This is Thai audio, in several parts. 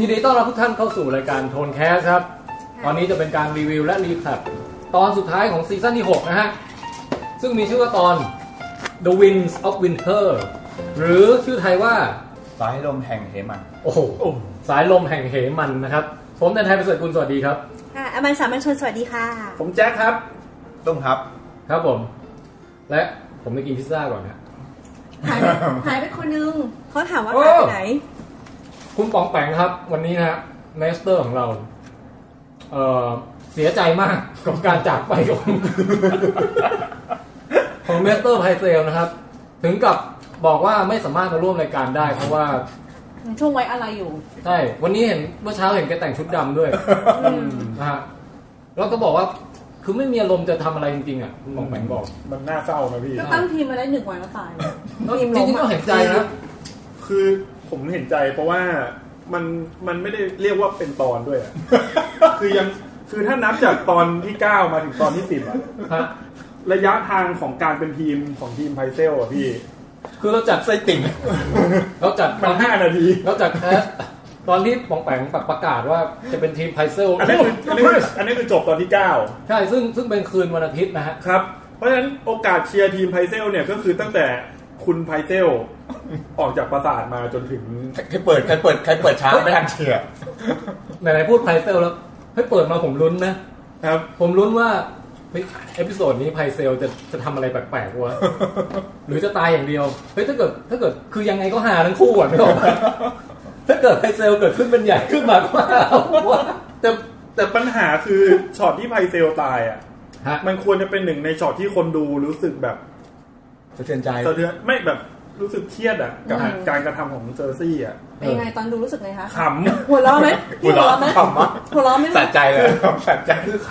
ยินดีต้อนรับทุกท่านเข้าสู่รายการโทนแคสครับ ตอนนี้จะเป็นการรีวิวและรีแคปตอนสุดท้ายของซีซั่นที่ 6 นะฮะ ซึ่งมีชื่อว่าตอน The Winds of Winter หรือชื่อไทยว่า สายลมแห่งเหมัน โอ้โหสายลมแห่งเหมันนะครับ ผมแดนไทยประเสริฐกุลสวัสดีครับ ค่ะอมันสามัญชนสวัสดีค่ะ ผมแจ็คครับ ตุ้มครับ ครับผม และผมไปกินพิซซ่าก่อนนะ หายหายไปคนนึงเขาถามว่า โอ้ หายไปไหน คุณป๋องแปงครับ วันนี้นะฮะเมสเตอร์ของเรา เอ่อเสียใจมากกับการจากไปของ ของเมสเตอร์ไพเซลนะครับ ถึงกับบอกว่าไม่สามารถมาร่วมรายการได้ เพราะว่า ช่วงไว้อะไรอยู่ ใช่วันนี้เห็นเมื่อเช้าเห็นแกแต่งชุดดำด้วยนะฮะแล้วก็บอกว่า คือไม่มีอารมณ์จะทำอะไรจริงๆอ่ะคุณป๋องแปงบอก มันน่าเศร้านะพี่ ก็ตั้งทีมมาได้หนึ่งวันแล้วตายทีม จ ล้ม ริงๆก็ อะ เห็นใจ นะ คือผมเห็นใจเพราะว่ามันมันไม่ได้เรียกว่าเป็นตอนด้วย อะ คือยังคือถ้านับจากตอนที่เก้ามาถึงตอนที่สิบอะ ฮะ ระยะทางของการเป็นทีมของทีมไพเซลอะพี่ คือเราจัด ไส้ติ่ง เราจัดต มั อน นที่ ห้านาที เราจัดแคสตอนที่ป๋องแปงประกาศว่าจะเป็นทีมไพเซล อันนี้คืออันนี้คืออันนี้คือจบตอนที่เก้า ใช่ซึ่งซึ่งเป็นคืนวันอาทิตย์นะฮะ ครับ เพราะฉะนั้นโอกาสเชียร์ทีมไพเซลเนี่ยก็คือตั้งแต่คุณไพเซล ออกจากปราสาทมาจนถึง ใครเปิดใครเปิดใครเปิดช้าไม่ทันเชียร์ ไหนๆพูดไพเซลแล้วให้เปิดมาผมลุ้นนะ ครับ ผมลุ้นว่าเฮ้ยเอพิโซดนี้ไพเซลจะจะทำอะไรแปลกๆวะ หรือจะตายอย่างเดียว เฮ้ยถ้าเกิดถ้าเกิดคือยังไงก็หาทั้งคู่อ่ะไม่บอกปะถ้าเกิดไพเซลเกิดขึ้นเป็นใหญ่ขึ้นมาก็หาวะ แต่แต่ปัญหาคือช็อตที่ไพเซลตายอะ ฮะ มันควรจะเป็นหนึ่งในช็อตที่คนดูรู้สึกแบบ สะเทือนใจ สะเทือนไม่แบบรู้สึกเครียดอ่ะกับการกระทำของเซอร์ซี่อ่ะ เป็นยังไงตอนดูรู้สึกไงคะ ข หัวเราะไหม หัวเราะ ไหม ขำอะ หัวเราะไหม สะใจเลยสะใจ ำคือข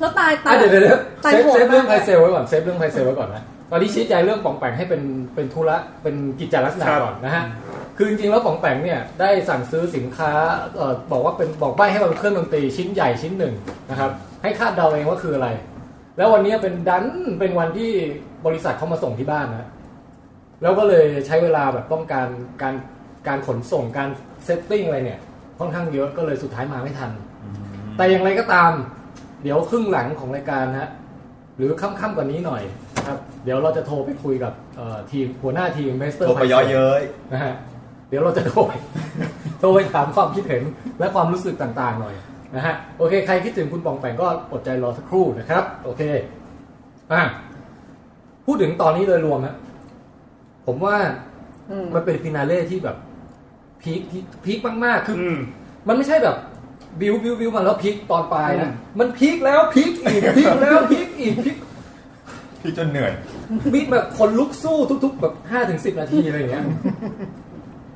แล้วตายตา อ่ะ ย เดี๋ยวเดี๋ยวเดี๋ยว ตาย เซฟ โหด เซฟเรื่องไพ มาก เซลไว้ก่อนเซฟเรื่องไพเซลไว้ก่อนนะตอนนี้ชี้แจงเรื่องป่องแปงให้เป็นเป็นธุระเป็นกิจจลักษณะก่อนนะฮะคือจริงๆแล้วป่องแปงเนี่ยได้สั่งซื้อสินค้าเอ่อบอกว่าเป็นบอกใบ้ให้มันเป็นเครื่องดนตรีชิ้นใหญ่ชิ้นหนึ่งนะครับให้คาดเดาเองว่าคืออะไร แล้ววันเนี้ยเป็นดันเป็นวันที่บริษัทเขามาส่งที่บ้านนะ แล้วก็เลยใช้เวลาแบบต้องการการการขนส่งการเซตติ้งอะไรเนี่ยค่อนข้างเยอะก็เลยสุดท้ายมาไม่ทัน แต่อย่างไรก็ตาม เดี๋ยวครึ่งหลังของรายการฮะหรือค่ำๆกว่านี้หน่อยนะครับ เดี๋ยวเราจะโทรไปคุยกับเอ่อทีมหัวหน้าทีมเมสเตอร์ โทรไปเย้อเย้ย นะฮะเดี๋ยวเราจะโทรไป โทรไปถามความคิดเห็นและความรู้สึกต่างๆหน่อยนะฮะโอเค ใครคิดถึงคุณปองแปงก็อดใจรอสักครู่นะครับ โอเคอ่ะพูดถึงตอนนี้โดยรวมฮะผมว่า อืม มันเป็นฟินาเล่ที่แบบพีคที่พีคมากๆคือ ำอืม มันไม่ใช่แบบบิวบิวบิวมาแล้วพลิกตอนปลายนะ อืม มันพลิกแล้วพลิกอีกพลิกแล้วพลิกอีกพลิก พี่จนเหนื่อย มีแบบคนลุกสู้ทุก ๆ แบบห้าถึงสิบนาทีอะไรอย่างเงี้ย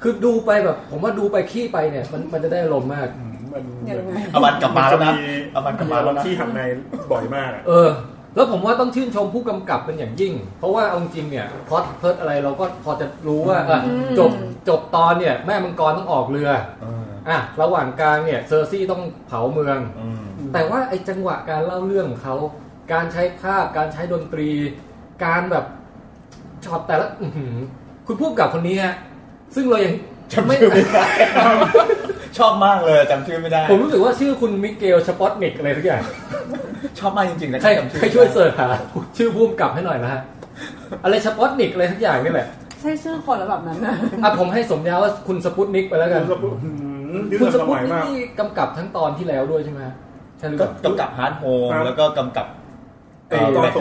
คือดูไปแบบ ผมว่าดูไปขี้ไปเนี่ย มันมันจะได้อารมณ์มาก มัน ยังไง เอามันกลับมาแล้วนะเอามันกลับมาแล้ว น นะ ที่ทางในบ่อยมากอะ เออ แล้วผมว่าต้องชื่นชมผู้กำกับเป็นอย่างยิ่ง เพราะว่าเอาจริงเนี่ยพล็อตเพิร์ดอะไรเราก็พอจะรู้ว่าอ่ะจบจบตอนเนี่ย แม่มังกรต้องออกเรือ อ่ะระหว่างกลางเนี่ยเซอร์ซี่ต้องเผาเมือง แต่ว่าไอ้จังหวะการเล่าเรื่องของเขา การใช้ภาพ การใช้ดนตรี การแบบช็อตแต่ละอื้อหือคุณพูดกับคนนี้ฮะ ซึ่ งเรายัง จำชื่อไม่ได้ ชอบมากเลยจำชื่อไม่ได้ ผมรู้สึกว่าชื่อคุณมิเกลชปอตนิกอะไรสักอย่าง ชอบมากจริงๆนะ ใคร จำชื่อ ใครช่วยเสิร์ชหาชื่อผู้กำกับให้หน่อยนะฮะ อะไรชปอตนิกอะไรสักอย่างนี่แหละ ใช่ชื่อคนแล้วแบบนั้นนะ อ่ะผมให้สมญาว่าคุณสปุตนิกไปแล้วกัน คุณสปุตอืมยืด คุณส ส ปุต มัย นิก มาก นี่กำกับทั้งตอนที่แล้วด้วยใช่ไหมฮะใช่หรือเปล่าก็กำกับฮาร์ดโฮม ครับ แล้วก็กำกับ เอ่อ แบท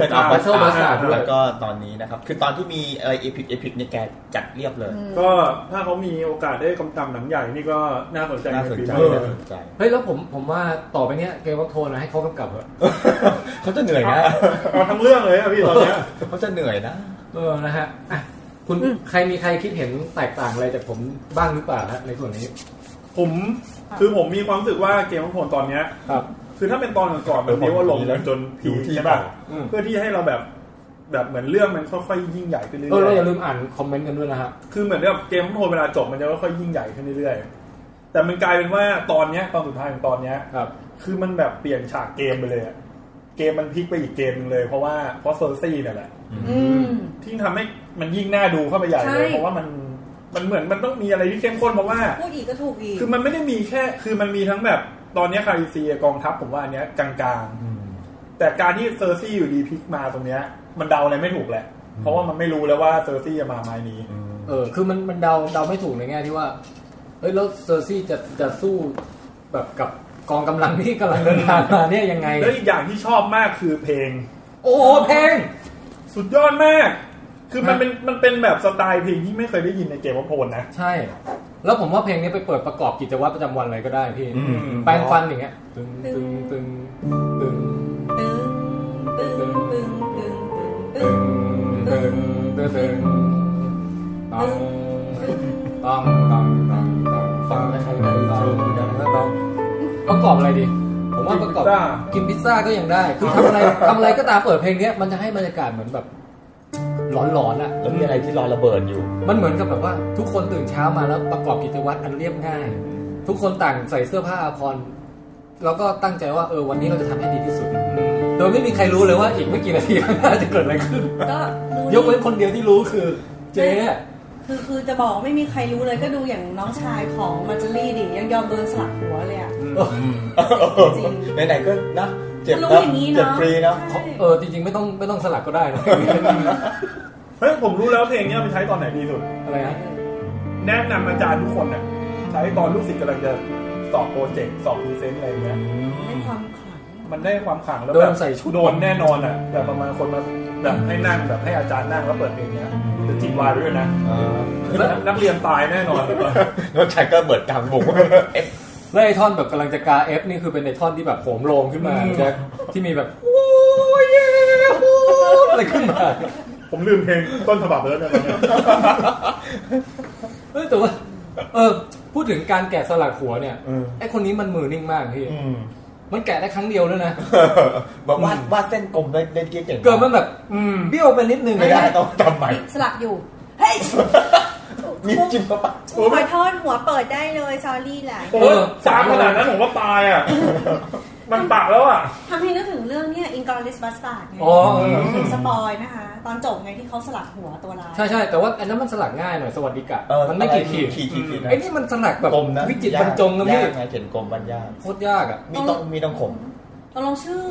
เทิลออฟบั Battle สตา Bastard ด้วย แล้วก็ตอนนี้นะครับ คือตอนที่มีอะไรเอพิกเอพิกเนี่ยแกจัดเรียบเลย ก็ถ้าเขามีโอกาสได้กำกับหนังใหญ่นี่ก็น่าสนใจ น่าสนใจ ใปี น่า ะ สนใจ เฮ้ยแล้วผมผมว่าต่อไปเนี้ยเกมวัตโทนะให้เขากำกับเถอะ เขาจะเหนื่อยนะ เอาทั้งเรื่องเลยอะพี่ตอนเนี้ย เขาจะเหนื่อยนะ เออนะฮะอ่ะคุณใครมีใครคิดเห็นแตกต่างอะไรจากผมบ้างหรือเปล่าฮะในส่วนนี้ ผมคือผมมีความรู้สึกว่าเกมของผมตอนเนี้ย ครับ คือถ้าเป็นตอนก่อนๆมันมีว่าลงจนผีใช่ป่ะ อืม เพื่อที่ให้เราแบบแบบเหมือนเรื่องมันค่อยๆยิ่งใหญ่ขึ้นเรื่อ เออแล้วอย ย่าลืมอ่านคอมเมนต์กันด้วยนะฮะ ๆคือเหมือนแบบเกมของโทนเวลาจบมันจะค่อยๆยิ่งใหญ่ขึ้นเรื่อยๆแต่มันกลายเป็นว่าตอนเนี้ยตอนสุดท้ายของตอนเนี้ย ครับ คือมันแบบเปลี่ยนฉากเกมไปเลยอะเกมมันพลิกไปอีกเกมหนึงเลยเพราะว่าเพราะเซอร์ซี่เนี่ยแหละ อืม ที่ทำให้มันยิ่งน่าดูเข้าไปใหญ่ ใช่ เลยเพราะว่ามัน มันเหมือนมันต้องมีอะไรที่เข้มข้นเพราะว่า พูดอีกก็ถูกอีก คือมันไม่ได้มีแค่ คือมันมีทั้งแบบตอนเนี้ยคาริเซียกองทัพผมว่าอันเนี้ยกลางๆ แต่การที่เซอร์ซี่อยู่ดีพลิกมาตรงเนี้ย มันเดาอะไรไม่ถูกแหละ เพราะว่ามันไม่รู้แล้วว่าเซอร์ซี่จะมาไม้นี้ เออคือมันมันเดาเดาไม่ถูกในแง่ที่ว่าเฮ้ยแล้วเซอร์ซี่จะจะสู้แบบกับกองกำลังที่กำลังเดินทางมาเนี่ยยังไง แล้วอีกอย่างที่ชอบมากคือเพลง โอ้โหเพลง สุดยอดมาก คือมัน ฮะ เป็นมันเป็นแบบสไตล์เพลงที่ไม่เคยได้ยินในเกมวัฟโพนนะ ใช่ แล้วผมว่าเพลงนี้ไปเปิดประกอบกิจวัตรประจำวันอะไรก็ได้พี่ อืม แปรงฟันอย่างเงี้ยตึงตึงตึงตึง ตึงตึงตึงตึงตึตึงงตึงตึงตองตองตองตองตองฟังนะครับตองตองตองตองประกอบอะไรดี ผมว่าประกอบ กินพิซซ่า กินพิซซ่าก็ยังได้ คือทำอะไรทำอะไรก็ตามเปิดเพลงเนี้ยมันจะให้บรรยากาศเหมือนแบบหลอนๆอ่ะ แล้วมีอะไรที่รอระเบิดอยู่ มันเหมือนกับแบบว่าทุกคนตื่นเช้ามาแล้วประกอบกิจวัตรอันเรียบง่าย ทุกคนต่างใส่เสื้อผ้าอาภรณ์แล้วก็ตั้งใจว่าเออวันนี้เราจะทำให้ดีที่สุด โดยไม่มีใครรู้เลยว่าอีกไม่กี่นาทีข้างหน้าจะเกิดอะไรขึ้น ก็ดู ยกเว้นคนเดียวที่รู้คือ เจ๊อะ คือคือจะบอกว่าไม่มีใครรู้เลยก็ดูอย่างน้องชายของมาจารี่ดิยังยอมโดนสลักหัวเลยอะ จริง ไหนๆก็นะเจ็บ รู้ นะ อย่างนี้ เจ็บ เนาะ ฟรีนะ ใช่ เออจริงๆไม่ต้องไม่ต้องสลักก็ได้นะ เฮ้ยผมรู้แล้วเพลงเนี้ยมันใช้ตอนไหนดีสุด อะไรนะ แนะนำอาจารย์ทุกคนน่ะใช้ตอนลูกศิษย์กำลังจะสอบโปรเจกต์สอบพรีเซนต์อะไรอย่างเงี้ย ให้ความขลัง มันได้ความขลังแล้ว โด แบ น บ ใส่ชุด โดนแน่นอนอ่ะแบบประมาณคนมาแบบให้นั่งแบบให้อาจารย์นั่งแล้วเปิดเพลงเนี้ยจะจิตวายไปด้วยนะ เออ นักนักเรียนตายแน่นอน แล้วชายก็เบิดกลางวงเอ๊ะ แล้วไอท่อนแบบกำลังจะกาเอฟนี่คือเป็นไอท่อนที่แบบโหมโลงขึ้นมาแจ็คที่มีแบบโอ้ยเย้โอ้ยอะไรขึ้นมา ผมลืมเพลงต้นฉบับไปแล้วเนี่ยตอนเนี้ย เออแต่ว่าเออพูดถึงการแกะสลักหัวเนี่ย เออ ไอคนนี้มันมือนิ่งมากพี่ อืม มันแกะได้ครั้งเดียวด้วยนะ แบบวาดวาดเส้นกลมได้ได้เก่ง เกิดมันแบบ อืม เบี้ยวไปนิดนึง ไม่ได้ต้องทำใหม่ สลัก อยู่ เฮ้ย มีจิ้มเข้าไป ขอโทษหัวเปิดได้เลยซอรี่แหละ โอ้ยสามขนาดนั้นผมว่าตายอ่ะ มันปากแล้วอ่ะ ทำให้นึกถึงเรื่องเนี่ยอิงกอริสบัสตาร์ดไง อ๋อเออ ถึงสปอยนะคะ ตอนจบไงที่เขาสลักหัวตัวร้าย ใช่ใช่แต่ว่าอันนั้นมันสลักง่ายหน่อยสวัสดิกะ เออ มันไม่กี่ขีด ขีดขีดนะ ไอ้นี่มันสลักแบบ กลมนะ วิจิตรบรรจงนะ ยา พี่ กไงเขียนกลมมันยาก โคตรยากอ่ะ มีต้องมีต้องขม ตกลงชื่อ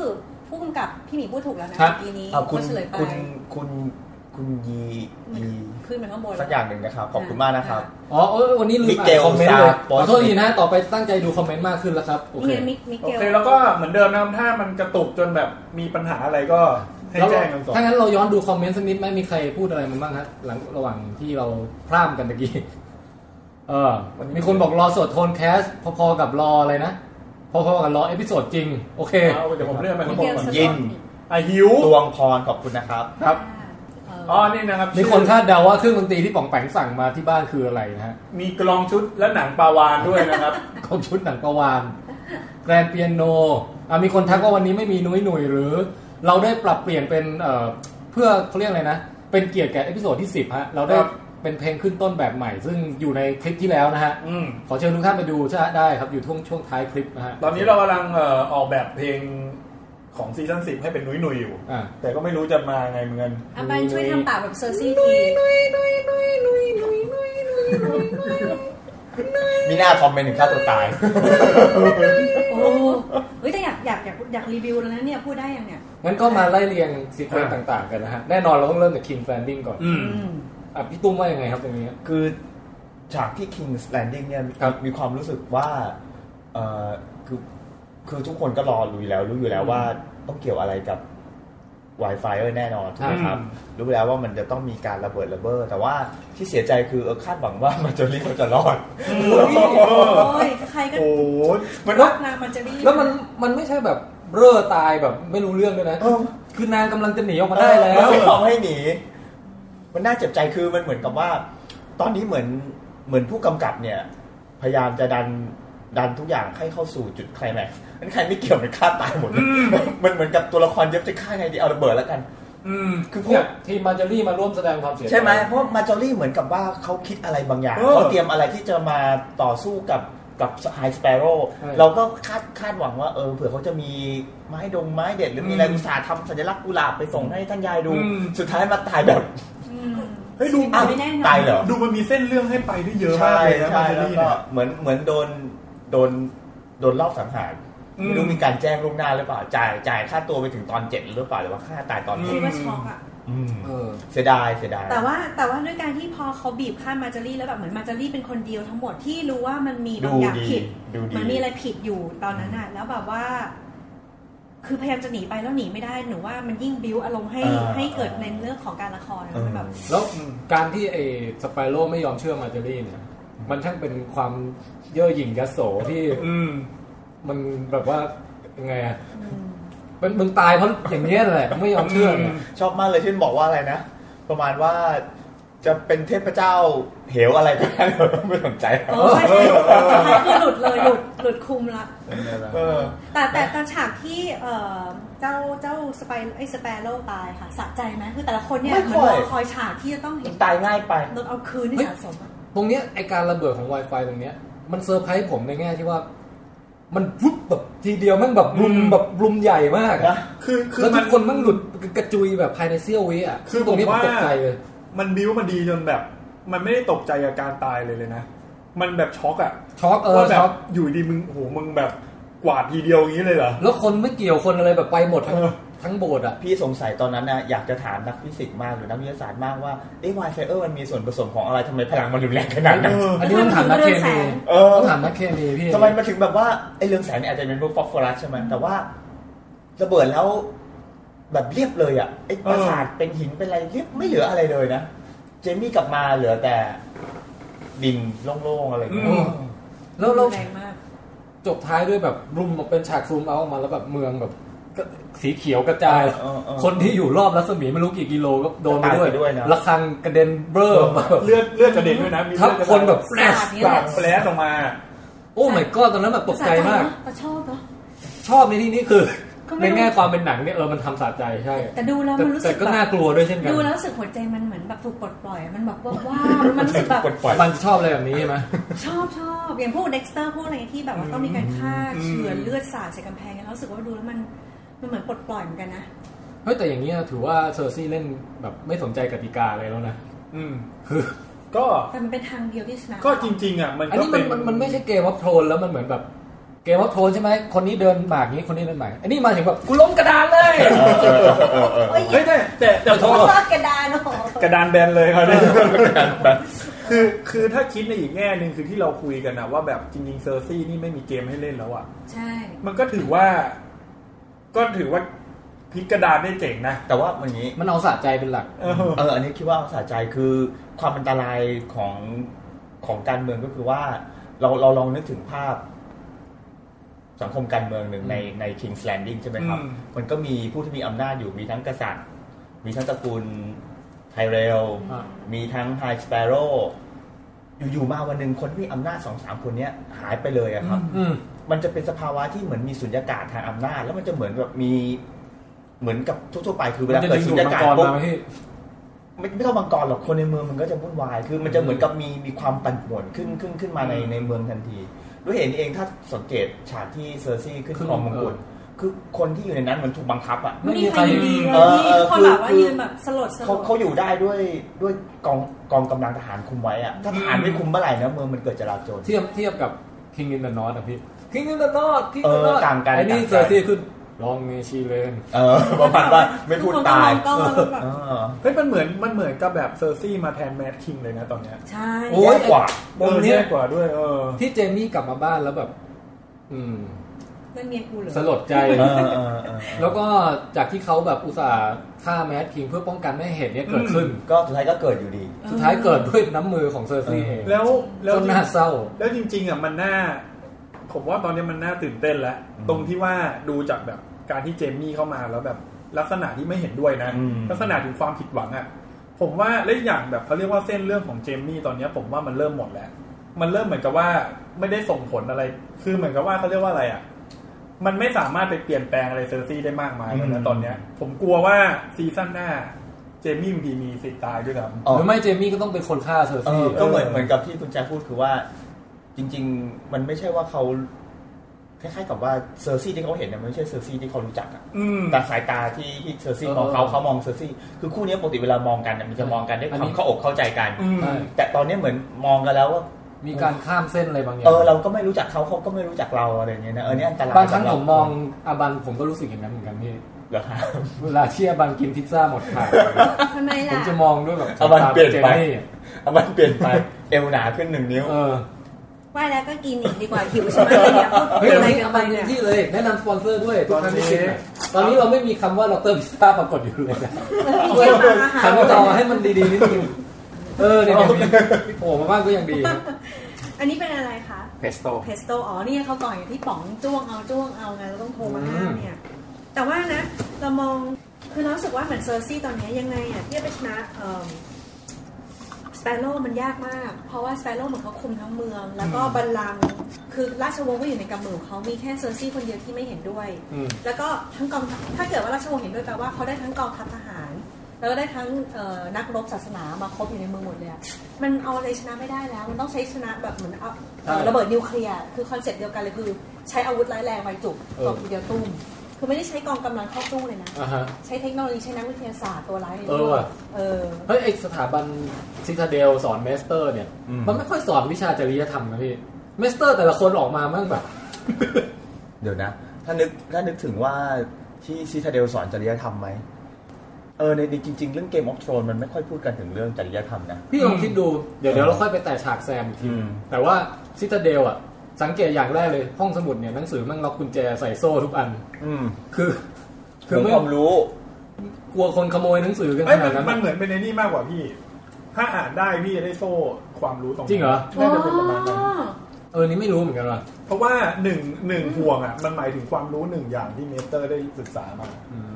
ผู้กำกับพี่หมีพูดถูกแล้วนะครับ เมื่อกี้นี้ อ่ะคุณ ก็เฉลยไป คุณคุณคุณยี มัน ยี ขึ้นไปข้างบน สักอย่างหนึ่งนะครับ ขอบคุณมากนะครับ อ๋อเออวันนี้ลืมอ่า มิเกล นคอมเมนต์เลย ซา ข ปอส อโทษทีนะต่อไปตั้งใจดูคอมเมนต์มากขึ้นแล้วครับโอ นี่ เค ไงมิกมิ โอ เกล เคแล้วก็เหมือนเดิมนะครับถ้ามันกระตุกจนแบบมีปัญหาอะไรก็ให้ แล้ว แจ้งกันก่อน ถ้างั้นเราย้อนดูคอมเมนต์สักนิดไหมมีใครพูดอะไรมาบ้างฮะหลังระหว่างที่เราพร่ำกันตะกี้เออมีคนบอกรอสดโทนแคสพอๆกับรออะไรนะพอๆกับรอเอพิโซดจริง โอเค เอาเดี๋ยวผมเลื่อนไป มิ ข้างบ เกลนก่อน ส ยิน อ่ะหิว ตวงพรขอบคุณนะครับ ครับ เ อ๋อนี่นะครับ มีคนคาดเดาว่าเครื่องดนตรีที่ป่องแปงสั่งมาที่บ้านคืออะไรนะฮะ มีกลองชุดและหนังปลาวานด้วยนะครับ ของชุดหนังประวานแกรนเปียโนอ่ะมีคนทักว่าวันนี้ไม่มีนุ้ยหนุ่ยหรือ เราได้ปรับเปลี่ยนเป็นเอ่อเพื่อเขาเรียกอะไรนะ เป็นเกียรติแก่เอพิโซดที่ 10ฮะเราได้ ครับ เป็นเพลงขึ้นต้นแบบใหม่ ซึ่งอยู่ในคลิปที่แล้วนะฮะ อืม ขอเชิญทุกท่านไปดูใช่ไหมได้ครับ อยู่ช่วงช่วงท้ายคลิปนะฮะ ตอนนี้เรากำลังเอ่อออกแบบเพลงของซีซั่นสิบให้เป็นนุ้ยนุยๆอยู่ อ่ะ แต่ก็ไม่รู้จะมาไงเหมือนกัน เอาไปช่วยทำปากแบบเซอร์ซี่ที มีหน้าคอมเมนต์ถึงฆ่าตัวตาย โอ้เฮ้ยแต่อยากอยากอยากอยากรีวิวแล้วนะเนี่ยพูดได้ยังเนี่ย งั้นก็มาไล่เรียงซีเควนต์ต่าง ๆ กันนะฮะ แน่นอนเราต้องเริ่มจาก King Landing ก่อน อืม อืม อ่ะพี่ตุ้มว่ายังไงครับตรงนี้ คือฉากที่ King's Landing เนี่ยมี ครับ มีความรู้สึกว่าเออคือคือทุกคนก็รอรู้อยู่แล้ว รู้อยู่แล้วว่าต้องเกี่ยวอะไรกับ Wi-Fi แน่นอนถูกไหมครับ อืม รู้แล้วว่ามันจะต้องมีการระเบิดระเบ้อแต่ว่าที่เสียใจคือเออคาดหวังว่ามันจะรีบมันจะรอด โอ้ยใครก็ โอ้ย มัน รักนางมันจะรี แล้วมันมันไม่ใช่แบบเร่อตายแบบไม่รู้เรื่องด้วยนะ เออ คือนางกำลังจะหนีออกมาได้แล้ มัน ว ไม่ยอมให้หนี มันน่าเจ็บใจคือมันเหมือนกับว่า ตอนนี้เหมือนเหมือนผู้กำกับเนี่ย พยายามจะดันดันทุกอย่างให้เข้าสู่จุดไคลแม็กซ์นั้นใครไม่เกี่ยวมันฆ่าตายหมดเลยมันเหมือนกับตัวละครเย็บจะฆ่าไงดีเอาระเบิดแล้วกัน อืม คือพว เนี่ ก ยทีมมาร์จารี่มาร่วมแสดงความเสียใจ ใช่ไหมเพราะมาจอรี่เหมือนกับว่าเขาคิดอะไรบางอย่าง เออ เขาเตรียมอะไรที่จะมาต่อสู้กับกับไฮสเปโร่เราก็คาดคาดหวังว่าเออเผื่อเขาจะมีไม้ดงไม้เด็ดหรือมีอะไรอุตสาห์ทำสัญลักษณ์กุหลาบไปส่งให้ท่านยายดู สุดท้ายมาตายแบบ อืม เฮ้ยดู อ้าวไม่แน่นอน ตายเหรอ ดูมันมีเส้นเรื่องให้ไปด้วยเยอะมา ใช่ กเลยนะ ใช่ มาเจอ แล้ว รี่ ก็ เนี่ย เหมือนเหมือนโดนโดนโดนรอบสังหาร อืม ไม่รู้มีการแจ้งล่วงหน้าหรือเปล่าจ่ายจ่ายค่าตัวไปถึงตอนเจ็ดหรือเปล่าหรือว่าค่าตายตอนห คิด ก ว่าช็อกอะ อืม เออ เสียดายเสียดาย แต่ว่าแต่ว่าด้วยการที่พอเขาบีบข้ามมาจารี่แล้วแบบเหมือนมาจารี่เป็นคนเดียวทั้งหมดที่รู้ว่ามันมีบา ดู งอย่าง ดี ผิด ดูดี มันมีอะไรผิดอยู่ตอนนั้นน่ะ แล้วแบบว่า คือพยายามจะหนีไปแล้วหนีไม่ได้หนูว่ามันยิ่งบิวอารมณ์ให้ อ่า ให้เกิดในเรื่องของการละครนะ เออ มันแบบ แล้วการที่ไอ้สไปโร่ไม่ยอมเชื่อมาเจอรี่เนี่ย มันช่างเป็นความเย่อหยิ่งยโสที่ อืม มันแบบว่ายังไงอะ อืม มันมึงตายเพราะอย่างเงี้ยแหละไม่ยอมเชื่อเนี่ย ชอบมากเลยที่มันบอกว่าอะไรนะ ประมาณว่าจะเป็นเทพเจ้าเหวอะไรก็ได้ ไม่สนใจ เออใช่ใช่สุดท้ายคือหลุดเลยหลุดหลุดคุมละ เออ แต่แต่แต่ฉากที่เอ่อเจ้าเจ้าสไปไอ้สเปโร่ตายค่ะสะใจไหมคือแต่ละคนเนี่ย ไม่ เห ค่ มือน อย รอคอยฉากที่จะต้องเห็น ตายง่ายไป โดนเอาคืนที่ เฮ้ย สะสมอะ ตรงเนี้ยไอการระเบิดของ Wi-Fi ตรงเนี้ยมันเซอร์ไพรส์ผมในแง่ที่ว่า มันวุบแบบทีเดียวแมันแบบรุม อืม แบบรุมใหญ่มากอะ นะ คือคื แล้ อ ว มั ทุ น กคนแมันหลุดกระจุยแบบภายในเสี้ยววิอ่ะ คือ ตรงนี้ ผม ผม ว่า ตกใจเลย มันบิ้วมันดีจนแบบ มันไม่ได้ตกใจกับการตายเลยเลยนะ มันแบบช็อกอะ ช็อกเออ ว่าแบ ช็ บอก อยู่ดีมึงโอ้โหมึงแบบกวาดทีเดียวอย่างนี้เลยเหรอ แล้วคนไม่เกี่ยวคนอะไรแบบไปหมดทั้ง เออ ทั้งโบสถ์อ่ะ พี่สงสัยตอนนั้นนะอยากจะถามนักฟิสิกส์มากหรือนักวิทยาศาสตร์มากว่าเอ๊ะไวไฟเออร์มันมีส่วนผสมของอะไรทำไมพลังมันรุนแรงขนาดนั้น เออ อันนี้ต้องถามนักเคมี เออ ต้องถามนักเคมีพี่ ทำไมมาถึงแบบว่าไอ้เรืองแสงเนี่ยอาจจะเป็นพวกฟอสฟอรัสใช่ไหมแต่ว่าระเบิดแล้วแบบเรียบเลยอ่ะไอ้ปราสาทเป็นหินเป็นอะไรเรียบไม่เหลืออะไรเลยนะ เจมี่กลับมาเหลือแต่ดินโล่งๆอะไรอย่างเงี้ย อืม แล้วเรา แรงมาก จบท้ายด้วยแบบรุมมาเป็นฉากซูมเอาท์ออกมาแล้วแบบเมืองแบบก็สีเขียวกระจาย เออเออ คนที่อยู่รอบรัศมีไม่รู้กี่กิโลก็โดนไปด้วย ตายไปด้วยนะ ระฆังกระเด็นเบ้อ มาแบบ เลือดเลือดกระเด็นด้วยนะมี ทับ เลือดกระ ค เด็ นแบบแฟล สา ช ดเนี่ยแหละ แฟลชออกมา โอ้ my god ตอนนั้นแบบตกใจมาก สะเนอะแต่ชอบเนาะ ชอบในที่นี้คือ ก็ไม่ ใน รู้ แง่ความเป็นหนังเนี่ยเออมันทำสะใจใช่ แต่ดูแล้ว แต่ มันรู้ แต่ สึก ก็ แบ น่า บ กลัวด้วยเช่นกัน ดูแล้วรู้สึกหัวใจมันเหมือนแบบถูกปลดปล่อยอะมันแบบว่าว้าวมันรู้สึกแบบ กดปล่อย มันชอบอะไรแบบนี้ใช่ไหม ชอบชอบอย่างพวกเด็กสเตอร์พวกอะไรที่แบบว่าต้องมีการฆ่า อืม เฉือนเลือดสาดใส่กำแพงเนี่ยแล้วรู้สึกว่าดูแล้วมันมันเหมือนปลดปล่อยเหมือนกันนะ เฮ้ยแต่อย่างนี้ยถือว่าเซอร์ซี่เล่นแบบไม่สนใจกติกาอะไรแล้วนะ อืม คือ ก็ แต่มันเป็นทางเดียวที่ชนะ ก็จริง ๆอ่ะมัน อัน ก็ นี้มั เป็น น มันมันไม่ใช่เกมวัฟโทนแล้วมันเหมือนแบบเกมวัฟโทนใช่ไหมคนนี้เดินหมากนี้คนนี้เดินหมากอันนี้มาถึงแบบกูล้มกระดานเลย เออเออเออเออเออ เฮ้ย เฮ้ยแต่แต่แต่ ขอ พ โท อ ษ กระดานโอ้โห กระดานแบนเลยครับเนี่ย แบบ คือคือถ้าคิดในอีกแง่หนึ่งคือที่เราคุยกันนะว่าแบบจริงๆเซอร์ซี่นี่ไม่มีเกมให้เล่นแล้วอ่ะ ใช่ มันก็ถือว่า ก็ถือว่าพลิกกระดานได้เจ๋งนะ แต่ว่ามันอย่างนี้ มันเอาสะใจเป็นหลัก เออ เอออันนี้คิดว่าสะใจคือความอันตรายของของการเมืองก็คือว่า เราเราลองนึกถึงภาพ สังคมการเมืองหนึ่งในใน King's Landing ใช่ไหมครับ อืม มันก็มีผู้ที่มีอำนาจอยู่มีทั้งกษัตริย์ มีทั้งตระกูลไทเรล อ่า มีทั้งไฮสเปโร่อยู่ๆมาวันหนึ่งคนที่มีอำนาจสองสามคนเนี้ย หายไปเลยอะครับ อืม มันจะเป็นสภาวะที่เหมือนมีสุญญากาศทางอำนาจ แล้วมันจะเหมือนแบบมีเหมือนกับทั่วๆไปคือเว มัน ลา จะ เกิ ดึ ด ง สุ ดู ญ ด ญา มัง กาศ กร ปุ๊บ มาไหมพี่ ไม่ไม่ต้องมังกรหรอกคนในเมืองมันก็จะวุ่นวาย คือมันจะเหมือนกับมีมีความปั่นป่วนขึ้นขึ้นขึ้นมาในในเมืองทันที ด้วยเห็นเองถ้าสังเกตฉากที่เซอร์ซี่ขึ้นครองมงกุฎคือคนที่อยู่ในนั้นเหมือนถูกบังคับอ่ะ ไม่มีใครอยู่ดีเลย เออเอ นี่ทุกคนแบอคือบว่า คือ ยืนแบบสลดสล เขา ด เขาอยู่ได้ด้วยด้วยกองกองกำลังทหารคุมไว้อ่ะ ถ้าทหารไม่คุมเมื่อไหร่นะเมืองมันเกิดจราจล เทียบเทียบกับ King in the North อะพี่ King in the North King in the เออ North ต่างกัน ไอ้นี่ ต่างกัน เซอร์ซี่ขึ้นลองเมชีเลน เออประมาณว่าไม่พูดตาย ทุกคนก็มองกล้องแล้วก็แบบ เออ เฮ้ยมันเหมือนมันเหมือนกับแบบเซอร์ซี่มาแทนแมดคิงเลยนะตอนเนี้ย ใช่ โอ้ ย แย่กว่า ปมเนี้ย เออแกกว่าด้วย เออ ที่เจมี่กลับมาบ้านแล้วแบบ อืม นั่นเมียกูเหรอ สลดใจ เออเออเออ แล้วก็จากที่เขาแบบอุตส่าห์ฆ่าแมดคิงเพื่อป้องกันไม่ให้เหตุเนี้ยเกิดขึ้น ก็สุดท้ายก็เกิดอยู่ดี สุดท้ายเกิดด้วยน้ำมือของเซอร์ซี่เอง แล้วแล้ว ก็น่าเศร้า แล้วจริง ๆอ่ะมันน่า ผมว่าตอนเนี้ยมันน่าตื่นเต้นแล้ว อืม ตรงที่ว่าดูจากแบบการที่เจมี่เข้ามาแล้วแบบลักษณะที่ไม่เห็นด้วยนะ อืม ลักษณะถึงความผิดหวังอ่ะ ผมว่าและอีกอย่างแบบเขาเรียกว่าเส้นเรื่องของเจมี่ตอนเนี้ยผมว่ามันเริ่มหมดแล้ว มันเริ่มเหมือนกับว่าไม่ได้ส่งผลอะไร คือเหมือนกับว่าเขาเรียกว่าอะไรอ่ะ มันไม่สามารถไปเปลี่ยนแปลงอะไรเซอร์ซี่ได้มากมายแล้ว อื นะ ม ตอนเนี้ย ผมกลัวว่าซีซั่นหน้า เจมี่บางทีมีสิทธิ์ตายด้วยซ้ำ อ๋อ หรือไม่เจมี่ก็ต้องเป็นคนฆ่าเซอร์ เอ ซี่ อก็เหมือน เออ เหมือนกับที่คุณแจ๊คพูดคือว่า จริง ๆ มันไม่ใช่ว่าเขา คล้ายๆกับว่าเซอร์ซี่ที่เขาเห็นเนี่ยมันไม่ใช่เซอร์ซี่ที่เขารู้จักอะ อืม แต่สายตาที่ที่เซอร์ซี่มองเขา เออ เขามองเซอร์ซี่คือคู่เนี้ยปกติเวลามองกันเนี่ยมันจะมองกันด้วย อัน ค นี้ วามเข้าอกเข้าใจกัน อืม ใช่ แต่ตอนเนี้ยเหมือนมองกันแล้วว่า มีการข้ามเส้นอะไรบางอย่าง เออเราก็ไม่รู้จักเขาเขาก็ไม่รู้จักเราอะไรอย่างเงี้ยนะเออเนี่ยอันตราย บางครั้ง สำห ผ บ มมองอาบันผมก็รู้สึกอย่างนั้นเหมือนกันพี่ เหรอฮะ เวลาที่อาบันกินพิซซ่าหมด ถาด ทำไม ผม ล่ะ จะมองด้วยแบบ อาบันเปลี่ยนไป จนี่ เอามันเปลี่ยนไปเอวหนาขึ้นหนึ่งนิ้ว เออ ไหว่าแล้วก็กินอีกดีกว่าหิวใช่ไหมเนี่ยพูด เฮ้ย อะไร วันนี้ กัน อา ไป บัน เนี่ย ที่เลยแนะนำสปอนเซอร์ด้วยทุกครั้งที่คิดอะต ต อ อน นนี้ นี้เราไม่มีคำว่าเราเติมพิซซ่าปรากฏอยู่เลยนะ เพื่อนมาอาหาร ทำต่อให้มันดีๆนิดนึง เออเนี่ยมีโผล่มาบ้างก็ยังดีนะ อันนี้เป็นอะไรคะ เพสโต เพสโตอ๋อเนี่ยเขาต่อยอย่างที่ป๋องจ้วงเอาจ้วงเอาไงเราต้องโทรมาห้ามเนี่ย แต่ว่านะเรามองคือเรารู้สึกว่าเหมือนเซอร์ซี่ตอนเนี้ยยังไงอ่ะที่จะไปชนะเอ่อสเปโร่มันยากมาก เพราะว่าสเปโร่เหมือนเขาคุมทั้งเมือง แล้วก็บัลลังก์คือราชวงศ์ก็อยู่ในกำมือของเขามีแค่เซอร์ซี่คนเดียวที่ไม่เห็นด้วย อืม แล้วก็ทั้งกองทัพถ้าเกิดว่าราชวงศ์เห็นด้วยแปลว่าเขาได้ทั้งกองทัพทหาร แล้วก็ได้ทั้งเอ่อนักรบศาสนามาครบอยู่ในเมืองหมดเลยอะมันเอาอะไรชนะไม่ได้แล้ว มันต้องใช้ชนะแบบเหมือนเอาเอ่อระเบิดนิวเคลียร์คือคอนเซ็ปต์เดียวกันเลยคือ ใช้อาวุธร้ายแรงไปจุกตบทีเดียวตุ้ม คือไม่ได้ใช้กองกำลังเข้าสู้เลยนะ อ่าฮะ ใช้เทคโนโลยีใช้นักวิทยาศาสตร์ตัวร้ายใน เออ เรื่อง ว่ะ เออ เฮ้ยไอสถาบันซิตาเดลสอนเมสเตอร์เนี่ย อืม มันไม่ค่อยสอนวิชาจริยธรรมนะพี่เมสเตอร์แต่ละคนออกมามั่งแบบ เดี๋ยวนะ ถ้านึกถ้านึกถึงว่าที่ซิทาเดลสอนจริยธรรมไหม เออในในจริง ๆ เรื่องเกมออฟทรอนมันไม่ค่อยพูดกันถึงเรื่องจริยธรรมนะ พี่ลองคิดดูเดี๋ยว อืม เดี๋ยวเราค่อยไปแตะฉากแซมอีกที อืม แต่ว่าซิตาเดลอะสังเกตอย่างแรกเลย ห้องสมุดเนี่ยหนังสือมั่งล็อกกุญแจใส่โซ่ทุกอัน อืม คือ คื คือ อ ไม่ ไม่ ความรู้ กลัวคนขโมยหนังสือกัน เอ้ ข ย นา มั ด น นั้น มัน อะ เหมือนเป็นในนี่มากกว่าพี่ ถ้าอ่านได้พี่จะได้โซ่ความรู้ตรงนั้น จริงเหรอ น่าจะเป็นประมาณนั้น เออนี่ไม่รู้เหมือนกันว่ะ เพราะว่าหนึ่งหนึ่งห่วงอ่ะ มันหมายถึงความรู้หนึ่งอย่างที่เมสเตอร์ได้ศึกษามา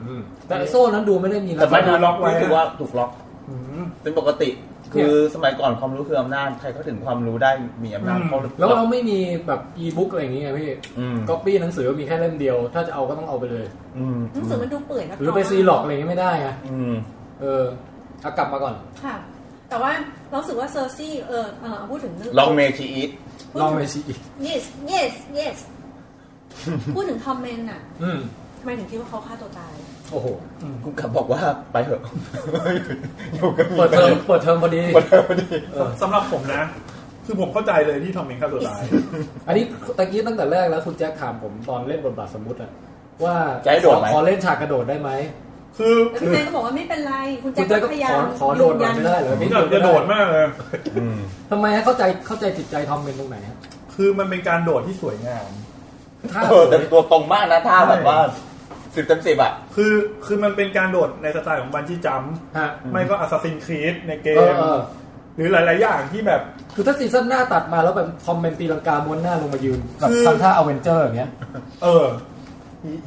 อืมแต่ไอ้โซ่นั้นดูไม่ได้มีลัก แต่ ษ ไม่ ณะ ถูก ล็ ล็อ อก กไว้ คือว่าถูกล็อก อืม เป็นปกติ คือสมัยก่อนความรู้คืออำนาจ ใครเข้าถึงความรู้ได้มีอำนาจ อืม เขา แล้วเราไม่มีแบบอีบุ๊กอะไรอย่างเงี้ยพี่ อืม ก๊อปปี้หนังสือมีแค่เล่มเดียว ถ้าจะเอาก็ต้องเอาไปเลย อืม หนังสือมันดูเปื่อยนะ หรือไปซีหลอกอะไรอย่างเงี้ยไม่ได้ไง อืม เออเอากลับมาก่อน ค่ะ แต่ว่าเรารู้สึกว่าเซอร์ซี่เออเออพูดถึงเรื่อง ลองเมคีอีท ลองไปซี yes yes yes พูดถึงทอมเมนน่ะ อืม ทำไมถึงคิดว่าเขาฆ่าตัวตาย โอ้โห คุณกลับบอกว่าไปเถอะ อยู่กัน เปิดเทอมเปิดเทอมพอดี เปิดเทอมพอดี เออ สำหรับผมนะ คือผมเข้าใจเลยที่ทอมเมงฆ่าตัวตาย อันนี้ตะกี้ตั้งแต่แรกแล้วคุณแจ็คถามผมตอนเล่นบทบาทสมมุติอะว่า จะให้โดดไหม ขอขอเล่นฉากกระโดดได้ไหม คือ แล้วคุณแจ็คก็บอกว่าไม่เป็นไร คุณ คุ แจ็ ณ ค แจ็ค ก็ ก็ พ ข ยายา อ ม ขอโดดหน่อยไม่ได้เหรอ ผม พี่ อยากจะโดดมากเลย อืม ทำไมฮะเข้าใจเข้าใจจิตใจทอมเป็นตรงไหนฮะ คือมันเป็นการโดดที่สวยงาม ท่า เออแต่ตัวตรงมากนะท่าแบบว่าสิบเต็มสิบอ่ะ คือคือมันเป็นการโดดในสไตล์ของบันจี้จัมป์ ฮะ ไม่ก็ Assassin's Creed ในเก เออ ม เออ หรือหลาย ๆ อย่างที่แบบ คือถ้าซีซั่นหน้าตัดมาแล้วแบบทอมเป็นตีลังกาม้วนหน้าลงมายืนแบบ คือ ทำท่าอเวนเจอร์อย่างเงี้ย เออ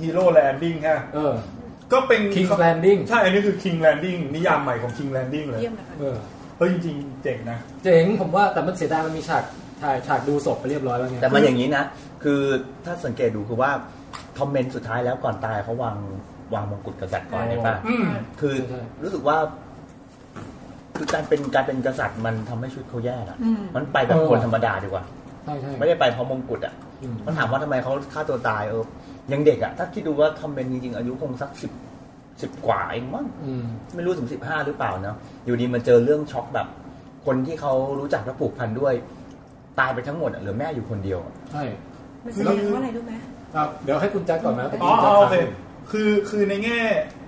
ฮีโร่แลนดิ้งฮะ เออ ก็เป็น King's Landing ใช่ อันนี้คือ King Landing นิยามใหม่ของ King Landing เลย เยี่ยมนะคะ เออ เฮ้ยจริง ๆ เจ๋งนะ เจ๋งผมว่าแต่มันเสียดายมันมีฉากถ่ายฉากดูศพไปเรียบร้อยแล้วไง แต่มันอย่างนี้นะ คือถ้าสังเกตดูคือว่าทอมเมนสุดท้ายแล้วก่อนตายเขาวางวางมงกุฎกษัตริย์ก่อนใช่ปะ อืม คือรู้สึกว่า คือการเป็นการเป็นกษัตริย์มันทำให้ชีวิตเขาแย่อะ อืม มันไปแบบคนธรรมดาดีกว่า ใช่ใช่ ไม่ได้ไปเพราะมงกุฎอ่ะ อืม มันถามว่าทำไมเขาฆ่าตัวตายเออยังเด็กอ่ะ ถ้าคิดดูว่าทอมเมนจริงๆอายุคงสักสิบสิบกว่าเองมั้ง อืม ไม่รู้ถึงสิบห้าหรือเปล่าเนาะอยู่ดีมันเจอเรื่องช็อกแบบ คนที่เขารู้จักและผูกพันด้วย ตายไปทั้งหมดอะเหลือแม่อยู่คนเดียวอะ ใช่ มันแสดงว่าอะไรรู้ไหม ครับเดี๋ยวให้คุณแจ็คก่อนนะ อ๋อโอเค คือคือในแง่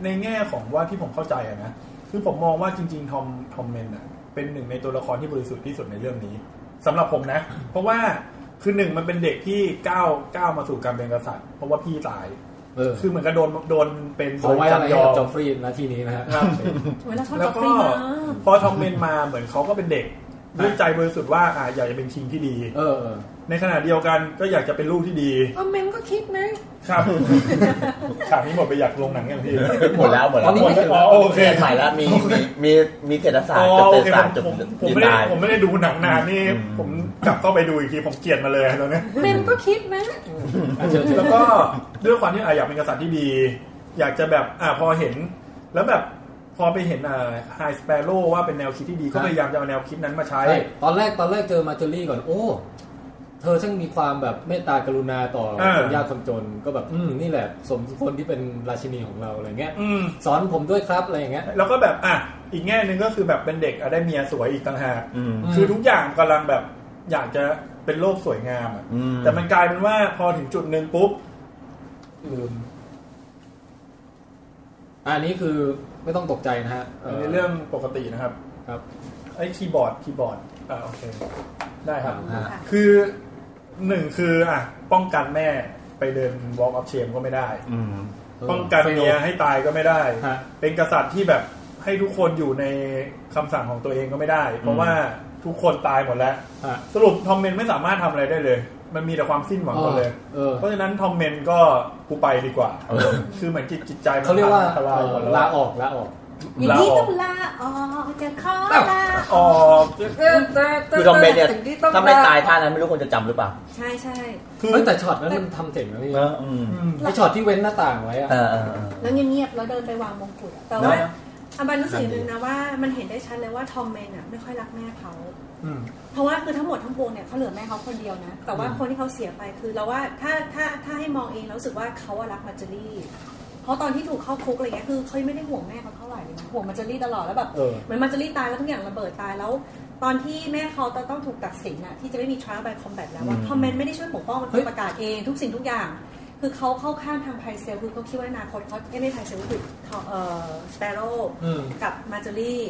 ในแง่ของว่าที่ผมเข้าใจอะนะ คือผมมองว่าจริง ๆ ทอมทอมเมนอะเป็นหนึ่งในตัวละครที่บริสุทธิ์ที่สุดในเรื่องนี้สำหรับผมนะ เพราะว่าคือหนึ่งมันเป็นเด็กที่ก้าวก้าวมาสู่การเป็นกษัตริย์ เพราะว่าพี่ตาย เออ คือเหมือนกับโดนโดนเป็น ขอไว้อะไร จำย ให้ อ กับ ม จอฟฟรีย์นาทีนี้นะฮะ ครับ โอ้ยเราชอบจ แล้ อ ว ฟ ก็ ฟี่มาก พอทอมเมนมาเหมือนเขาก็เป็นเด็กด้วยใจบริสุทธิ์ว่าอ่าอยากจะเป็นคิงที่ดี เออเออ ในขณะเดียวกันก็อยากจะเป็นลูกที่ดี ทอมเมนก็คิดนะครับ ฉากนี้หมดไปอยากลงหนังอย่างพี่ หมดแล้วหมด ตอ แล้ น ว นี้ หมด ไม่ แล้ เห็ วน อ๋อ แล้ว โอเค ถ่ายแล้วมีมีมีมีเศรษฐศาสต อ๋ ร์ อ กับ โอ เศรษฐเคศาสตร์จบ ผมผมผม ยืน ไม่ได้ ตาย ผมไม่ได้ดูหนังนานนี่ อืม ผมกลับเข้าไปดูอีกทีผมเกลียดมาเลยตอนเนี้ย เมนก็คิดนะ อ่ะเชิญเชิญ แล้วก็ด้วยความที่อ่ะอยากเป็นกษัตริย์ที่ดี อยากจะแบบอ่ะพอเห็น แล้วแบบพอไปเห็นอ่าไฮสเปโร่ว่าเป็นแนวคิดที่ดีก็พยายามจะเอาแนวคิดนั้นมาใช้ ใช่ตอนแรกตอนแรกเจอมาเจอรี่ก่อนโอ้ เธอช่างมีความแบบเมตตากรุณาต่อ อ่า คนยากคนจนก็แบบอืมนี่แหละ สมคนที่เป็นราชินีของเราอะไรเงี้ย อืม สอนผมด้วยครับอะไรอย่างเงี้ย แล้วก็แบบอ่ะอีกแง่หนึ่งก็คือแบบเป็นเด็กอะได้เมียสวยอีกต่างหาก อืม ม คือทุกอย่างกำลังแบบอยากจะเป็นโลกสวยงามอะ อืม แต่มันกลายเป็นว่าพอถึงจุดหนึ่งปุ๊บลืม อันนี้คือไม่ต้องตกใจนะฮะ อันนี้เรื่องปกตินะครับ ครับ ไอ้คีย์บอร์ดคีย์บอร์ดอ่าโอเค ได้ครับ อ่า ค่ะ คือหนึ่งคืออ่ะป้องกันแม่ไปเดิน walk up shame ก็ไม่ได้ อืม ป้องกันเมียให้ตายก็ไม่ได้ ฮะ เป็นกษัตริย์ที่แบบให้ทุกคนอยู่ในคำสั่งของตัวเองก็ไม่ได้ เพราะว่าทุกคนตายหมดแล้ว อ่ะ สรุปทอมเมนไม่สามารถทำอะไรได้เลย มันมีแต่ความสิ้นหวังหมดเลย เออ เพราะฉะนั้นทอมเมนก็กูไปดีกว่า เออ คือเหมือนจิตจิตใจมัน เขาเรียกว่า พังทลายหมด ลา แล้ว ออกลาออก อย่างนี้ต้องลาออกจะขอ อ้าว ลา ออก คือทอมเบนเนี่ย ถึงที่ต้อง ถ้าไม่ตาย ล ท่านั้นไม่รู้คนจะจำหรือเปล่า ใช่ใช่ คือ เฮ้ยแต่ช็อตนั้นมันทำเจ๋งนะพี่ เอออืม อืม ไอช็อตที่เว้นหน้าต่างไว้อะ เออเออ แล้วเงียบๆแล้วเดินไปวางมงกุฎอะแต่ว่า เนอะ อาบันรู้สึกอย่างหนึ่งนะว่ามันเห็นได้ชัดเลยว่าทอมเมนอะไม่ค่อยรักแม่เขา อืม เพราะว่าคือทั้งหมดทั้งปวงเนี่ยเขาเหลือแม่เขาคนเดียวนะ แต่ว่าคนที่เขาเสียไปคือเราว่าถ้าถ้าถ้าให้มองเองแล้วรู้สึกว่าเขาอะรักมาเจอรี่ เพราะตอนที่ถูกเข้าคุกอะไรเงี้ยคือเขาไม่ได้ห่วงแม่เขาเท่าไหร่เลยนะห่วงมาเจอรี่ตลอดแล้วแบบ เออ เหมือนมาเจอรี่ตายแล้วทุกอย่างระเบิดตายแล้ว ตอนที่แม่เขาจะต้องถูกตัดสินอะที่จะไม่มี trial by combat แล้วว่า อืม คอมเมนต์ไม่ได้ช่วยปกป้องมัน เฮ้ คื ย อประกาศเองทุกสิ่งทุกอย่าง คือเขาเข้าข้างทางไพเซลคือเขาคิดว่าอนาคตเขาไม่ไพเซลก็คือเอ่อสเปโร่ อืม กับมาจูรี่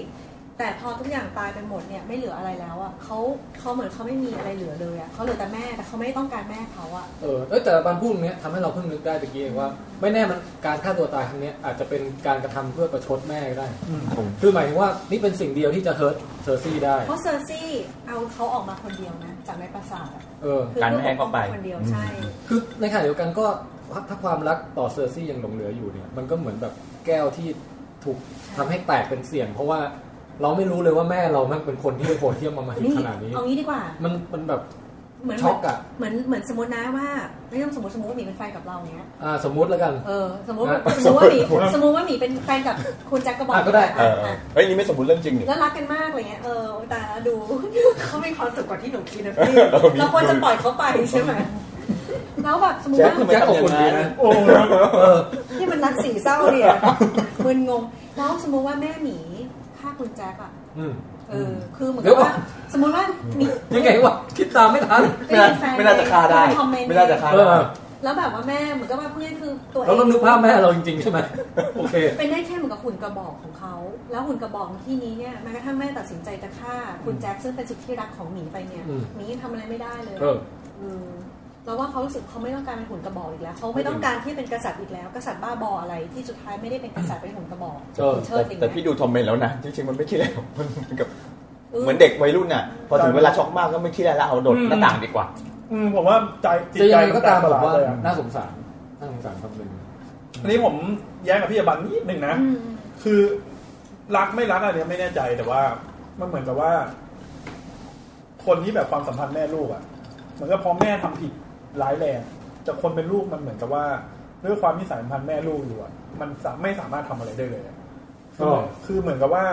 แต่พอทุกอย่างตายไปหมดเนี่ยไม่เหลืออะไรแล้วอ่ะเขาเขาเหมือนเขาไม่มีอะไรเหลือเลยอ่ะเขาเหลือแต่แม่แต่เขาไม่ต้องการแม่เขาอ่ะ เออเอ้ยแต่บางพูดเนี้ยทำให้เราเพิ่งนึกได้ตะกี้เองว่า ไม่แน่มันการฆ่าตัวตายครั้งเนี้ยอาจจะเป็นการกระทำเพื่อประชดแม่ก็ได้ อืม คือหมายถึงว่านี่เป็นสิ่งเดียวที่จะเฮิร์ตเซอร์ซี่ได้ เพราะเซอร์ซี่เอาเขาออกมาคนเดียวนะจากในปราสาทอะ เออ คือ การไม่ เพื่อ ให้ ปกป้องเขาไป คนเดียวใช่ คือในขณะเดียวกันก็ถ้าความรักต่อเซอร์ซี่ยังหลงเหลืออยู่เนี่ย มันก็เหมือนแบบแก้วที่ถูกทำให้แตกเป็นเสี่ยง เพราะว่าเราไม่รู้เลยว่าแม่เรามันเป็นคนที่โหดเที่ยมมามาถึง นี่ ขนาดนี้ เอางี้ดีกว่า มันมันแบบ เหมือน ช็อกอะ เหมือนเหมือนสมมตินะว่าไม่ต้องสมมติสมมติว่าหมีเป็นแฟนกับเราเนี้ย อ่าสมมุติแล้วกัน เออสมมติ อ่ะ สมมติว่าหมีสมมติว่าหมีเป็นแฟนกับคุณแจ็คกระบอก อ่ะก็ได้ เอ อ่ะ อเออ อ่ะ เฮ้ยนี่ไม่สมบูรณ์เรื่องจริงนี่ แล้วรัก กันมากอะไรเงี้ยเออแต่ดู เขามีความสุขกว่าที่หนูคิดนะพี่ เออมี เราควรจะปล่อยเขาไปใช่ไหมแล้วแบบสมมติ แจ็ค ว่า ทำไม แจ็ค ทำ ขอ อบ ย่าง คุณดี นั้น นะ โอ้ เออ ที่มันรักสี่เศร้าเนี่ยมึนงง แล้วสมมุติว่าแม่หมีฆ่าคุณแจ็คอะ อืม เออ คือเหมือน เดี๋ กั ยว บ ก่อน ว่า สมมุติว่ามี ยังไงวะคิดตามไม่ทัน ไม่น่าไม่น่าจะฆ่าได้ คอมเมนต์ ไม่น่าจะฆ่า เอ ได้ อ แล้วแบบว่าแม่เหมือนกับว่าเพื่อนคือตัวเอง เราต้องนึกภาพแม่เราจริงๆใช่ไหมโอเค เป็นได้แค่เหมือนกับหุ่นกระบอกของเขา แล้วหุ่นกระบอกที่นี้เนี่ยแม้กระทั่งแม่ตัดสินใจจะฆ่าคุณแจ็คซึ่งเป็นสุดที่รักของหมีไปเนี่ย อืม หมีทำอะไรไม่ได้เลย เออ มเราว่าเขารู้สึกเขาไม่ต้องการเป็นหุ่นกระบอกอีกแล้วเขาไม่ต้องการที่เป็นกษัตริย์อีกแล้ว กษัตริย์บ้าบออะไรที่สุดท้ายไม่ได้เป็นกษัตริย์เป็นหุ่นกระบอก เออ เชิดอย่าง แต่ เงี้ย พี่ดูทอมเมนต์แล้วนะจริงๆมันไม่คิดอะไรหรอกมันเหมือนกับเหมือนเด็กวัยรุ่นน่ะพอถึงเวลาช็อกมากก็ไม่คิดอะไรแล้วเอาโดดหน้าต่างดีกว่า อืมผมว่าใจจิต จะ ใจ ยังไงก็ตาม น ผมว่า เลยอะ น่าสงสารน่าสงสารคำหนึ่ง อันนี้ผมแย้งกับพี่อบันนิดหนึ่งนะ อืม คือรักไม่รักอะไรเนี่ยไม่แน่ใจแต่ว่า มันเหมือนกับว่า คนที่แบบความสัมพันธ์แม่ลูกอะ่ะเหมือนกับพอแม่ทำผิดร้ายแรงแต่คนเป็นลูกมันเหมือนกับว่าด้วยความที่สายสัมพันธ์แม่ลูกอยู่อะ่ะมันสาไม่สามารถทำอะไรได้เลยอะคือเหมือนคือเหมือนกับว่า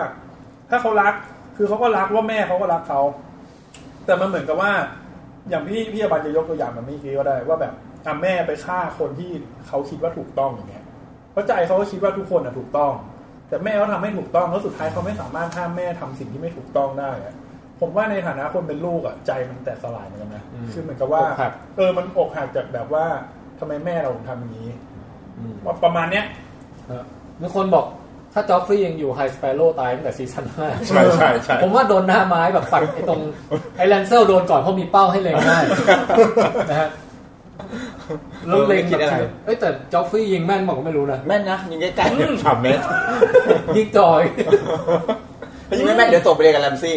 ถ้าเขารัก คือเขาก็รักว่าแม่เขาก็รักเขา แต่มันเหมือนกับว่า อย่างพี่พี่อบันจะยกตัวอย่างมันไม่อกี้ก็ได้ ว่าแบบอ่ะแม่ไปฆ่าคนที่เขาคิดว่าถูกต้องอย่างเงี้ยเพราะใจเขาก็คิดว่าทุกคนอ่ะถูกต้อง แต่แม่เขาทำไม่ถูกต้องแล้วสุดท้ายเขาไม่สามารถห้ามแม่ทำสิ่งที่ไม่ถูกต้องได้อะผมว่าในฐานะคนเป็นลูกอ่ะใจมันแตกสลายเหมือนกันนะคือเหมือนกับว่า อกหัก เออมันอกหักจากแบบว่าทำไมแม่เราถึงทำอย่างนี้ อืม ประมาณเนี้ย เออมีคนบอกถ้าจอฟฟรีย์ยังอยู่ไฮสเปโร่ตายตั้งแต่ซีซั่นห้า ใช่ใช่ใช่ ผมว่าโดนหน้าไม้แบบปักไอ้ตรงไอ้แลนเซลโดนก่อนเพราะมีเป้าให้เล็งได้ นะฮะแล้วเล็งแบไม่คิด บ อะไร เอ้ยแต่จอฟฟรีย์ยิงแม่นบอกก็ไม่รู้นะ แม่นนะยิงใกล้ๆสามเมตร ยิงจอย แล้วยิงไม่แม่นเดี๋ยวส่งไปเรียนกับแรมซี่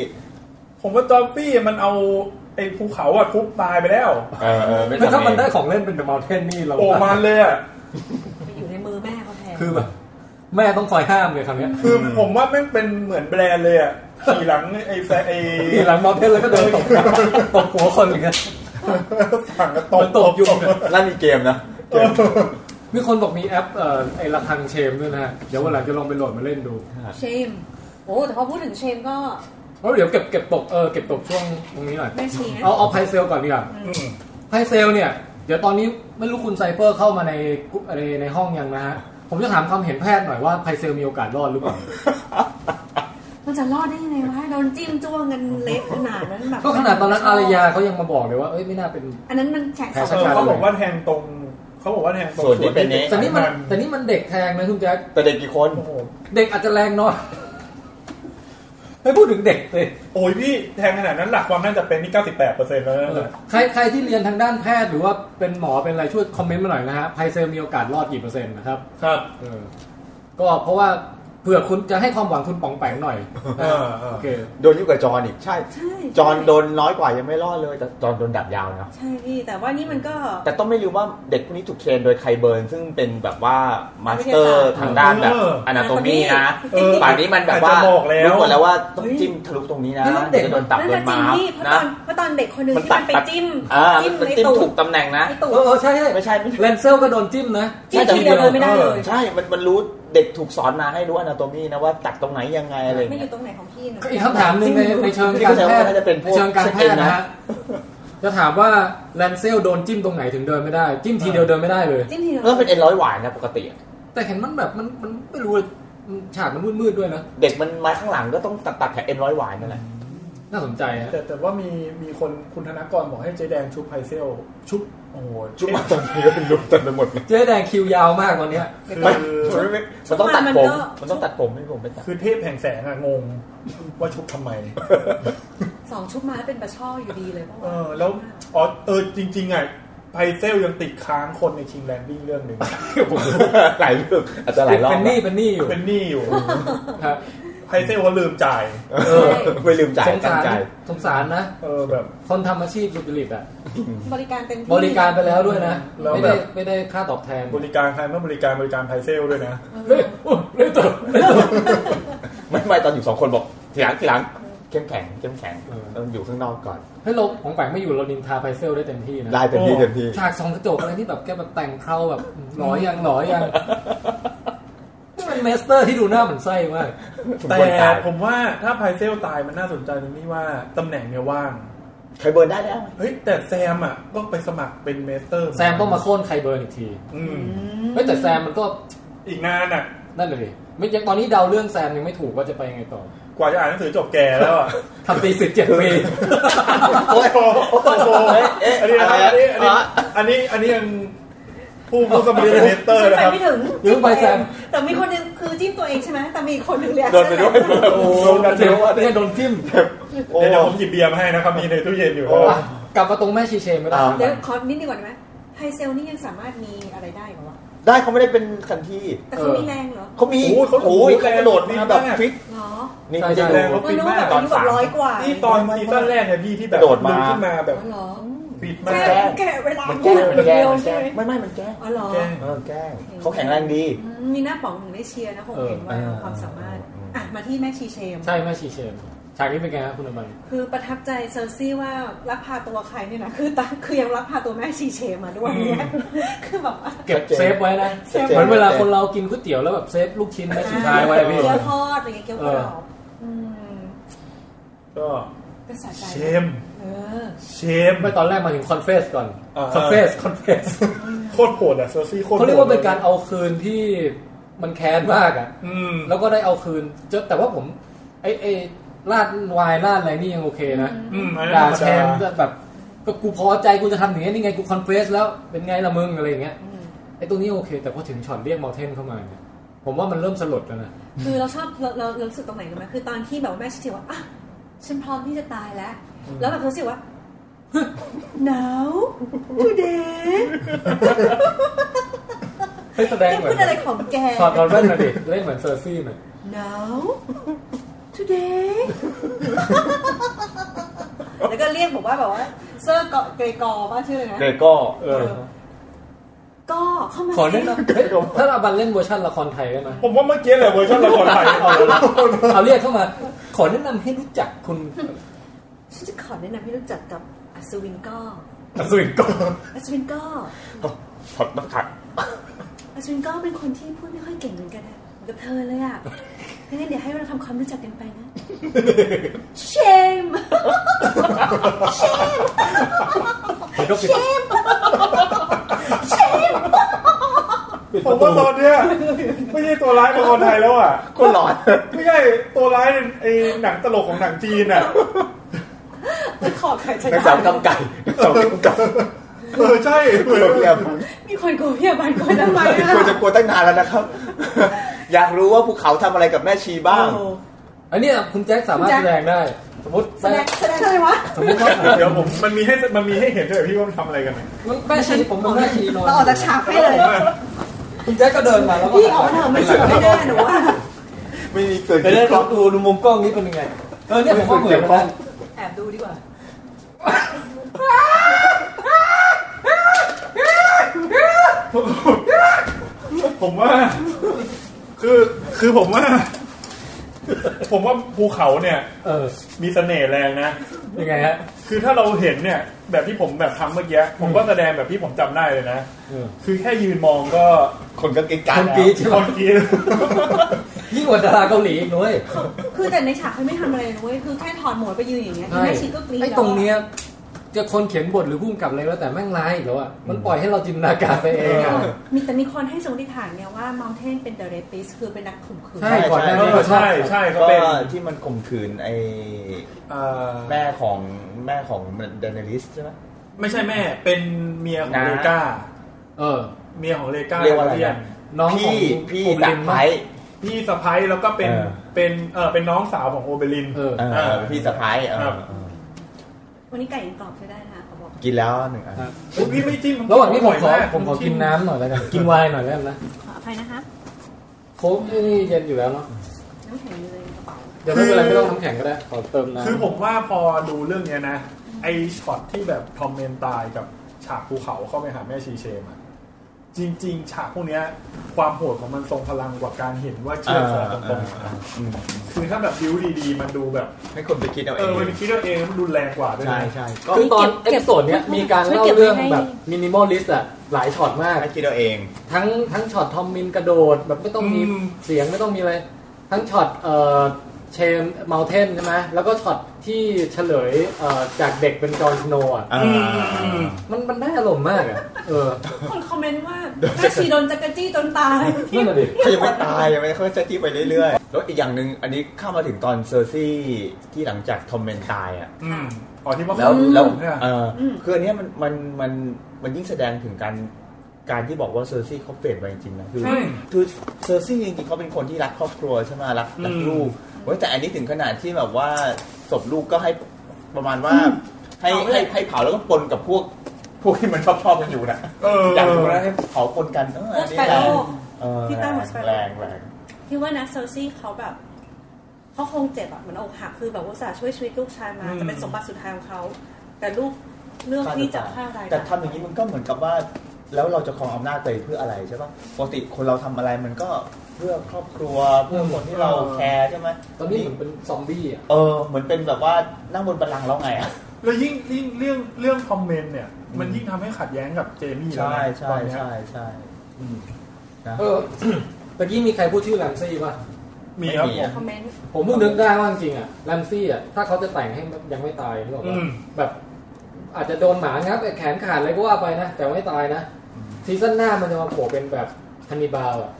ผมว่าจอฟฟี่มันเอาไอ้ภูเขาอะทุบตายไปแล้ว เออเออไม่ คือถ้า ทำ มัน เอ ได้ ง ของเล่นเป็นเดอะม n ลเทนนี่เรา โอ้มันเลยอะ ไปอยู่ในมือแม่เขาแทน คือแบบแม่ต้องคอยห้ามเลยคำเนี้ย คือผมว่าแม่งเป็นเหมือนแบรนด์เลยอะขี่หลังไอ้แฟไอ้ ทีหลังมอลเทนแล้วก็เดินตบตบหัวคนอย่างเงี้ย ฝั่งกระต มันตกยุง นั่นมีเกมนะเกม มีคนบอกมีแอปเอ่อไอ้ระฆังเชมด้วยนะฮะเดี๋ยววันหลังจะลองไปโหลดมาเล่นดู เชม โอ้แต่พอพูดถึงเชมก็ เพราะเดี๋ยวเก็บเก็บตกเออเก็บตกช่วงตรงนี้หน่อย แม่ชีนะ เอาเอาไพเซลก่อนดีกว่า อืม ไพเซลเนี่ย เดี๋ยวตอนนี้ไม่รู้คุณไซเฟอร์เข้ามาในกรุ๊ปอะไรในห้องยังนะฮะ ผมจะถามความเห็นแพทย์หน่อยว่าไพเซลมีโอกาสรอดหรือเปล่า มันจะรอดได้ยังไงวะโดนจิ้มจ้วงกันเละขนาดนั้นแบบ ก็ขนาดตอนนั้นอารยาเขายังมาบอกเลยว่าเอ้ยไม่น่าเป็น อันนั้นมันแฉะส แฉะส เอ อง อเขาบอกว่าแทงตรง เขาบอกว่าแทงตรง ส่วนที่เป็นนี้ แต่นี่มันแต่นี่มันเด็กแทงนะคุณแจ๊ค แต่เด็กกี่คน โอ้โห เด็กอาจจะแรงน้อย ไม่พูดถึงเด็กเลย โอ้ยพี่แทงขนาดนั้นหลักความน่าจะเป็นนี่ 98เปอร์เซ็นต์แล้วนะ ใครใครที่เรียนทางด้านแพทย์หรือว่าเป็นหมอเป็นอะไรช่วยคอมเมนต์มาหน่อยนะฮะไพเซลมีโอกาสรอดกี่เปอร์เซ็นต์นะครับ ครับ เออก็เพราะว่าเผื่อคุณจะให้ความหวังคุณป๋องแปงหน่อย เอ นะ อเออ โอเค โดนยิ่งกว่าจอนอีกใช่ ใช่ จอนโดนน้อยกว่ายังไม่รอดเลย แต่จอนโดนดับยาวนะ ใช่พี่แต่ว่านี่มันก็ แต่ต้องไม่ลืมว่าเด็กพวกนี้ถูกเทรนโดยไคเบิร์น ซึ่งเป็นแบบว่ามาสเตอร์ทางด้านแบบ เออ อนาโตมีนะ เออ ป่านนี้มันแบบว่า อาจจะบอกแล้ว รู้หมดแล้วว่าต้อง เฮ้ย จิ้มทะลุตรงนี้นะ นี่มันเด็ก จะโดนตับโดนม้าม นั่นน่ะจริงพี่เพราะตอ นะ นเพราะตอนเด็กคนหนึ่ง มัน ที่ ตั มั ด นไป ตัด จิ้ม อ่า จิ้ม มัน ใน จิ้ม ตู ถู ด กตำแหน่งนะ ในตู เอ ด อเออใช่ใช่ ไม่ใช่ไม่ใช่ เลนเซลก็โดนจิ้มนะ จิ้มทีเดียวเลยไม่ได้เลย ใช่ มันมันรู้เด็กถูกสอนมาให้รู้อนาโตมีนะว่าตัดตรงไหนยังไงอะไรอย่าง ไม่อ เงี้ย ยู่ตรงไหนของพี่หนู อีกคำถามหนึ่งในในเชิงการแพทย์ นี่ก็แสดงว่าน่าจะเป็นพวก ในเชิงการแพทย์นะฮะจะถามว่าแลนเซลโดนจิ้มตรงไหนถึงเดินไม่ได้ จิ้มทีเดียวเดินไม่ได้เลย จิ้มทีเดียว ก็เป็นเอ็นร้อยหวานนะปกติอะ แต่เห็นมันแบบมันมันไม่รู้เลยมันฉากมันมืดๆด้วยนะ เด็กมันมาข้างหลังก็ต้องตัดตัดแผลเอ็นร้อยหวานนั่นแหละ น่าสนใจฮะ แต่แต่ว่ามีมีคนคุณธนกรบอกให้เจ๊แดงชุบไพเซล ชุบโอ้โห จุ๊บมาตอนนี้ก็เป็นรูปเต็มไปหมดเลย เจ๊แดงคิวยาวมากตอนเนี้ย คือ มันต้องตัดผมมันต้องตัดผมให้ผมไปตัด คือเทพแห่งแสงอะงง ว่าชุบทำไม สองชุบมาแล้วเป็นปลาช่ออยู่ดีเลยเพราะ เอ ว่า อแล้วอ๋อเออจริง ๆอะไพเซลยังติดค้างคนในชิงแลนดิ้งเรื่องหนึ่ง หลายเรื่องอาจจะหล ายรอบ เป็นหนี้เป็นหนี้อยู่ เป็นหนี้ อยู่ ครับ ไพเซลก็ลืมจ่าย เออไม่ลืมจ่าย สง ตั้ง สาร ใจ สงสารนะ เออแบบ คนทำอาชีพสุจริตอ่ะ บริการเต็มที่ บริการไปแล้วด้วยนะ แล้ว ไม่ แบ ได้ บ ไม่ได้ค่าตอบแทน บริการใครไม่บริการบริการไพเซลด้วยนะ เฮ้ยอุ๊ยเฮ้ยตัวเฮ้ยตัว ไม่ไม่ตอนอยู่สองคนบอกทีหลังทีหลังเข้มแข็งเข้มแข็ง เออ ต้องอยู่ข้างนอกก่อน เฮ้ยเราของแปลงไม่อยู่เรานินทาไพเซลได้เต็มที่นะ ลายเต็มที่เต็มที่ ฉากสองกระจกอะไรที่แบบแกแบบแต่งเคราแบบหลอยังหลอยังนี่มันเมสเตอร์ที่ดูหน้าเหมือนไส้มาก ทุก แต่ คนตาย ผมว่าถ้าไพเซลตายมันน่าสนใจตรงที่ว่าตำแหน่งเนี่ยว่าง ใครเบิร์นได้แล้ว เฮ้ยแต่แซมอ่ะต้องไปสมัครเป็นเมสเตอร์ แซมต้องมาโค่นใครเบิร์นอีกที อืม เฮ้ยแต่แซมมันก็ อีกนานอ่ะ นั่นเลยดิไม่ยังตอนนี้เดาเรื่องแซมยังไม่ถูกว่าจะไปยังไงต่อก ว่าจะอ่านหนังสือจบแก่แล้วอ่ะ ทำตีสิทธิ์เจ็ดปี โอ้โหโอ้โห เอ๊ะเอ๊ะ อันนี้นะ อะไรอะ อันนี้อันนี้อันนี้ยังผู้ผู้สมัครเป็นเมสเตอร์ จิ้มไปนะครับ ไม่ถึง หรือไปแซม แต่มีคนหนึงคือจิ้มตัวเองใช่ไหมแต่มีอีกคนหนึงเลย โดนไปด้วย โอ้ โดนเจ็บเนี่ยโดนจิ้ม โอ้ เดี๋ยวผมหยิบเบียร์มาให้นะครับ มีในตู้เย็นอยู่ โอ้ ครับ อ่ะกลับมาตรงแม่ชีเชนไม่ได้ อ่า เดี๋ยวขอนิดนึงก่อนได้ไหมไฮเซลนี่ยังสามารถมีอะไรได้เหรอวะ ได้เขาไม่ได้เป็นคันที่ แต่เขามีแรงเหรอ เขามี โอ้ยเขา โอ้ยเขากระโดดมาแบบฟิต เหรอ นี่ไม่ได้ แร ดู งมันเขาฟิต นู้ มแบากบอายุแบบร้อยกว่า นี่ตอนซีซั่นแรกเนี่ยพี่ที่แบกบระโดดมา ลุกขึ้นมาแบบ อ๋อเหรอ ฟิต มั มานก แกล้ง แค่เวลา มันแกล้งมันแกล้ง เดียว มันแก ใช่ ล้ไหมงไม่ไม่มันแกล้ง อ๋อเหรอ แกล้ง เออแกล้งเขาแข็งแรงดี อืมมีหน้าป๋องถึงได้เชียร์นะคงเห็นว่าเราความสามารถ เอออ่ อ่ะ มาที่แม่ชีเชม ใช่แม่ชีเชนฉากนี้เป็นไงครับคุณอบัน คือประทับใจเซอร์ซี่ว่ารับพาตัวใครเนี่ยนะคือตาคือยังรับพาตัวแม่ชีเชมมาด้วยเนี่ยคือแบบว่า เก็บเซฟไว้นะ เซฟ เหมือนเวลาคนเรากินก๋วยเตี๋ยวแล้วแบบเซฟลูกชิ้นแม่ชีชายไว้อะพี่ เกี๊ยวทอดอะไรเงี้ยเกี๊ยวกรอบม ก็ เป็นสะใจ เชม เออ เชม ไม่ตอนแรกมาถึงคอนเฟสก่อน อ่า คอนเฟสคอนเฟส โคตรโหดอ่ะเซอร์ซี่โคตรโหด เขาเรียกว่าเป็นการเอาคืนที่มันแค้นมากอ่ะ อืม แล้วก็ได้เอาคืนเจอแต่ว่าผมไอ้ไอ้ลาดวายลาดอะไรนี่ยังโอเคนะ อืมอันนั้น ด่า ธรรมดา แชมแบบก็กูพอใจกูจะทำอย่างนี้นี่ไงกูคอนเฟสแล้วเป็นไงละมึงอะไรอย่างเงี้ย อืม ไอ้ตรงนี้โอเค แต่พอถึงช็อตเรียกมอเทนเข้ามาเนี่ยผมว่ามันเริ่มสลดแล้วนะ คือเราชอบเราเราเรารู้สึกตรงไหนรู้ไหมคือตอนที่แบบว่าแม่ชีเชมว่าอ่ะฉันพร้อมที่จะตายแล้ว แล้วแบบรู้สึกว่า now today เฮ้ยแสดง แก เหมือ พู น ดอะไรของแก ถอดถอดแว่นหน่อยดิเล่นเหมือนเซอร์ซี่หน่อย Now today แล้วก็เรียกบอกว่าแบบว่าเซอร์เกาะเกรกอว่าชื่ออะไรนะ เกรก็ เออ ก็เข้ามา ขอเล่นนะเฮ้ยถ้าเราบันเล่นเวอร์ชันละครไทยได้ไหม ผมว่าเมื่อกี้แหละเวอร์ชันละครไทยเอาเลยนะ เอาเรียกเข้ามา ขอแนะนำให้รู้จักคุณ ฉันจะขอแนะนำให้รู้จักกับอัศวินก็ อสุรินทร์ก่อน อัศวินก็ ถอดหน้ากาก อัศวินก็เป็นคนที่พูดไม่ค่อยเก่งเหมือนกันนะ อนกับเธอเลยอ่ะงั้นเดี๋ยวให้เราทำความรู้จักกันไปนะ เชม มันก็ปิดปิด ผ ป ม ระตู ว่าตอนเนี้ยไม่ใช่ตัวร้ายของคนไทยแล้วอ่ะ คนหลอน ไม่ใช่ตัวร้ายในไอ้หนังตลกของหนังจีนอ่ะ ไปขอใครใช้ นักสาวกำไก่นักสาวกำไก่ เออใช่เหมือน เรียบร้อย มีคนโกลัวพี่อาบันคนทำไมอ่ะ ควรจะกลัวตั้งนานแล้วนะครับ อยากรู้ว่าภูเขาทำอะไรกับแม่ชีบ้าง โอ้ อันเนี้ยคุณแจ็คสามารถ คุณแจ็ค แสดงได้ สมมติ แสด แม่ งแสดงอะไรวะ สมมติว่า เดี๋ยวผมมันมีให้มันมีให้เห็นด้วยพี่ว่ามันทำอะไรกันอะ แม่ชีผมเป็นแม่ชีนอน เราออกจากฉากให้เลย คุณแจ็คก็เดินมาแล้วก็ พี่ออกมาเถอะไม่สวยไม่ได้หนูว่า ไม่มีเกิด เดี๋ยวเดี๋ยวลองดูดูมุมกล้องนี้เป็นยังไงเออเนี่ยผมว่าเหมือนกัน แอบดูดีกว่า ผมว่า คือคือผมว่า ผมว่าภูเขาเนี่ย เออ มีเสน่ห์แรงนะ ยังไงฮะ คือถ้าเราเห็นเนี่ย แบบที่ผมแบบทำเมื่อกี้ผมก็แสดงแบบที่ผมจำได้เลยนะ เออ คือแค่ยืนมองก็ คนก็เก่งกัน คนกรีดใช่ ไหม คนกรีด ยิ่งกว่าดาราเกาหลีอีกนุ้ย คือแต่ในฉากเขาไม่ทำอะไรนะเว้ย คือแค่ถอดหมวกไปยืนอย่างเงี้ย ใช่ แม่ชีก็กรี๊ด ไอ้ แล้ว ตรงเนี้ยจะคนเขียนบทหรือผู้กำกับอะไรแล้วแต่แม่งร้ายอีกแล้วอ่ะมันปล่อยให้เราจินตนาการไปเอง เอ อะ อมีแต่มีคนให้สมมติฐานเนี่ยว่า มองเทนเป็นเดอะเรปิสคือเป็นนักข่มขืน ใช่ก่อนหน้า เอ นี้ อใช่ใช่ก็ ก็ เป็น ที่มันข่มขืนไอ้ เอ่อ แม่ของแม่ของเดนเนลิสใช่ไหม ไม่ใช่แม่ เป็นเมียของ น้า เลกา เออ เมียของเลกา เรียกว่าอะไรนะ ลี่น น้องขอ พี่ ง พี่ โอเบ ดั ลิ ก น ไม้ มั้ย พี่สะพ้ายแล้วก็เป็น เออ เป็นเออเป็นน้องสาวของโอเบลิน เออ เออพี่สะพ้ายเออ ครับ วันนี้ไก่ยังตอบไม่ได้นะคะเขาบอก กินแล้วหนึ่งอัน ครับ คุณพี่ไม่จิ้ม ระหว่างนี้ผมขอ ร่ยาก ผมขอกินน้ำหน่อยแล้วกัน กินไวน์หน่อยแล้วกันนะ ขออภัยนะคะ โค้กนี่เย็นอยู่แล้วเนาะ น้ำแข็งอยู่เลยในกระเป๋า เดี๋ยวไม่เป็นไรไม่ต้องน้ำแข็งก็ได้ขอเติมน้ำ คือผมว่าพอดูเรื่องเนี้ยนะ ไอช็อตที่แบบทอมเมนตายกับฉากภูเขาเข้าไปหาแม่ชีเชมอะจริง ๆ ฉากพวกเนี้ย ความโหดของมันทรงพลังกว่าการเห็นว่าเชื่อสารตรงๆนะ อืม คือถ้าแบบบิวดีๆ มันดูแบบ ให้คนไปคิดเอา เอ เอ อง มันคิดเอาเองมันดูแรงกว่าด้วย ใช่ นะ ใช่ก็ คือตอน เก็ เอบ พิโซดเนี้ยมีการ ช่วย เล่า เก็บไว้ เรื่อง ให้ แบบมินิมอลลิสต์อะหลายช็อตมาก ให้คิดเอาเอง ทั้งทั้งช็อตทอมมินกระโดด แบบไม่ต้องมีเสียงไม่ต้องมีอะไร ทั้งช็อตเอ่อเชมเมลเทนใช่ไหมแล้วก็ช็อตที่เฉลยเอ่อจากเด็กเป็นจอห์นสโนว์อะ อ่า มันมันได้อารมณ์มากอะเออ คนคอมเมนต์ว่าแม่ชีโดนจักรจี้จนตาย นั่นแหละดิ เขายังไม่ตายยังไม่เขาจะจี้ไปเรื่อยๆ แล้วอีกอย่างหนึ่งอันนี้เข้ามาถึงตอนเซอร์ซี่ที่หลังจากทอมเมนตายอ่ะ อืมอ๋อที่ว่า แล้ว เขา แล้ว เนี่ย เอออคืออันเนี้ยมันมันมันมันยิ่งแสดงถึงการการที่บอกว่าเซอร์ซี่เขาเปลี่ยนไปจริงๆนะคือ ใช่ คือเซอร์ซี่จริงๆเขาเป็นคนที่รักครอบครัวใช่ไหมรักรัก อืม ลูกเว้ยแต่อันนี้ถึงขนาดที่แบบว่าศพลูกก็ให้ประมาณว่าให้ให้ให้เผาแล้วก็ปนกับพวกพวกที่มันชอบชอบๆกันอยู่นะ เอออยอากรู้นะให้เผาปนกันเออ โอ อัน ส นี้ เป แร โล งเออ ที่ตั้งหัวสไปรัล แรงแรง ที่ว่านักเซอร์ซี่เขาแบบเขาคงเจ็บอะเหมือนอกหักคือแบบว่าอุตสาห์ช่วยชีวิตลูกชายมา จะเป็นสมบัติสุดท้ายของเขา แต่ลูกเลือกที่จะฆ่าตาย แต่ทำอย่างนี้มันก็เหมือนกับว่า แล้วเราจะครองอำนาจตัวเองเพื่ออะไรใช่ปะปกติคนเราทำอะไรมันก็เพื่อครอบครัวเพื่อคนที่เราแคร์ใช่ไหม ตอนนี้เหมือนเป็นซอมบี้อ่ะ เออ เหมือนเป็นแบบว่านั่งบนบัลลังก์แล้วไงอ่ะ แล้วยิ่งยิ่งเรื่องเรื่องคอมเมนต์เนี่ย มันยิ่งทำให้ขัดแย้งกับเจมี่แล้วนะตอนเนี้ย ใช่ อืม นะ เออ ตะกี้มีใครพูดชื่อแรมซี่ป่ะ มีครับผม คอมเมนต์ ผมเพิ่งนึกได้ว่าจริงๆอ่ะแรมซี่อ่ะ ถ้าเขาจะแต่งให้ยังไม่ตายนึกออก อื ป่ะ ม แบบ อาจจะโดนหมางับแขนขาดอะไรก็ว่าไปนะ แต่ไม่ตายนะ ซีซั่นหน้ามันจะมาโผล่เป็นแบบฮันนิบาลอ่ะ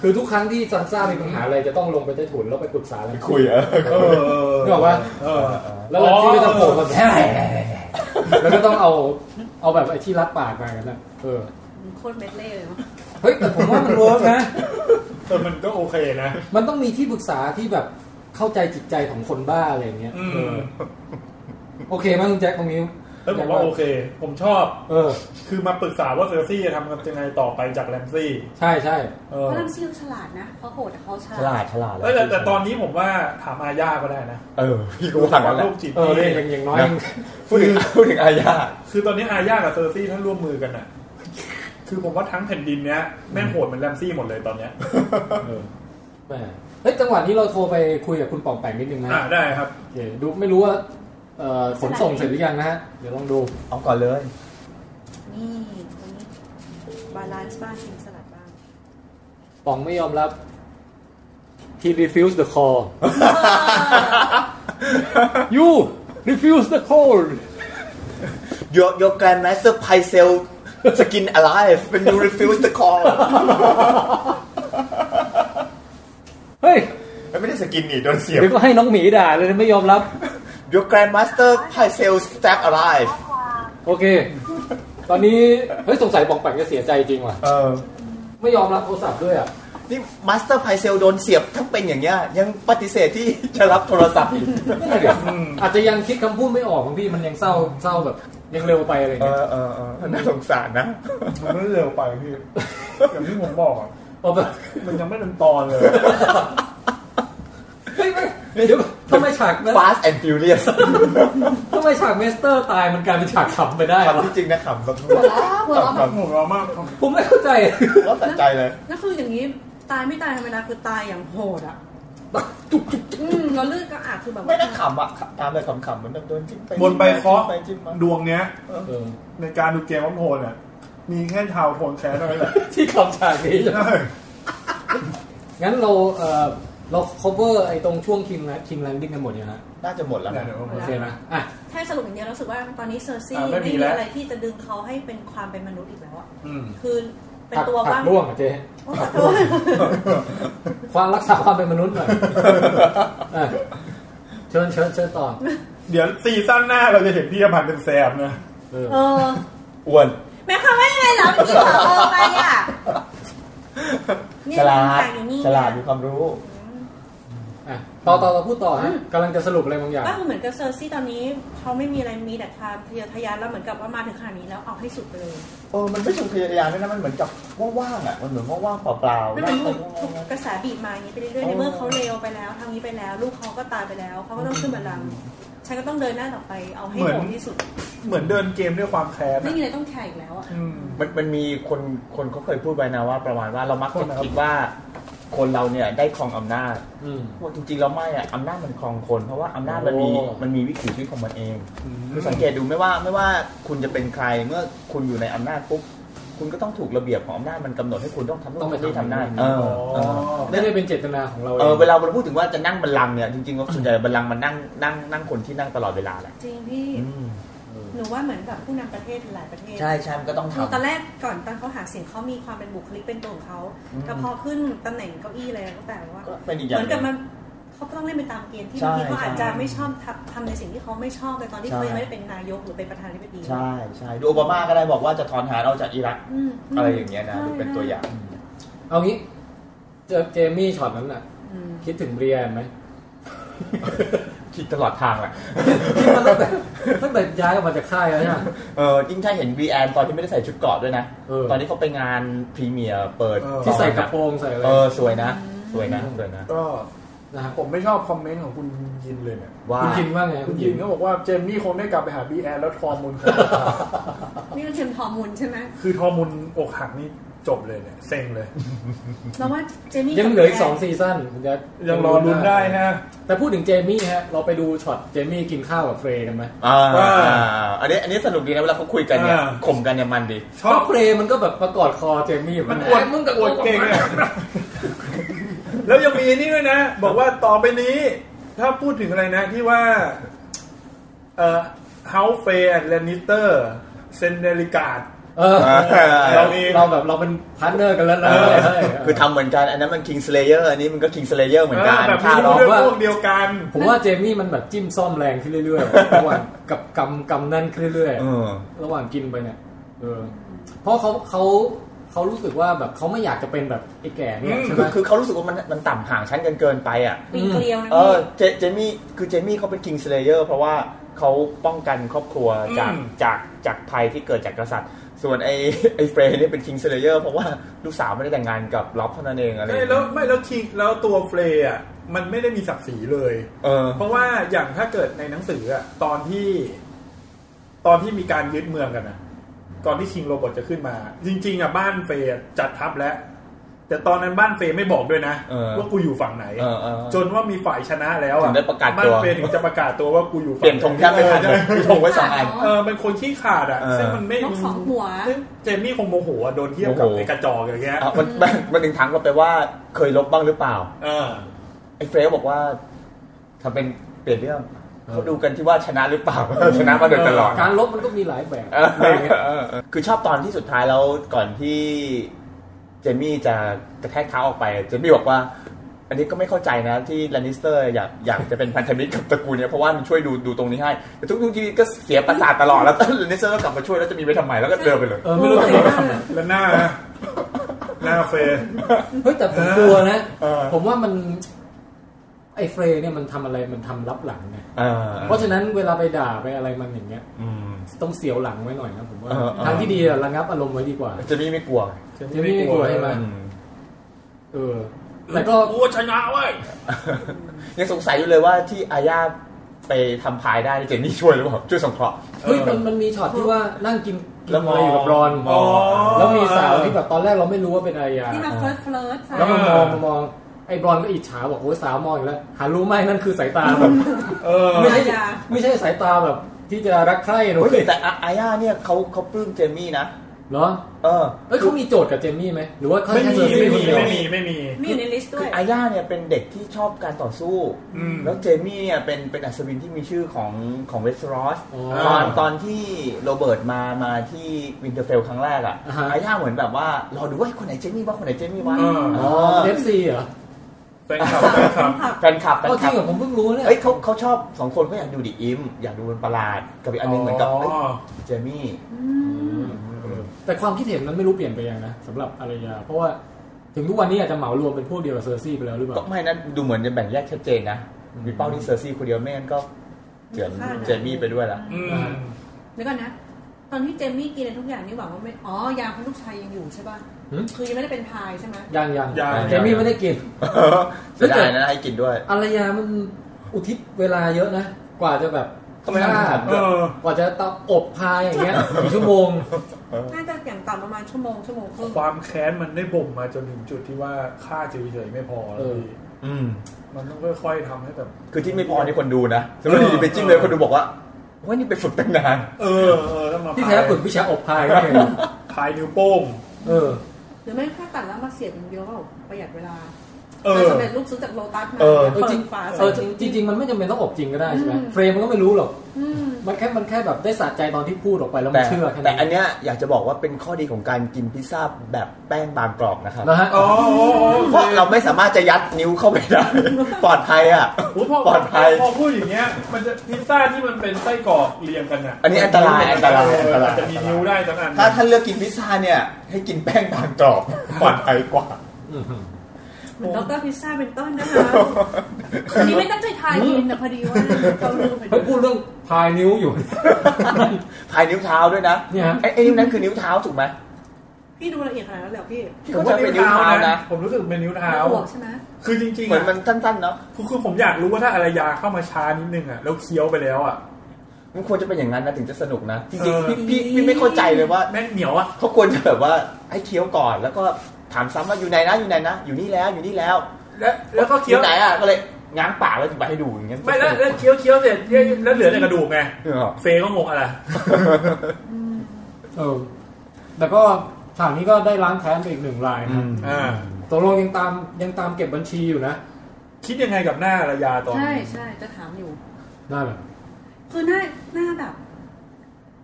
คือทุกครั้งที่ซันซ่ามีปัญหาอะไรจะต้องลงไปใต้ถุนแล้วไปปรึกษาแรม ไป ซี่ คุยเออ เออ นึกออกป่ะ เออ แล้วแรมซี่ก็จะโผล่แบบ แฮ่แล้วก็ต้องเอาเอาแบบไอ้ที่รัดปากมากันนะเออ โคตรเมดเล่เลยเนาะ เฮ้ยแต่ผมว่ามันเวิร์กนะ เออมันก็โอเคนะ มันต้องมีที่ปรึกษาที่แบบเข้าใจจิตใจของคนบ้าอะไรอย่างเงี้ย อื เอ ม อโอเคมั้ยลุงแจ็คตรงนี้ แล้วผมว่าโอเค ผมชอบ เออ คือมาปรึกษาว่าเซอร์ซี่จะทำกันยังไงต่อไปจากแรมซี่ ใช่ใช่ เอ เพ อ ราะลัมซี่เขาฉลาดนะเขาโหดแต่เขาฉ ฉ ลา ลา ด ดฉลาด แล้วแต่แต่ตอนนี้ผมว่าถามอาญาก็ได้นะ เออ พี่ก็ว่างั้นแห โร ละ คจิต เออเรื่อนี่งอย่างน้อยยัง พูดถึง พูดถึงอาญา คือตอนนี้อาญากับเซอร์ซี่ท่านร่วมมือกันอ่ะ คือผมว่าทั้งแผ่นดินเนี้ยแม่งโหดเหมือนแรมซี่หมดเลยตอนเนี้ย เออแหมเฮ้ยจังหวะนี้เราโทรไปคุยกับคุณป่องแปงนิดนึงนะ อ่าได้ครับ โอเคดูไม่รู้ว่าเอ่อขนส่งเสร็จหรือยังนะฮะ เดี๋ยวลองดู เอาก่อนเลย นี่วันนี้บาลานซ์บ้างกินสลัดบ้าง ป่องไม่ยอมรับ he refused the call you refuse the call your your grandmaster Pycel skin alive when you refuse the call เฮ้ย ไม่ได้สกินนี่โดนเสียบ เดี๋ยวก็ให้น้องหมีด่าเลยไม่ยอมรับ your grandmaster Pycel stab alive โอเค ตอนนี้เฮ้ยสงสัยปองแปงจะเสียใจจริงว่ะ เออ ไม่ยอมรับโทรศัพท์ด้วยอ่ะ นี่มาสเตอร์ไพเซลโดนเสียบทั้งเป็นอย่างเงี้ย ยังปฏิเสธที่จะรับโทรศัพท์อีก อาจจะยังคิดคำพูดไม่ออกบางพี่มันยังเศร้าเศร้าแบบยังเร็วไปอะไร เอ เงี้ย อเออเออน่าสงสารนะ มันไม่เร็วไปพี่ อย่างที่ผมบอกอะ พอแบบ มันยังไม่เป็นตอนเลย เฮ้ยเฮ้ยเดี๋ยวทำไมฉากนั้น Fast and Furious ทำไมฉากเมสเตอร์ตายมันกลายเป็นฉากขำไปได้วะ คำที่จริงนะขำก็ทุก หัวเราะแบบ ผมร้องมาก ผมไม่เข้า ใจ ว่าสะใจเลย แล้วคืออย่างนี้ตายไม่ตายธรรมดาคือตายอย่างโหดอ่ะอืมเราเลือดก็อาบคือแบบ ไม่น่าขำอ่ะตามเลยขำๆเหมือนแบบโดนจิ้มไป บนใบเคาะ จิ้มไปจิ้มมา ดวงเนี้ย เออ ในการดูเกมวัมโพนอ่ะ มีแค่ชาวโพนแคสเท่านั้นแหละ ที่ขำฉากนี้ ใช่ งั้นเราเออเรา cover ไอ้ตรงช่วงคิงแลคิงแลนดิ้งกันหมดยังฮะ น่าจะหมดแล้วนะ เดี๋ยวผม โอเคนะอ่ะ แค่สรุปอย่างเดียวเราสึกว่าตอนนี้เซอร์ซี่ อ่าไม่ ไม่ มี มี แล้ว อะไรที่จะดึงเขาให้เป็นความเป็นมนุษย์อีกแล้วอะ อืม คือเป็น ผัก ตัว ผั ว่าก ง ร่วงอ่ะเจ๊ โอ้ขอโทษ ความรักษาความเป็นมนุษ ย์หน่อยอ่ะเชิญเชิญเชิญต่อ เดี๋ยวซีซั่นหน้าเราจะเห็นพี่อภันธ์เป็นแซมนะ เออ เออ อ้วน แม่ความว่ายังไงเหรอเมื่อกี้เผลอไปอ่ะเนี่ย ฉลาด ทางอยู่นี่ ฉลาดมีความรู้ อ่ะต่อต่อต่อพูดต่อฮะกำลังจะสรุปอะไรบางอย่าง ก็คือเหมือนกับเซอร์ซี่ตอนนี้เขาไม่มีอะไรมีแต่ความทะเยอทะยานแล้วเหมือนกับว่ามาถึงขนาดนี้แล้วเอาให้สุดไปเลย เออ มันไม่เชิงพยายามด้วยนะ มันเหมือนกับว่างๆอ่ะ มันเหมือนว่างๆเปล่าๆ นั่นมันถู นั่กถูงๆกกระแสบีบมาอย่างนี้ไปเรื่อยๆในเมื่อเขาเลวไปแล้วทางนี้ไปแล้ว ลูกเขาก็ตายไปแล้วเขาก็ต้องขึ้นบัลลังก์ฉันก็ต้องเดินหน้าต่อไปเอาให้ เหมือน โหดที่สุด เหมือนเดินเกมด้วยความแค้น ไม่ อะ มีอะไรต้องแข่งอีกแล้วอ่ะ อืม มันมันมีคนคนเขาเคยพูดไว้นะว่า ประมาณว่าเรามัก คนนะคจะรับ คิดว่า คนเราเนี่ยได้ครองอำนาจ อืม จริงๆแล้วไม่อะอำนาจมันครองคนเพราะว่าอำนาจมันมี โอ้ มันมีวิถีชีวิตของมันเองคือสังเกตดูไม่ว่าไม่ว่าคุณจะเป็นใครเมื่อคุณอยู่ในอำนาจปุ๊บคุณก็ต้องถูกระเบียบของอำนาจมันกำหนดให้คุณต้องทำนู่นทำนี่ทำนั่นเออเออ ไม่ได้เป็นเจตนาของเรา เออ อง เวลาเราพูดถึงว่าจะนั่งบัลลังก์เนี่ยจริงๆแล้วส่วนใหญ่บัลลังก์มันนั่งนั่งนั่งคนที่นั่งตลอดเวลาแหละ จริงพี่ อืม หนูว่าเหมือนแบบผู้นำประเทศหลายประเทศ ใช่ใช่มันก็ต้อง คือตอน ทำ แรกก่อนตอนเขาหาเสียงเขามีความเป็นบุคลิกเป็นตัวของเขา อืม แต่พอขึ้นตำแหน่งเก้าอี้อะไรก็แต่ว่า ก็เป็นอีกอ เห ย่าง มือน ห กับมั นึ่ น ง เขาก็ต้องเล่นไปตามเกณฑ์ที่ ใช่ บางทีเขาอาจจะ ใช่ ไม่ชอบทำทำในสิ่งที่เขาไม่ชอบในตอนที่ ใช่ เขายังไม่ได้เป็นนายกหรือเป็นประธานาธิบดี ใช่ใช่ดูโอบามาก็ได้บอกว่าจะถอนทหารออกจากอิรัก อืมม อะไรอย่างเงี้ยนะดูเป็นตัวอย่าง เอางี้ เจอเจมี่ช็อตนั้นน่ะ อืม คิดถึงเบรียนไหม คิดตลอดทางแหละ คิดมาตั้งแต่ตั้งแต่ย้ายออกมาจากค่ายแล้วเนี่ย เออยิ่งถ้าเห็นวีแอนตอนที่ไม่ได้ใส่ชุดเกราะด้วยนะ เออ ตอนที่เขาไปงานพรีเมียร์เปิด เออ ที่ใส่กระโปรงใส่อะไร เออ สวยนะ สวยนะสวยนะ ก็ นะฮะ ผมไม่ชอบคอมเมนต์ของคุณยินเลยเนี่ย ว่า คุณยินว่าไง คุ คุณ ณ ยิ ยิ น น ก็บอกว่าเจมมี่คงได้กลับไปหาบีแอนแล้วทอมุน นี่มันเทมทอร์มูลใช่ไหม คือทอมุนอกหักนี่จบเลยเนี่ยเซ็งเลย เราว่าเจมี่ ยังเหลืออีกสองซีซั่นคุณจะ ยังรอลุ้นได้ฮะ แต่พูดถึงเจมี่ฮะ เราไปดูช็อตเจมี่กินข้าวกับเฟรย์กันไหม อ่า ว่า อ่าอันนี้อันนี้สนุกดีนะเวลาเขาคุยกันเนี่ย อ่า ข่มกันเนี่ยมันดี ช เพ อบ ราะเฟรย์มันก็แบบมากอดคอเจมี่อยู่ มัน นะ อวด มึงกับ อวดเก่งอะแล้วยังมีนี่ด้วยนะ บอกว่าต่อไปนี้ ถ้าพูดถึงอะไรนะ ที่ว่า เอ่อเฮาเฟนแลนิสเตอร์เซนเดลิกาด เออ เรามีเราแบบเราเป็นพาร์ทเนอร์กันแล้วนะ เออ เฮ้ย คือทำเหมือนกัน อันนั้นมันคิงสเลเยอร์อันนี้มันก็คิงสเลเยอร์เหมือนกัน แบบ ฆ่า มี ร้อง เรื่องพวกเดียวกัน ผมว่าเจมี่มันแบบจิ้มซ่อมแรงขึ้นเรื่อยๆระหว่างกับกำกำนั่นขึ้นเรื่อยๆ เออ ระหว่างกินไปเนี่ย เออ เพราะเขาเขาเขารู้สึกว่าแบบเขาไม่อยากจะเป็นแบบไอ้แก่เนี่ยใช่ไห คื ม อคือเขารู้สึกว่ามันมันต่ำห่างชั้นกันเกินไปอ่ะ ปีนเกลียวนะ เอ พี่ อเจเจมี่คือเจมี่เขาเป็นคิงสเลเยอร์เพราะว่าเขาป้องกันครอบครัวจากจากจากภัยที่เกิดจากกษัตริย์ ส่วนไอไอเฟรย์เนี่ยเป็นคิงสเลเยอร์เพราะว่าลูกสาวไม่ได้แต่งงานกับล็อบเท่านั้นเองอะไรอย่าง ไม่ เงี้ย แล้วไม่แล้วคิงแล้วตัวเฟรย์อ่ะ มันไม่ได้มีศักดิ์ศรีเลย เออ เพราะว่าอย่างถ้าเกิดในหนังสืออ่ะ ตอนที่ ตอนที่มีการยึดเมืองกันนะก่อนที่คิงโรเบอทจะขึ้นมา จริง ๆอ่ะบ้านเฟย์อะจัดทัพแล้ว แต่ตอนนั้นบ้านเฟย์ไม่บอกด้วยนะ เออ ว่ากูอยู่ฝั่งไหน เออเออ จนว่ามีฝ่ายชนะแล้วอ่ะ ถึงได้ประกาศตัว บ้านเฟย์ถึงจะประกาศตัวว่ากูอยู่ฝั่ เปลี่ยนธงแทบไม่ทัน เอ เล อย มีธงไว้สองอัน เออเป็นคนขี้ขลาดอ่ะ เออ ซึ่งมันไม่ นกสองหัว ซึ่งเจมมี่คงโมโหอะโดนเทียบกับไอ้กระจอกอย่างเงี้ย อ่ะมันมันมันถึงถามกลับไปว่าเคยลบบ้างหรือเปล่า เออ ไอ้เฟรลบอกว่าทำเป็นเปลี่ยนเรื่องเขาดูกันที่ว่าชนะหรือเปล่า ชนะมาโดยตลอด การลบมันก็มีหลายแบบ เออ อะไรอย่างเงี้ย เออเออคือชอบตอนที่สุดท้ายแล้วก่อนที่เจมี่จะกระแทกเท้าออกไป เจมี่บอกว่า อันนี้ก็ไม่เข้าใจนะที่แลนนิสเตอร์อยากอยากจะเป็นพันธมิตรกับตระกูลเนี่ยเพราะว่ามันช่วยดูดูตรงนี้ให้ แต่ทุกๆทีก็เสียประสาทตลอดแล้ว แลนนิสเตอร์ก็กลับมาช่วยแล้วจะมีไปทำไมแล้วก็เดินไปเลย เออไม่รู้จะ โอ้ยน่า แล้วหน้านะหน้าเฟร เฮ้ยแต่ผมกลัวนะ เออ ผมว่ามันไอ้เฟรเนี่ยมันทำอะไรมันทำรับหลังไง เออ เพราะฉะนั้นเวลาไปด่าไปอะไรมันอย่างเงี้ย อืม ต้องเสียวหลังไว้หน่อยนะผมว่า เออเออ ทางที่ดีอะระงับอารมณ์ไว้ดีกว่า เจมี่ไม่กลัว เจมี่ไม่กลัวใช่ไหม อืม เออแต่ก็ กูชนะเว้ย ยังสงสัยอยู่เลยว่าที่อาญาไปทำพายได้เจมี่ช่วยหรือเปล่าช่วยสงเคราะห์ เฮ้ยมันมันมีช็อตที่ว่านั่งกินกิน แล้วมออะงไรอยู่กับรอน อ๋อ แล้วมีสาวที่แบบตอนแรกเราไม่รู้ว่าเป็นอะไรอ่ะ ที่มาเฟิร์สเฟิร์ส แล้วมามองมามองไอ้บรอนก็อิจฉาบอกโอ้ยสาวมองอีกแล้วหารู้ไหมนั่นคือสายตาแบบ เออ ไม่ใช่ ไม่ใช่สายตาแบบ ที่จะรักใคร่หรอก เฮ้ยแต่อาอาญาเนี่ยเขาเขาปลื้มเจมี่นะ เนาะ เออ เอ้ยเขามีโจทย์กับเจมี่ไหมหรือว่าเขา ไม่ แค่ มี เจอ ไม่ ซี่ค มี นเดียว ไม่มีไม่มี มีอยู่ในลิสต์ด้วคือย อาย่าเนี่ยเป็นเด็กที่ชอบการต่อสู้ อืม แล้วเจมี่เนี่ยเป็นเป็นอัศวินที่มีชื่อของของเวสต์รอส อ๋อ ตอนตอนที่โรเบิร์ตมามาที่วินเทอร์เฟลครั้งแรกอ่ะ อ่าฮะ อาย่าเหมือนแบบว่ารอดูว่าคนไหนเจมี่วะคนไหนเจมี่วะ เออ อ๋อเอฟซีเหรอ แฟนคลับแฟนคลับ แฟนคลับแฟน เอาจ ค ริ ลั ง บ เหรอผมเพิ่งรู้เนี่ย เอ้ยเขาเขาชอบสองคนก็อยากดูดิอิมอยากดูเป็นประหลาดกับอีกอันหนึงเหมือนกับเอ้ยเจมี่ แต่ความคิดเห็นมันไม่รู้เปลี่ยนไปยังนะสำหรับอารยา เพราะว่าถึงทุกวันนี้อาจจะเหมารวมเป็นพวกเดียวกับเซอร์ซี่ไปแล้วหรือเป ก็ ล่า ไม่นะดูเหมือนจะแบ่งแยกชัดเจนนะมีเป้าที่เซอร์ซี่คนเดียวไม่งั้นก็เจือน ค่ะ เจมี่ไปด้วยละ อืม เดี๋ยวก่อนนะ ตอนที่เจมมี่กินอะไรทุกอย่างนี่หวังว่าไม่ อ๋อยาเพราะลูกชายยังอยู่ใช่ป่ะ หึ คือยังไม่ได้เป็นพายใช่ไหม ยังยัง ยัง เจมี่ไม่ได้กิน เสียดายนะให้กินด้วย อารยามันอุทิศเวลาเยอะนะ กว่าจะแบบ ทำไมต้อง ฆ่า ทำแบบนั้ เอน อ กว่าจะเตาอบพายอย่างเงี้ยกี่ชั่วโมง น่าจะอย่างต่ำประมาณชั่วโมงชั่วโมงครึ่ง ความแค้นมันได้บ่มมาจนถึงจุดที่ว่าค่าเฉยๆไม่พอแล้ว เออ พี่ อืม มันต้องค่อยๆทำให้แบบ คือที่ไม่พอนี่คนดูนะสมมติอยู่ดีไปจิ้มเลยคนดูบอกว่าว่านี่ไปฝึกตั้งนาน เออเออต้องมา ที่แท้ฝึกวิชาอบพายนี่เอง พายนิ้วโป้ง เออ หรือไม่ถ้าตัดแล้วมาเสียบอย่างเดียวก็ประหยัดเวลา เออ เราสำเร็จรูปซื้อจากโลตัสมา เออ เปิดฝา เอ ใส่ อจ จริง ริงๆมันไม่จำเป็นต้องอบจริงก็ได้ใช่ไหม อืม เฟรมมันก็ไม่รู้หรอก อืม มันแค่มันแค่แบบได้สะใจตอนที่พูดออกไปแล้วมั แต่ นเชื่อแค่ แต่ นั้น อันเนี้ยอยากจะบอกว่าเป็นข้อดีของการกินพิซซ่าแบบแป้งบางกรอบนะครับ นะฮะ อ๋ออ๋ออ๋อ เพราะเราไม่สามารถจะยัดนิ้วเข้าไปได้ ปลอดภัยอ่ะ โอ้ยพอ ปลอดภัย พอพูดอย่างเงี้ย มันจะพิซซ่าที่มันเป็นไส้กรอกเรียงกันอ่ะ อันนี้อันตรายอันตรายอันตราย จะมีนิ้วได้สักอัน ถ้าท่านเลือกกินพิซซ่าเนี่ย ให้กินแป้งบางกรอบ ปลอดภัยกว่า เหมือนด็อกเตอร์พิซซ่าเป็นต้นนะคะอันนี้ไม่ตั้งใจทายกินแต่พอดีว่าเราลืมไป เฮ้ยพูดเรื่องพายนิ้วอยู่ พายนิ้วเท้าด้วยนะ เนี่ยฮะ ไอ้ไอ้นิ้วนั้นคือนิ้วเท้าถูกไหม พี่ดูละเอียดขนาดนั้นเลยเหรอพี่ พี่เข้าใจเป็นนิ้วเท้านะ ผมรู้สึกเป็นนิ้วเท้า อวกใช่ไหม คือจริงๆ เหมือน อะ มันสั้นๆเนาะ คือคือผมอยากรู้ว่าถ้าอารยาเข้ามาช้านิดนึงอ่ะแล้วเคี้ยวไปแล้วอ่ะ มันควรจะเป็นอย่างนั้นนะถึงจะสนุกนะจ เอ ริง อ ๆพี่พี่พี่ไม่เข้าใจเลยว่า แม่งเหนียวอ่ะ เขาควรจะแบบว่าให้เคี้ยวก่อน แล้วก็ถามซ้ำว่าอยู่ไหนนะอยู่ไหนนะอยู่นี่แล้วอยู่นี่แล้ว แล้วแล้วก็ อ เคี้ย ยู่ ว ไหนอ่ะก็เลยง้างปากแล้วจะไปให้ดูอย่างเงี้ย ไม่แล้วแล้วเคี้ยวเคี้ยวเสร็จเนี่ยแล้วเหลือแต่กระดูกไง เออ เฟก็งงอะไร เออแต่ก็ฉากนี้ก็ได้ล้างแค้นไปอีกหนึ่งรายนะ อ่า ตกลงยังตามยังตามเก็บบัญชีอยู่นะ คิดยังไงกับหน้าอารยาตอน ใช่ นี้ ใช่จะถามอยู่ นั่นแหละ คือหน้าหน้าแบบ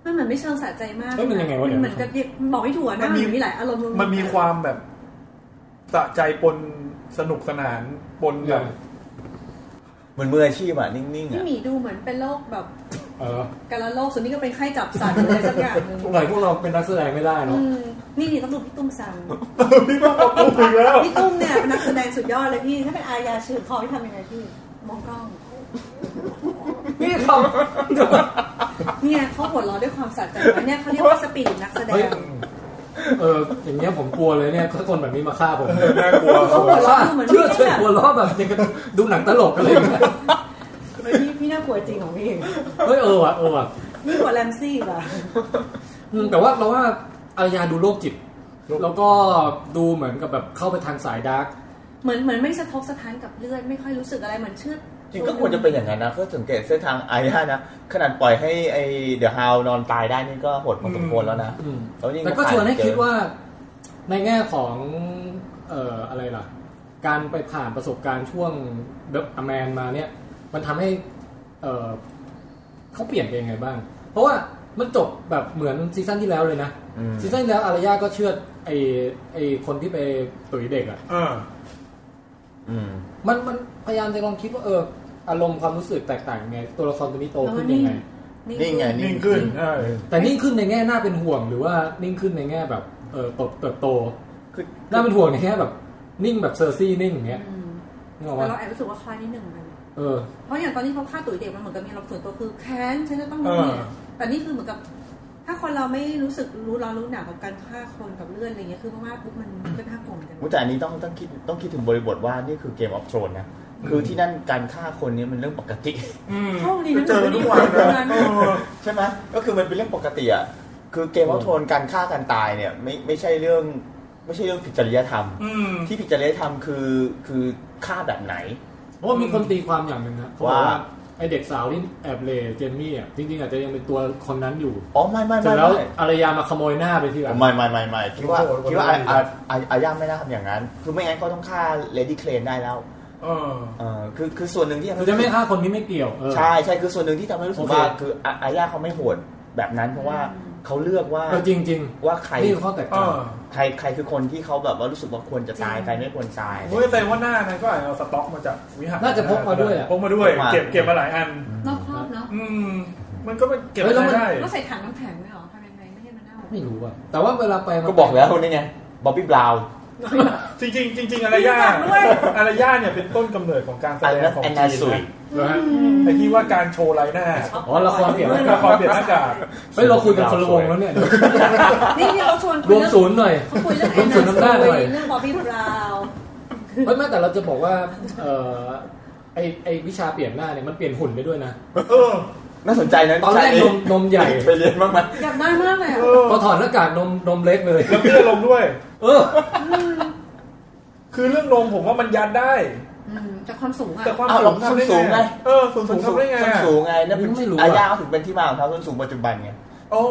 มันเหมือนไม่เชิงสะใจมาก เฮ้ยมันยังไงวะเนี่ย มันเหมือนกับเด็กบอกไม่ถูกอะหนะมันมีหลายอารมณ์รวๆ มันมีความแบบสะใจปนสนุกสนานปนแบบ เหมือนมืออาชีพอ่ะนิ่งๆ ที่ อ่ะ หมีดูเหมือนเป็นโรคแบบ เออก าละโรคส่วนนี้ก็เป็นไข้จับสัตว์หรืออะไรสักอย่างหนึ่ง พวกไหนพวกเราเป็นนักแสดงไม่ได้เนาะ อืมนี่นี่ต้องดูพี่ตุ้มสั่ง พี่ต้องบอกกูอีกแล้ว พี่ตุ้มเนี่ยเป็นนักแสดงสุดยอดเลยพี่ถ้าเป็นอายาชื่อคอพี่ทำยังไงพี่มองกล้อง นี่ทำ เนี่ยเขาหัวเราะด้วยความสะใจนะเนี่ยเขาเรียกว่าสปิริตนักแสด เฮ้ย ง เอออย่างเงี้ยผมกลัวเลยเนี่ยถ้าคนแบบนี้มาฆ่าผม น่ากลัว เขาหัวเราะดูเหมือน เชื่ พี่ อเชื่อ แบบ หัวล้อแบบอย่างกับดูหนังตลกอะไรอย่างเงี้ย เหมือนพี่พี่น่ากลัวจริงของพี่ เฮ้ยเออว่ะเออว่ะ นี่งกว่าแรมซี่อีกว่ะ อืมแต่ว่าเราว่าอารยาดูโรคจิต แล้วก็ดูเหมือนกับแบบเข้าไปทางสายดาร์ก เหมือนเหมือนไม่สะทกสะท้านกับเลือดไม่ค่อยรู้สึกอะไรเหมือนเชื่อ จริงก็ควรจะเป็นอย่างนั้นนะก็สังเกตเส้นทางไอ้ฮะนะขนาดปล่อยให้ไอ้เดอะฮาวนอนตายได้นี่ก็โหดพอสมควรแล้วนะ อืม แล้วนี่ แต่ก็ ก็ ชวนให้ ผ่านเกม คิดว่าในแง่ของ เอ่ออะไรล่ะ การไปผ่านประสบการณ์ช่วงเดบอแมนมาเนี่ย มันทำให้เอ่อเขาเปลี่ยนไปยังไงบ้าง เพราะว่ามันจบแบบเหมือนซีซั่นที่แล้วเลยนะ อืม ซีซั่นที่แล้วอารยาก็เชื่อดไอไอคนที่ไปตุ๋ยเด็กอะ อ่า อืม มันมันพยายามจะลองคิดว่าเอออารมณ์ความรู้สึกแตกต่างยังไงตัวละครตัวนี้โตขึ้นยังไง นี่ นี่ไง นิ่งขึ้นใช่ แต่นิ่งขึ้นในแง่น่าเป็นห่วงหรือว่านิ่งขึ้นในแง่แบบเออเติบเติบโต คือ น่าเป็นห่วงในแง่แบบนิ่งแบบเซอร์ซี่นิ่งอย่างเงี้ย อืม นึกออก แต่เรา ปะ แอบรู้สึกว่าคล้ายนิดหนึ่งเหมือนกัน เออ เพราะอย่างตอนที่เขาฆ่าตุ๋ยเด็กมันเหมือนกับมีเราส่วนตัวคือแค้นฉันจะต้อง เอ รู้ อ เนี่ยแต่นี่คือเหมือนกับ ถ้าคนเราไม่รู้สึกรู้ร้อนรู้หนาวกับการฆ่าคนกับเลือดอะไรเงี้ยคือมากๆปุ๊บมันก็น่ากลัวเหมือนกัน มุจานี้ต้องต้องคิดต้องคิดถึงบริบทว่านี่คือเกมออฟโ n นนะ คือที่นั่นการฆ่าคนเนี้มันเรื่องปกติ อืม โชคดีนะ เจอทุกวัน เจอทุกวัน เออ ใช่ไหมก็คือมันเป็นเรื่องปกติอ่ะ คือเกมออฟโ n นการฆ่ากันตายเนี่ยไม่ไม่ใช่เรื่องไม่ใช่เรื่องผิดจริยธรรม อืม ที่ผิดจริยธรรมคือคือฆ่าแบบไหน เพราะว่ามีคนตีความอย่างหนึ่งนะเขาบอกว่า ว่า ไอเด็กสาวที่แอบเลเจนนี่อ่ะจริงๆอาจจะยังเป็นตัวคนนั้นอยู่ อ๋อไม่ไม่ เสร็ ไม่ จแล้ว ไม่ อารยามาขโมยหน้าไปทีหลัง ไม่ไม่ไม่ไม่คิดว่า โอ้โห คิดว่า คนอาละเรื่อง อาอาย่าไม่น่าทำอย่างนั้น คือไม่งั้นเขาต้องฆ่าเลดี้เคลนได้แล้ว เออ เออคือคือส่วนหนึ่งที่ทำ คือ ให้ จะไม่ฆ่าคนนี้ไม่เกี่ยวเออ ใช่ใช่คือส่วนหนึ่งที่ทำให้รู้สึก โอเค ว่าคืออาอาย่าเขาไม่โหดแบบนั้น เพราะว่าเขาเลือกว่า เออจริงจริง ว่าใคร ๆนี่คือข้อแตก เอ ต่าง อ ใครใครคือคนที่เขาแบบว่ารู้สึกว่าควรจะตาย จริง ใครไม่ควรตาย เฮ้ยแสดงว่าหน้านั้นก็อาจจะเอาสต็อกมาจากวิหาร น่าจะพกมาด้วยอ่ะ พกมาด้วย พกมา เก็บเก็บมาหลายอัน รอบครอบเนาะ อืม มันก็ไม่เก็บ เฮ้ยแล้ว ไม่ มัน ได้ ต้องใส่ถังน้ำแข็งไหมหรอทำยังไงไม่ให้มันเน่า ไม่รู้อ่ะแต่ว่าเวลาไปมัน ก็บอกแล้วนี่ไงบ๊อบบี้บราวน์ จริงจริงๆจริงๆอารยาอารยาเนี่ยเป็นต้นกำเนิดของการแส อะไร ดง นะ ของ แอน จี นาน ซุย นะ เหรอฮะ ไอ้ที่ว่าการโชว์ไรหน้า อ๋อละครเปลี่ยน ละครเปลี่ยนหน้ากาก เฮ้ยเราคุยกันคนละวงแล้ว เนี่ย นี่ที่เราชวน รวมศูนย์หน่อย เขาคุยเรื่องแอน รวมศูนย์ นา น้ำหน้าหน่อย เรื่องบอบบี้บราวน์ ไม่ไม่แต่เราจะบอกว่า เอ่อไอไอวิชาเปลี่ยนหน้าเนี่ยมันเปลี่ยนหุ่นได้ด้วยนะ เออ น่าสนใจนะ ตอนแรก ใช่ นมนมใหญ่ ไปเรียนบ้างไหม อยากได้มากเลยอะ เออ พอถอดหน้ากากนมนมเล็กเลย แล้วเพื่อลงด้วย เออ คือเรื่องนมผมว่ามันยัดได้ อืมแต่ความสูงอะ แต่ความ อ้าว สู ลอง ง ทำ ส้นสูงไงได้ไงเออสูงสูงทำได้ไง ส้น อะ สูงไงนั่นเป็น ไม่รู้อะ อาย่าเขาถึงเป็นที่มาของเขาส้นสูงปัจจุบันไง อ๋อ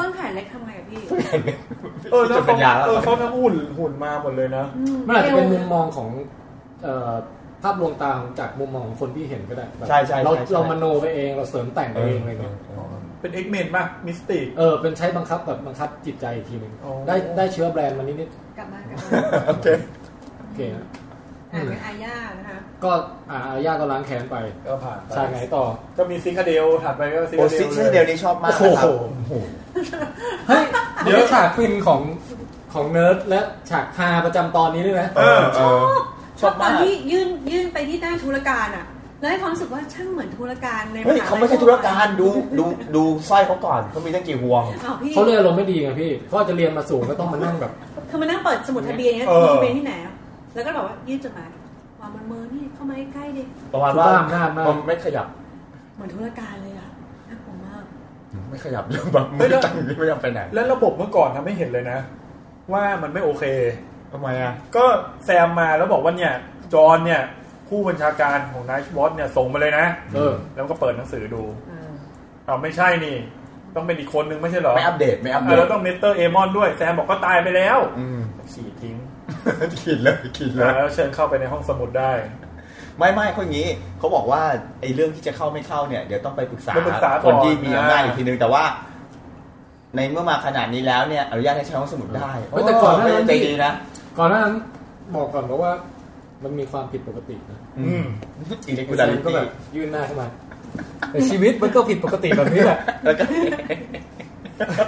ต้นแขนเล็กทำไงอะพี่ เออแล้ว จุดปัญญา เอ แล้ว อเขาทั้งหุ่นหุ่นมาหมดเลยนะ มันอาจจะเป็นมุมมองของเอ่อภาพลวงตาของจากมุมมองของคนที่เห็นก็ได้แบบ ใช่ใช่ใช่ เรา ใช่ เรามโนไปเองเราเสริมแต่งไปเองอะไรเงี้ย เป็นเอ็กเมนมากมิสติก เออเป็นใช้บังคับแบบบังคับจิตใจอีกทีหนึ่ง อ๋อ ได้ได้เชื้อแบรนด์มานิดนิด กลับมานกลับบ้าน โอเค ๆโอเคนะ อ่านเป็นอาย่านะคะ ก็อาอาญาก็ล้างแค้นไป ก็ผ่านไป ฉากไหนต่อ ก็มีซิคาเดลถัดไปก็ซิ โอ้ คาเดล ซิก ล เดลนี้ชอบมากนะ โอ้ ค โห รับ เฮ้ยเดี๋ยวฉากฟินของของเนิร์ดและฉากฮาประจำตอนนี้ด้วยนะ เออเออช ช อ อ บตบอ มาน ก ที่ยื่นยื่นไปที่หน้าธุรการอะแล้วให้ความรู้สึกว่าช่างเหมือนธุรการใน เฮ้ยเขาไม่ใช่ธุรการดูดูดูสร้อยเขาก่อนเขามีตั้งกี่ห่วง อ้าวพี่ เขาเลยอารมณ์ไม่ดีไงพี่เขาอาจจะเรียนมาสูงก็ต้องมานั่งแบบ คือมานั่งเปิดสมุดทะเบียนเนี่ย เออ ทะเบียนที่ไหนอะแล้วก็บอกว่ายื่นจดหมายวางบนมือนี่เข้ามาใกล้ๆดิ ประมาณว่า บ้าอำนาจมาก มันไม่ขยับ เหมือนธุรการเลยอะน่ากลัวมาก ไม่ขยับ เลยแบบมือตั้งอย่างนี้ไม่ยอมไปไหน และระบบเมื่อก่อนทำให้เห็นเลยนะ ว่ามันไม่โอเค ทำไมอ่ะ ก็แซมมาแล้วบอกว่าเนี่ย จอห์นเนี่ย ผู้บัญชาการของนายชวอตเนี่ยส่งมาเลยนะ เออ แล้วก็เปิดหนังสือดู เออ เอาไม่ใช่นี่ ต้องเป็นอีกคนนึงไม่ใช่เหรอ ไม่อัปเดตไม่อัปเด อ่ะ ต แล้วต้องเมสเตอร์เอมอนด้วย แซมบอกก็ตายไปแล้ว อืม ฉีดทิ้ง ขีดเลยขีดเลย แล้วเชิญเข้าไปในห้องสมุดได้ ไม่ไม่เขาอย่างนี้เขาบอกว่าไอ้เรื่องที่จะเข้าไม่เข้าเนี่ยเดี๋ยวต้องไปปรึกษา ไปปรึกษา ค ก่อน ที่มีอำนาจอีกทีนึงแต่ว่า ในเมื่อมาขนาดนี้แล้วเนี่ยอนุญาตให้ใช้ห้องสมุดได้ เฮ้ยแต่ก่อนหน้านั้น ใจดีนะ ก่อนหน้านั้นบอกก่อนเพราะว่า มันมีความผิดปกตินะ อืม อีเล็ก คุ กู ณ ดา แซ ลิ มก็แบ ตี้ บยื่นหน้าเข้ามาแต่ชีวิตมันก็ผิดปกติแบบนี้แหละ แล้วก็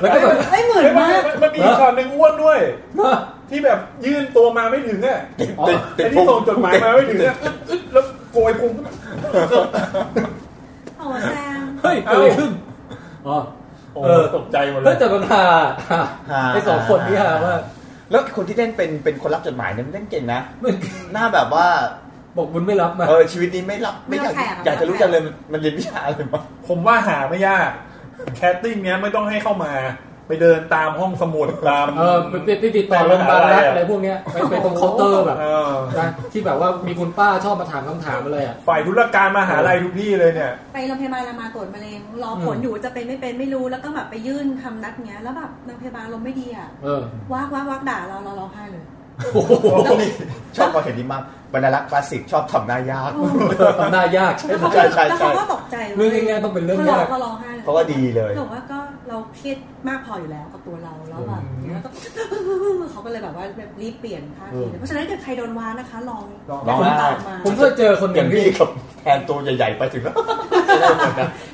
แล้วก็แบบ ไม่เหมือน เฮ้ยมากมันมันมันมีอีกช็อตหนึ่งอ้วนด้วย เออ ที่แบบยื่นตัวมาไม่ถึงอ่ะ อ๋อ ไอ้ที่ส่งจดหมายมาไม่ถึงอ่ะอึ๊ดอึ๊ดแล้วโกยพุงขึ้นมา โอ้แซม เฮ้ยเกิดอะไรขึ้นอ๋อ โอ้ เออ ตกใจหมดเล เฮ้ย ย แต่มันฮา ฮา ไอ้สองคนที่ฮามาก แล้วคนที่เล่นเป็นเป็นคนรับจดหมายเนี่ยมันเล่นเก่งนะ มัน หน้าแบบว่า บอกบุญไม่รับมา เออชีวิตนี้ไม่รับไม่อยากอยากจะรู้จังเลยมันมันเรียนวิชาอะไรมา ผมว่าหาไม่ยาก แคสติ้งเนี้ยไม่ต้องให้เข้ามา ไปเดินตามห้องสมุดตาม เออไปไปไปติดต่อโรงพยาบาลรัฐอะไรพวกเนี้ยไปไปตรงเคาน์เตอร์แบบ เออ นะที่แบบว่ามีคุณป้าชอบมาถามคำถามอะไรอ่ะ ฝ่ายธุรการมาหาลัยทุกที่เลยเนี่ย ไปโรงพยาบาลรามาตรวจมะเร็งรอผล อืม อยู่จะเป็นไม่เป็นไม่รู้แล้วก็ แบบไปยื่นคำนัดเงี้ยแล้วแบบโรงพยาบาลลมณ์ไม่ดีอะ เออ วักวักวักด่าเราเราร้องไห้เลย ชอบพอเห็นนี้มากบรรลักษ์คลาสสิกชอบทำหน้ายาก อืม ทำหน้ายากใช่ แล้ว ไหม เขา ใช่ ก็แล้วใช่ใช่ เขาก็ตกใจ เรื่องง่ายๆต้องเป็นเรื่องยาก เขาร้องไห้ลย เพราะว่าดีเลย หนูว่าก็เราเครียดมากพออยู่แล้วกับตัวเราแล้วแบบ อืม เนี้ยก็ เขาก็เลยแบบว่าแบบรีบเปลี่ยนท่าทีเลยเพราะฉะนั้นเกิดใครโดนว้านะคะ ลอง ลองลอง ทำตาม ได้ มา ผมเคยเจอคนห อย่า นึ่งงพี่ ที่ กับแทนตัวใหญ่ๆไปถึงแล้ว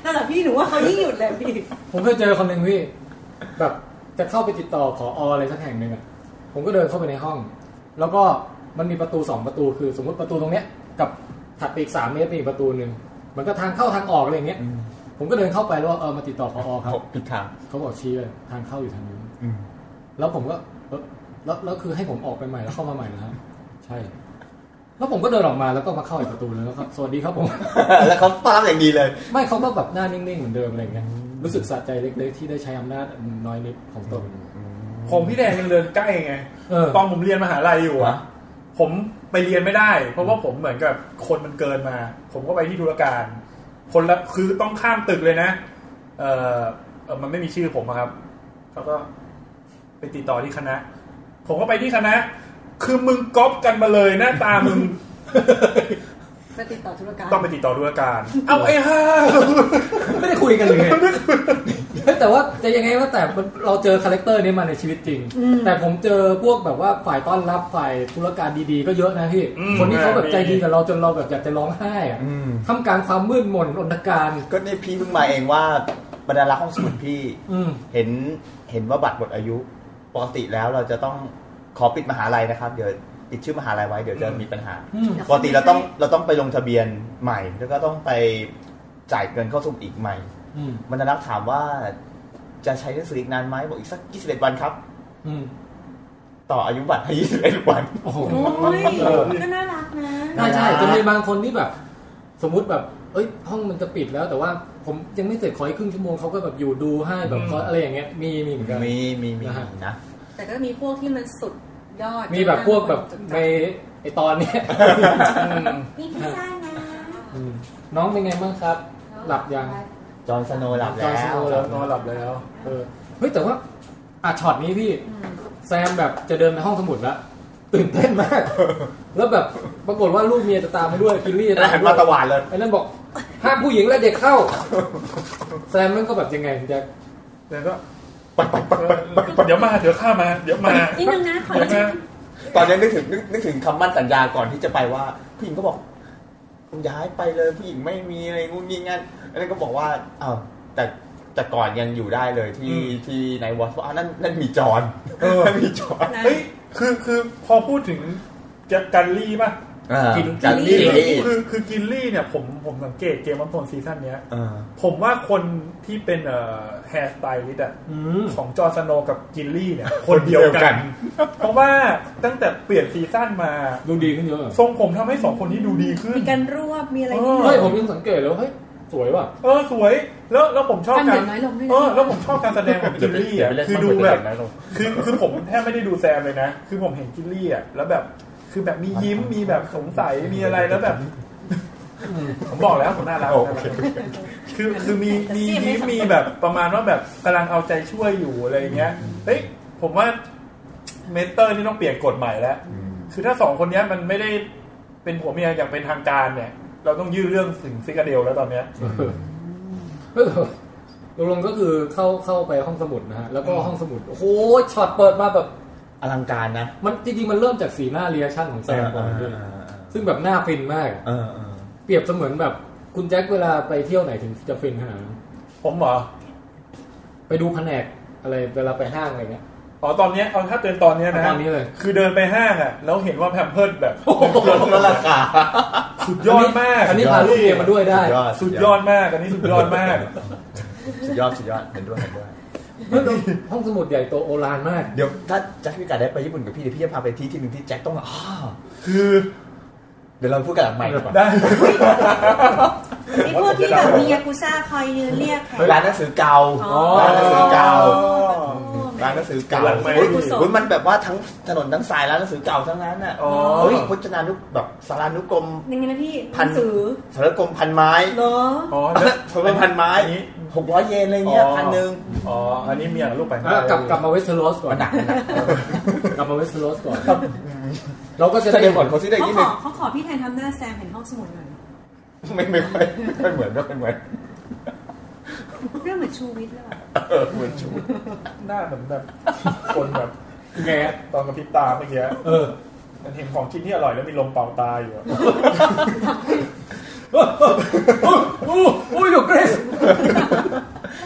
นั่นแหละพี่หนูว่าเขายิ่งหยุดเลยพี่ ผมเคยเจอคนหนึ่งพี่แบบจะเข้าไปติดต่อขออะไรสักแห่งหนึ่งอะผมก็เดินเข้าไปในห้อง แล้วก็มันมีประตูสองประตูคือ สมมติประตูตรงเนี้ย กับถัดไปอีกสามเมตรมีอีกประตูหนึ่งเหมือนก็ทางเข้าทางออกอะไรอย่างเงี้ย อืม ผมก็เดินเข้าไปแล้วว่าเออมาติดต่อพอครับ ผมผิดทาง เขาบอกชี้เลยทางเข้าอยู่ทางนู้น อืม แล้วผมก็เอ๊ะแล้วแล้วคือให้ผมออกไปใหม่แล้วเข้ามาใหม่นะครับใช่ แล้วผมก็เดินออกมาแล้วก็มาเข้าอีกประตูนึงแล้วก็สวัสดีครับผม แล้วเขาต้อนรับอย่างดีเลย ไม่เขาก็แบบหน้านิ่งๆเหมือนเดิมอะไรเงี้ยรู้สึกสะใจเล็กๆที่ได้ใช้อำนาจอันน้อยนิดของตน ของพี่แดงยังเดินใกล้ไง เออ ตอนผมเรียนมหาลัยอยู่ วะ อะผมไปเรียนไม่ได้ เพราะว่าผมเหมือนกับคนมันเกินมา ผมก็ไปที่ธุรการ คนละคือต้องข้ามตึกเลยนะ เออเอ่อมันไม่มีชื่อผมอะครับเขาก็ไปติดต่อที่คณะ ผมก็ไปที่คณะ คือมึงก๊อปกันมาเลยหน้าตา มึง ไปติดต่อธุรการ ต้องไปติดต่อธุรการ เอาไอ้ห่า ไม่ได้คุยกัน เลยไงเฮ้ยแต่ว่าจะยังไงว่าแต่มันเราเจอคาแรคเตอร์นี้มาในชีวิตจริง แต่ผมเจอพวกแบบว่าฝ่ายต้อนรับฝ่ายธุรการดีๆ ก็เยอะนะพี่ อืม คนที่เขาแบบใจดีกับเราจนเราแบบอยากจะร้องไห้อะ อืม ท่ามกลางความมืดมนอนตการ ก็นี่พี่เพิ่งมาเองว่าบรรดาลักษ์ห้องสมุดพี่ อืม เห็นเห็นว่าบัตรหมดอายุปกติแล้วเราจะต้องขอปิดมหาลัยนะครับ เดี๋ยวติดชื่อมหาลัยไว้เดี๋ยวจะมีปัญหา อืม ปกติเราต้องเราต้องไปลงทะเบียนใหม่ แล้วก็ต้องไปจ่ายเงินเข้าสมุดอีกใหม่ อืม บรรดาลักษ์ถามว่าจะใช้หนังสืออีกนานไหมบอกอีกสัก21วันครับ อืม ต่ออายุบัตรให้21วัน โอ้โห โอ้ย เออ ก็น่ารักนะ ใช่ใช่ น่ารัก จะมีบางคนที่แบบ สมมุติแบบ เอ้ย ห้องมันจะปิดแล้ว แต่ว่าผมยังไม่เสร็จขออีกครึ่งชั่วโมงเขาก็แบบอยู่ดูให้แบบขออะไรอย่างเงี้ยมีมีเหมือนกัน มีมีมี นะฮะ นะ แต่ก็มีพวกที่มันสุดยอด มีแบบพวกแบบในไอตอนเนี้ย นี่พิซซ่านะ อืมน้องเป็นไงบ้างครับ หลับยัง จอห์นสโนว์หลับ จ แล้ อห์นส ว โนว์แล้ว นอนหลับแล้ว เออเฮ้ยแต่ว่าอ่ะช็อตนี้พี่ อืม แซมแบบจะเดินไปห้องสมุดละตื่นเต้นมาก แล้วแบบปรากฏว่าลูกเมียจะตามไปด้วยกิลลี่จะ แล้ว ตามไปด้วยหันมาตะหวานเลย ไอ้นั่นบอกห้ามผู้หญิงและเด็กเข้า แซมมันก็แบบยังไงถึงจะ แล้วก็เดี๋ยวมา เดี๋ยวข้ามา เดี๋ยวมา นิดนึงนะขอนิดนึง ตอนนี้นึกถึงนึกนึกถึงคำมั่นสัญญาก่อนที่จะไปว่าผู้หญิงก็บอกคุณย้ายไปเลยผู้หญิงไม่มีอะไรงุนงิงงั้นอันนั้นก็บอกว่าอ้าวแต่แต่ก่อนยังอยู่ได้เลยที่ อืม ที่ในวอทว่าอ้าวนั่นนั่นมีจอนนั่นมีจอน นะ เฮ้ย คือ คือ พอพูดถึงจะกันลี่ป่ะ กิน จันนี่ กิน นี่ คือ คือกินลี่เนี่ย ผม ผมสังเกตเกมวันพลซีซั่นเนี้ย เออ ผมว่าคนที่เป็นเอ่อแฮร์สไตลิสต์อะ อืม ของจอร์นสโนว์กับกินลี่เนี่ย คนเดียวกัน เพราะว่าตั้งแต่เปลี่ยนซีซั่นมา ดูดีขึ้นเยอะเหรอ ทรงผมทำให้สองคนนี้ดูดีขึ้น มีการรวบมีอะไรนิด เฮ้ย นึ ผม ง ยังสังเกตเลยว่าเฮ้ยสวยว่ะ เออ สวย แล้ว แล้วผมชอบ ฟันเหลือการ น้อยลงด้วยนะ เออ แล้วผมชอบการแสดงของกิ เดี๋ยวน ไป ลี่ เดี๋ยว อะ ไปเล่น คือ มัน ดู เหมือน แบ จะเห็บนนะลูก คือคือผมแทบไม่ได้ดูแซมเลยนะ คือผมเห็นกิลลี่อ่ะ แล้วแบบ คือแบบมียิ้ม มีแบบสงสัย มีอะไร แล้วแบบ ผมบอกแล้วผมน่ารัก โอเค คือคือมีมียิ้ม มีแบบประมาณว่าแบบกำลังเอาใจช่วยอยู่อะไรอย่างเงี้ย เฮ้ย ผมว่าเมนเตอร์นี่ต้องเปลี่ยนกฎใหม่แล้ว คือถ้าสองคนเนี้ยมันไม่ได้เป็นผัวเมียอย่างเป็นทางการเนี่ย เราต้องยื่นเรื่องถึงซิกาเดลแล้วตอนเนี้ย เออตกลงก็คือเข้าเข้าไปห้องสมุดนะฮะ แล้วก็ห้องสมุด โอ้โหช็อตเปิดมาแบบ อลังการนะ มันจริงๆมันเริ่มจากสีหน้าเรียชั่นของแซมก่อนด้วยนะซึ่งแบบหน้าฟินมาก เออเออ เปรียบเสมือนแบบคุณแจ็คเวลาไปเที่ยวไหนถึงจะฟินขนาดนั้น ผมเหรอ ไปดูแผนกอะไรเวลาไปห้างอะไรเงี้ย อ๋อตอนเนี้ยเอาถ้าเป็นตอนเนี้ยนะ ตอนนี้เลย คือเดินไปห้างอ่ะ แล้วเห็นว่าแพมเพิร์ดแบบ แล้วราคา สุดยอดมาก อันนี้พาลูกเมียมาด้วยได้ สุ สุ ด ด ย ย อ อ ด ดมาก อันนี้สุดยอดมาก สุดยอดสุดยอดเห็นด้วยเห็นด้วย ห้องสมุดใหญ่โตโอฬารมาก เดี๋ยวถ้าแจ็คมีโอกาสได้ไปญี่ปุ่นกับพี่เดี๋ยวพี่จะพาไปที่ที่หนึ่งที่แจ็คต้องแบบอ้า คือ เดี๋ยวเราพูดกันหลังใหม่ดีกว่า ได้ ไอ้พวกที่แบบมียากุซ่าคอยยืนเรียกแขก ร้านหนังสือเก่า อ๋อ ร้านหนังสือเก่า โอ้แห ร้าน ม หนังสือเก่า หลังใหม่ เฮ้ย กุศล คุณมันแบบว่าทั้งถนนทั้งสายร้านหนังสือเก่าทั้งนั้นอ่ะ อ๋อ เฮ้ยพจนานุแบบสารานุกรม ยังไงนะพี่ห พั นั น งสือ สารกรมพันไม้ เหรอ อ๋อแล้ว สารกรมพันไม้ อันี้ หกร้อยเยนอะไรเงี้ยพันหนึ่ง อ๋อ อันนี้เมียกับลูกไปไม่ อ่ะ ได้ กลับกลับมาเวสเทอร์โรสก่อน มันหนักมันหนัก กลับมาเวสเทอร์โรสก่อน เราก็จะ แส ได้ ดงก่อนเขาซิได้ เขา ยี่ ข หนึ่ อง เขาขอพี่แทนทำหน้าแซมเห็นห้องสมุดหน่อย ไม่ไม่ค่อยไม่ค่อยเหมือนไม่ค่อยเหมือน เรื่องเหมือนชูวิทย์เลยว่ะ เออเหมือนชู หน้าเหมือนแบบคนแบบแงะตอนกระพริบตาเมื่อกี้ เออ มันเห็นของชิ้นที่อร่อยแล้วมีลมเป่าตาอยู่อะ โอ้โอ้ยเดี๋ยวเกรส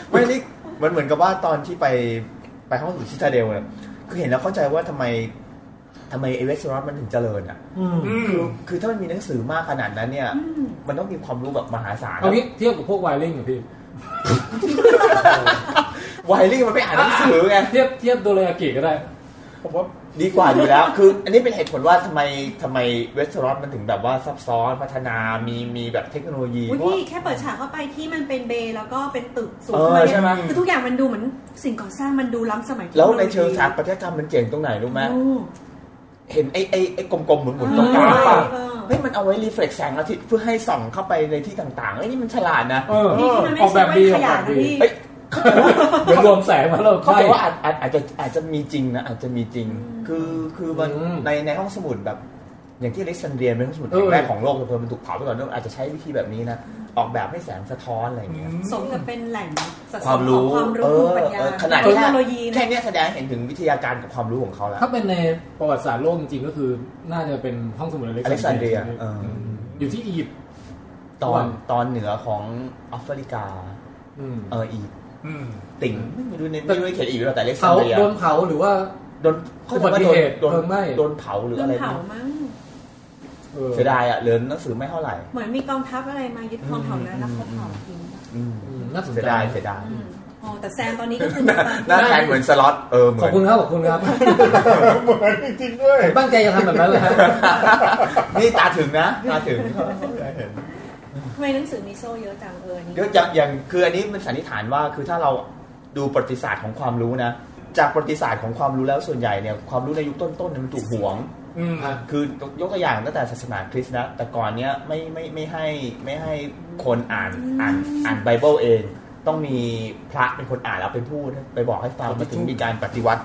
ไม่นี่มันเหมือนกับว่าตอนที่ไปไปห้องสุดชิตาเดลเนี่ยคือเห็นแล้วเข้าใจว่าทำไมทำไมไอเวสต์รัมันถึงเจริญอ่ะ อืม อืม คือถ้ามันมีหนังสือมากขนาดนั้นเนี่ย อืม มันต้องมีความรู้แบบมหาศาล เอางี้เทียบกับพวกไวริงอ่ะพี่ ไวลิ่งมันไม่อ่านหนังสือไง เทียบเทียบโดเรยากิก็ได้ ผมว่า ดีกว่าอยู่แล้ว คืออันนี้เป็นเหตุผลว่าทำไมทำไมเวสต์รอมันถึงแบบว่าซับซ้อนพัฒนา มีมีแบบเทคโนโลยี อุ๊ย เพราะ พี่ ว่า แค่เปิดฉากเข้าไปที่มันเป็นเบย์แล้วก็เป็นตึกสูง เออ ขึ้นมาเนี่ ใช่ ย ไหม คือทุกอย่างมันดูเหมือนสิ่งก่อสร้างมันดูล้ำสมัย แล้วในเชิงสถาปัตยกรรมมันเจ๋งตรงไหนรู้ไหม โอ้ เห็นไอ้ไอ้ไอ้กลมๆหมุนๆตรงกลาง ปะ เออ เฮ้ยมันเอาไว้รีเฟล็กแสงอาทิตย์เพื่อให้ส่องเข้าไปในที่ต่างๆไอ้ยนี่มันฉลาดนะ เออ นี่ที่มันไม่ ออกแบบดีออก ใช่ แบบดี ว่าขยะนะพี่ เฮ้ย เดี๋ยวรวมแสงมาเรา เขา ใช่ บอกว่าอาจอาจอาจจะอาจจะมีจริงนะอาจจะมีจริง อืม คือคือมัน อืม ในในห้องสมุดแบบ อย่างที่อเล็กซานเดรียเป็นห้องสมุด เออ แรกของโลกแต่เพิ่มมันถูกเผาไปก่อนเรื่องอาจจะใช้วิธีแบบนี้นะออกแบบให้แสงสะท้อนอะไรอย่างเงี้ย สมกับเป็นแหล่งสะสมขคอวาม ง รู้ ความ เอ รู้ภู อ มิปัญญา เออขนาด เทคโนโลยี แค่เนี้ยแสดงให้เห็นถึงวิทยาการกับความรู้ของเขาแล้ว ถ้าเป็นในประวัติศาสตร์โลกจริงๆก็คือน่าจะเป็นห้องสมุดอเล็กซานเดรีย อเล็กซานเดรียเอออื มอยู่ที่อียิปต์ ตอน วัน ตอนเหนือของแอฟริกา อืม เอออีก อืม ติ่งไม่รู้ในไม่รู้ในเขตอีกหรือเปล่าแต่เล็กซา เผาน เดรีย โดนเผาหรือว่า โดนเขาบอกว่า อุ โด บัติ น เหตุ โดน เพลิงไหม้ โดนเผาหรือ เรื่อ อะไร งเผามั้ง เออ เสียดายอ่ะเหลือหนังสือไม่เท่าไหร่ เหมือนมีกองทัพอะไรมายึดครองแถวนั้นแล้วเขาเผาทิ้ง อืม อืมน่าสนใจ เสียดายเสียดาย อืมอ๋อแต่แซมตอนนี้ก็คือมีความ หน้าแทนเหมือนสล็อตเออเหมื ขอ อบ น คุณครับขอบคุณครับ เหมือนจริงๆด้วย ผมตั้งใจจะทำแบบนั้นเลยฮะ นี่ตาถึง นะตาถึง ทำไมหนังสือมีโซ่เยอะจังเอออันนี่ เดี๋ยวอย่างอย่างคืออันนี้มันสันนิษฐานว่าคือถ้าเราดูประวัติศาสตร์ของความรู้นะ จากประวัติศาสตร์ของความรู้แล้วส่วนใหญ่เนี่ยความรู้ในยุคต้นๆเนี่ยมันถูกหวง อืม คือยกตัวอย่างตั้งแต่ศาสนาคริสต์นะ แต่ก่อนเนี้ยไม่ไม่ไม่ให้ไม่ให้คนอ่านอ่านอ่านไบเบิลเอง ต้องมีพระเป็นคนอ่านแล้วเป็นผู้ไปบอกให้ฟังมาถึงมีการปฏิวัติ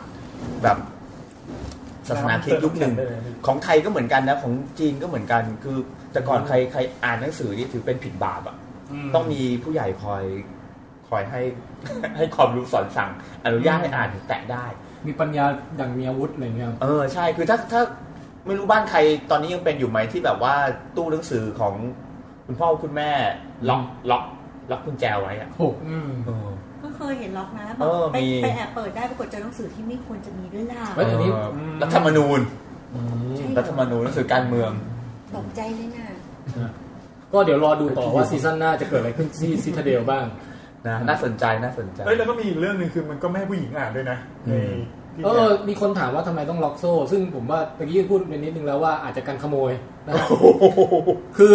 แบบศาสนาคริสต์ยุคหนึ่ง ของไทยก็เหมือนกันนะ ของจีนก็เหมือนกัน คือแต่ก่อนใครใครอ่านหนังสือนี่ถือเป็นผิดบาปอ่ะ ต้องมีผู้ใหญ่คอยคอยให้ ให้ความรู้สอนสั่ง อนุญาตให้อ่านถึงแตะได้ มีปัญญาอย่างมีอาวุธอะไรเงี้ย เออใช่คือถ้าถ้าไม่รู้บ้านใครตอนนี้ยังเป็นอยู่ไหมที่แบบว่าตู้หนังสือของคุณพ่อคุณแม่ล็อกล็อกล็อกกุญแจไว้อะ โอ้ อืม เออ ก็เคยเห็นล็อกนะบ เอ อก อ ไป มี ไปแอบเปิดได้ปรากฏเจอหนังสือที่ไม่ควรจะมีด้วยล่ะ เฮ้ยอันนี้ เรัฐธรรมนูญ ใช่ รัฐธรรมนูญหนังสือการเมือง ตกใจเลยน่ะ ก็เดี๋ยวรอดูต่อว่าซีซั่นหน้าจะเกิดอะไรขึ้น ที่ซิทาเดลบ้าง นะน่าสนใจน่าสนใจ เอ้ยแล้วก็มีอีกเรื่องหนึ่งคือมันก็ไม่ให้ผู้หญิงอ่านด้วยนะ อืม ในที่ เอ นี่อยมีคนถามว่าทำไมต้องล็อกโซ่ ซึ่งผมว่าเมื่อกี้พูดไปนิดนึงแล้วว่าอาจจะกันขโมยนะ คือ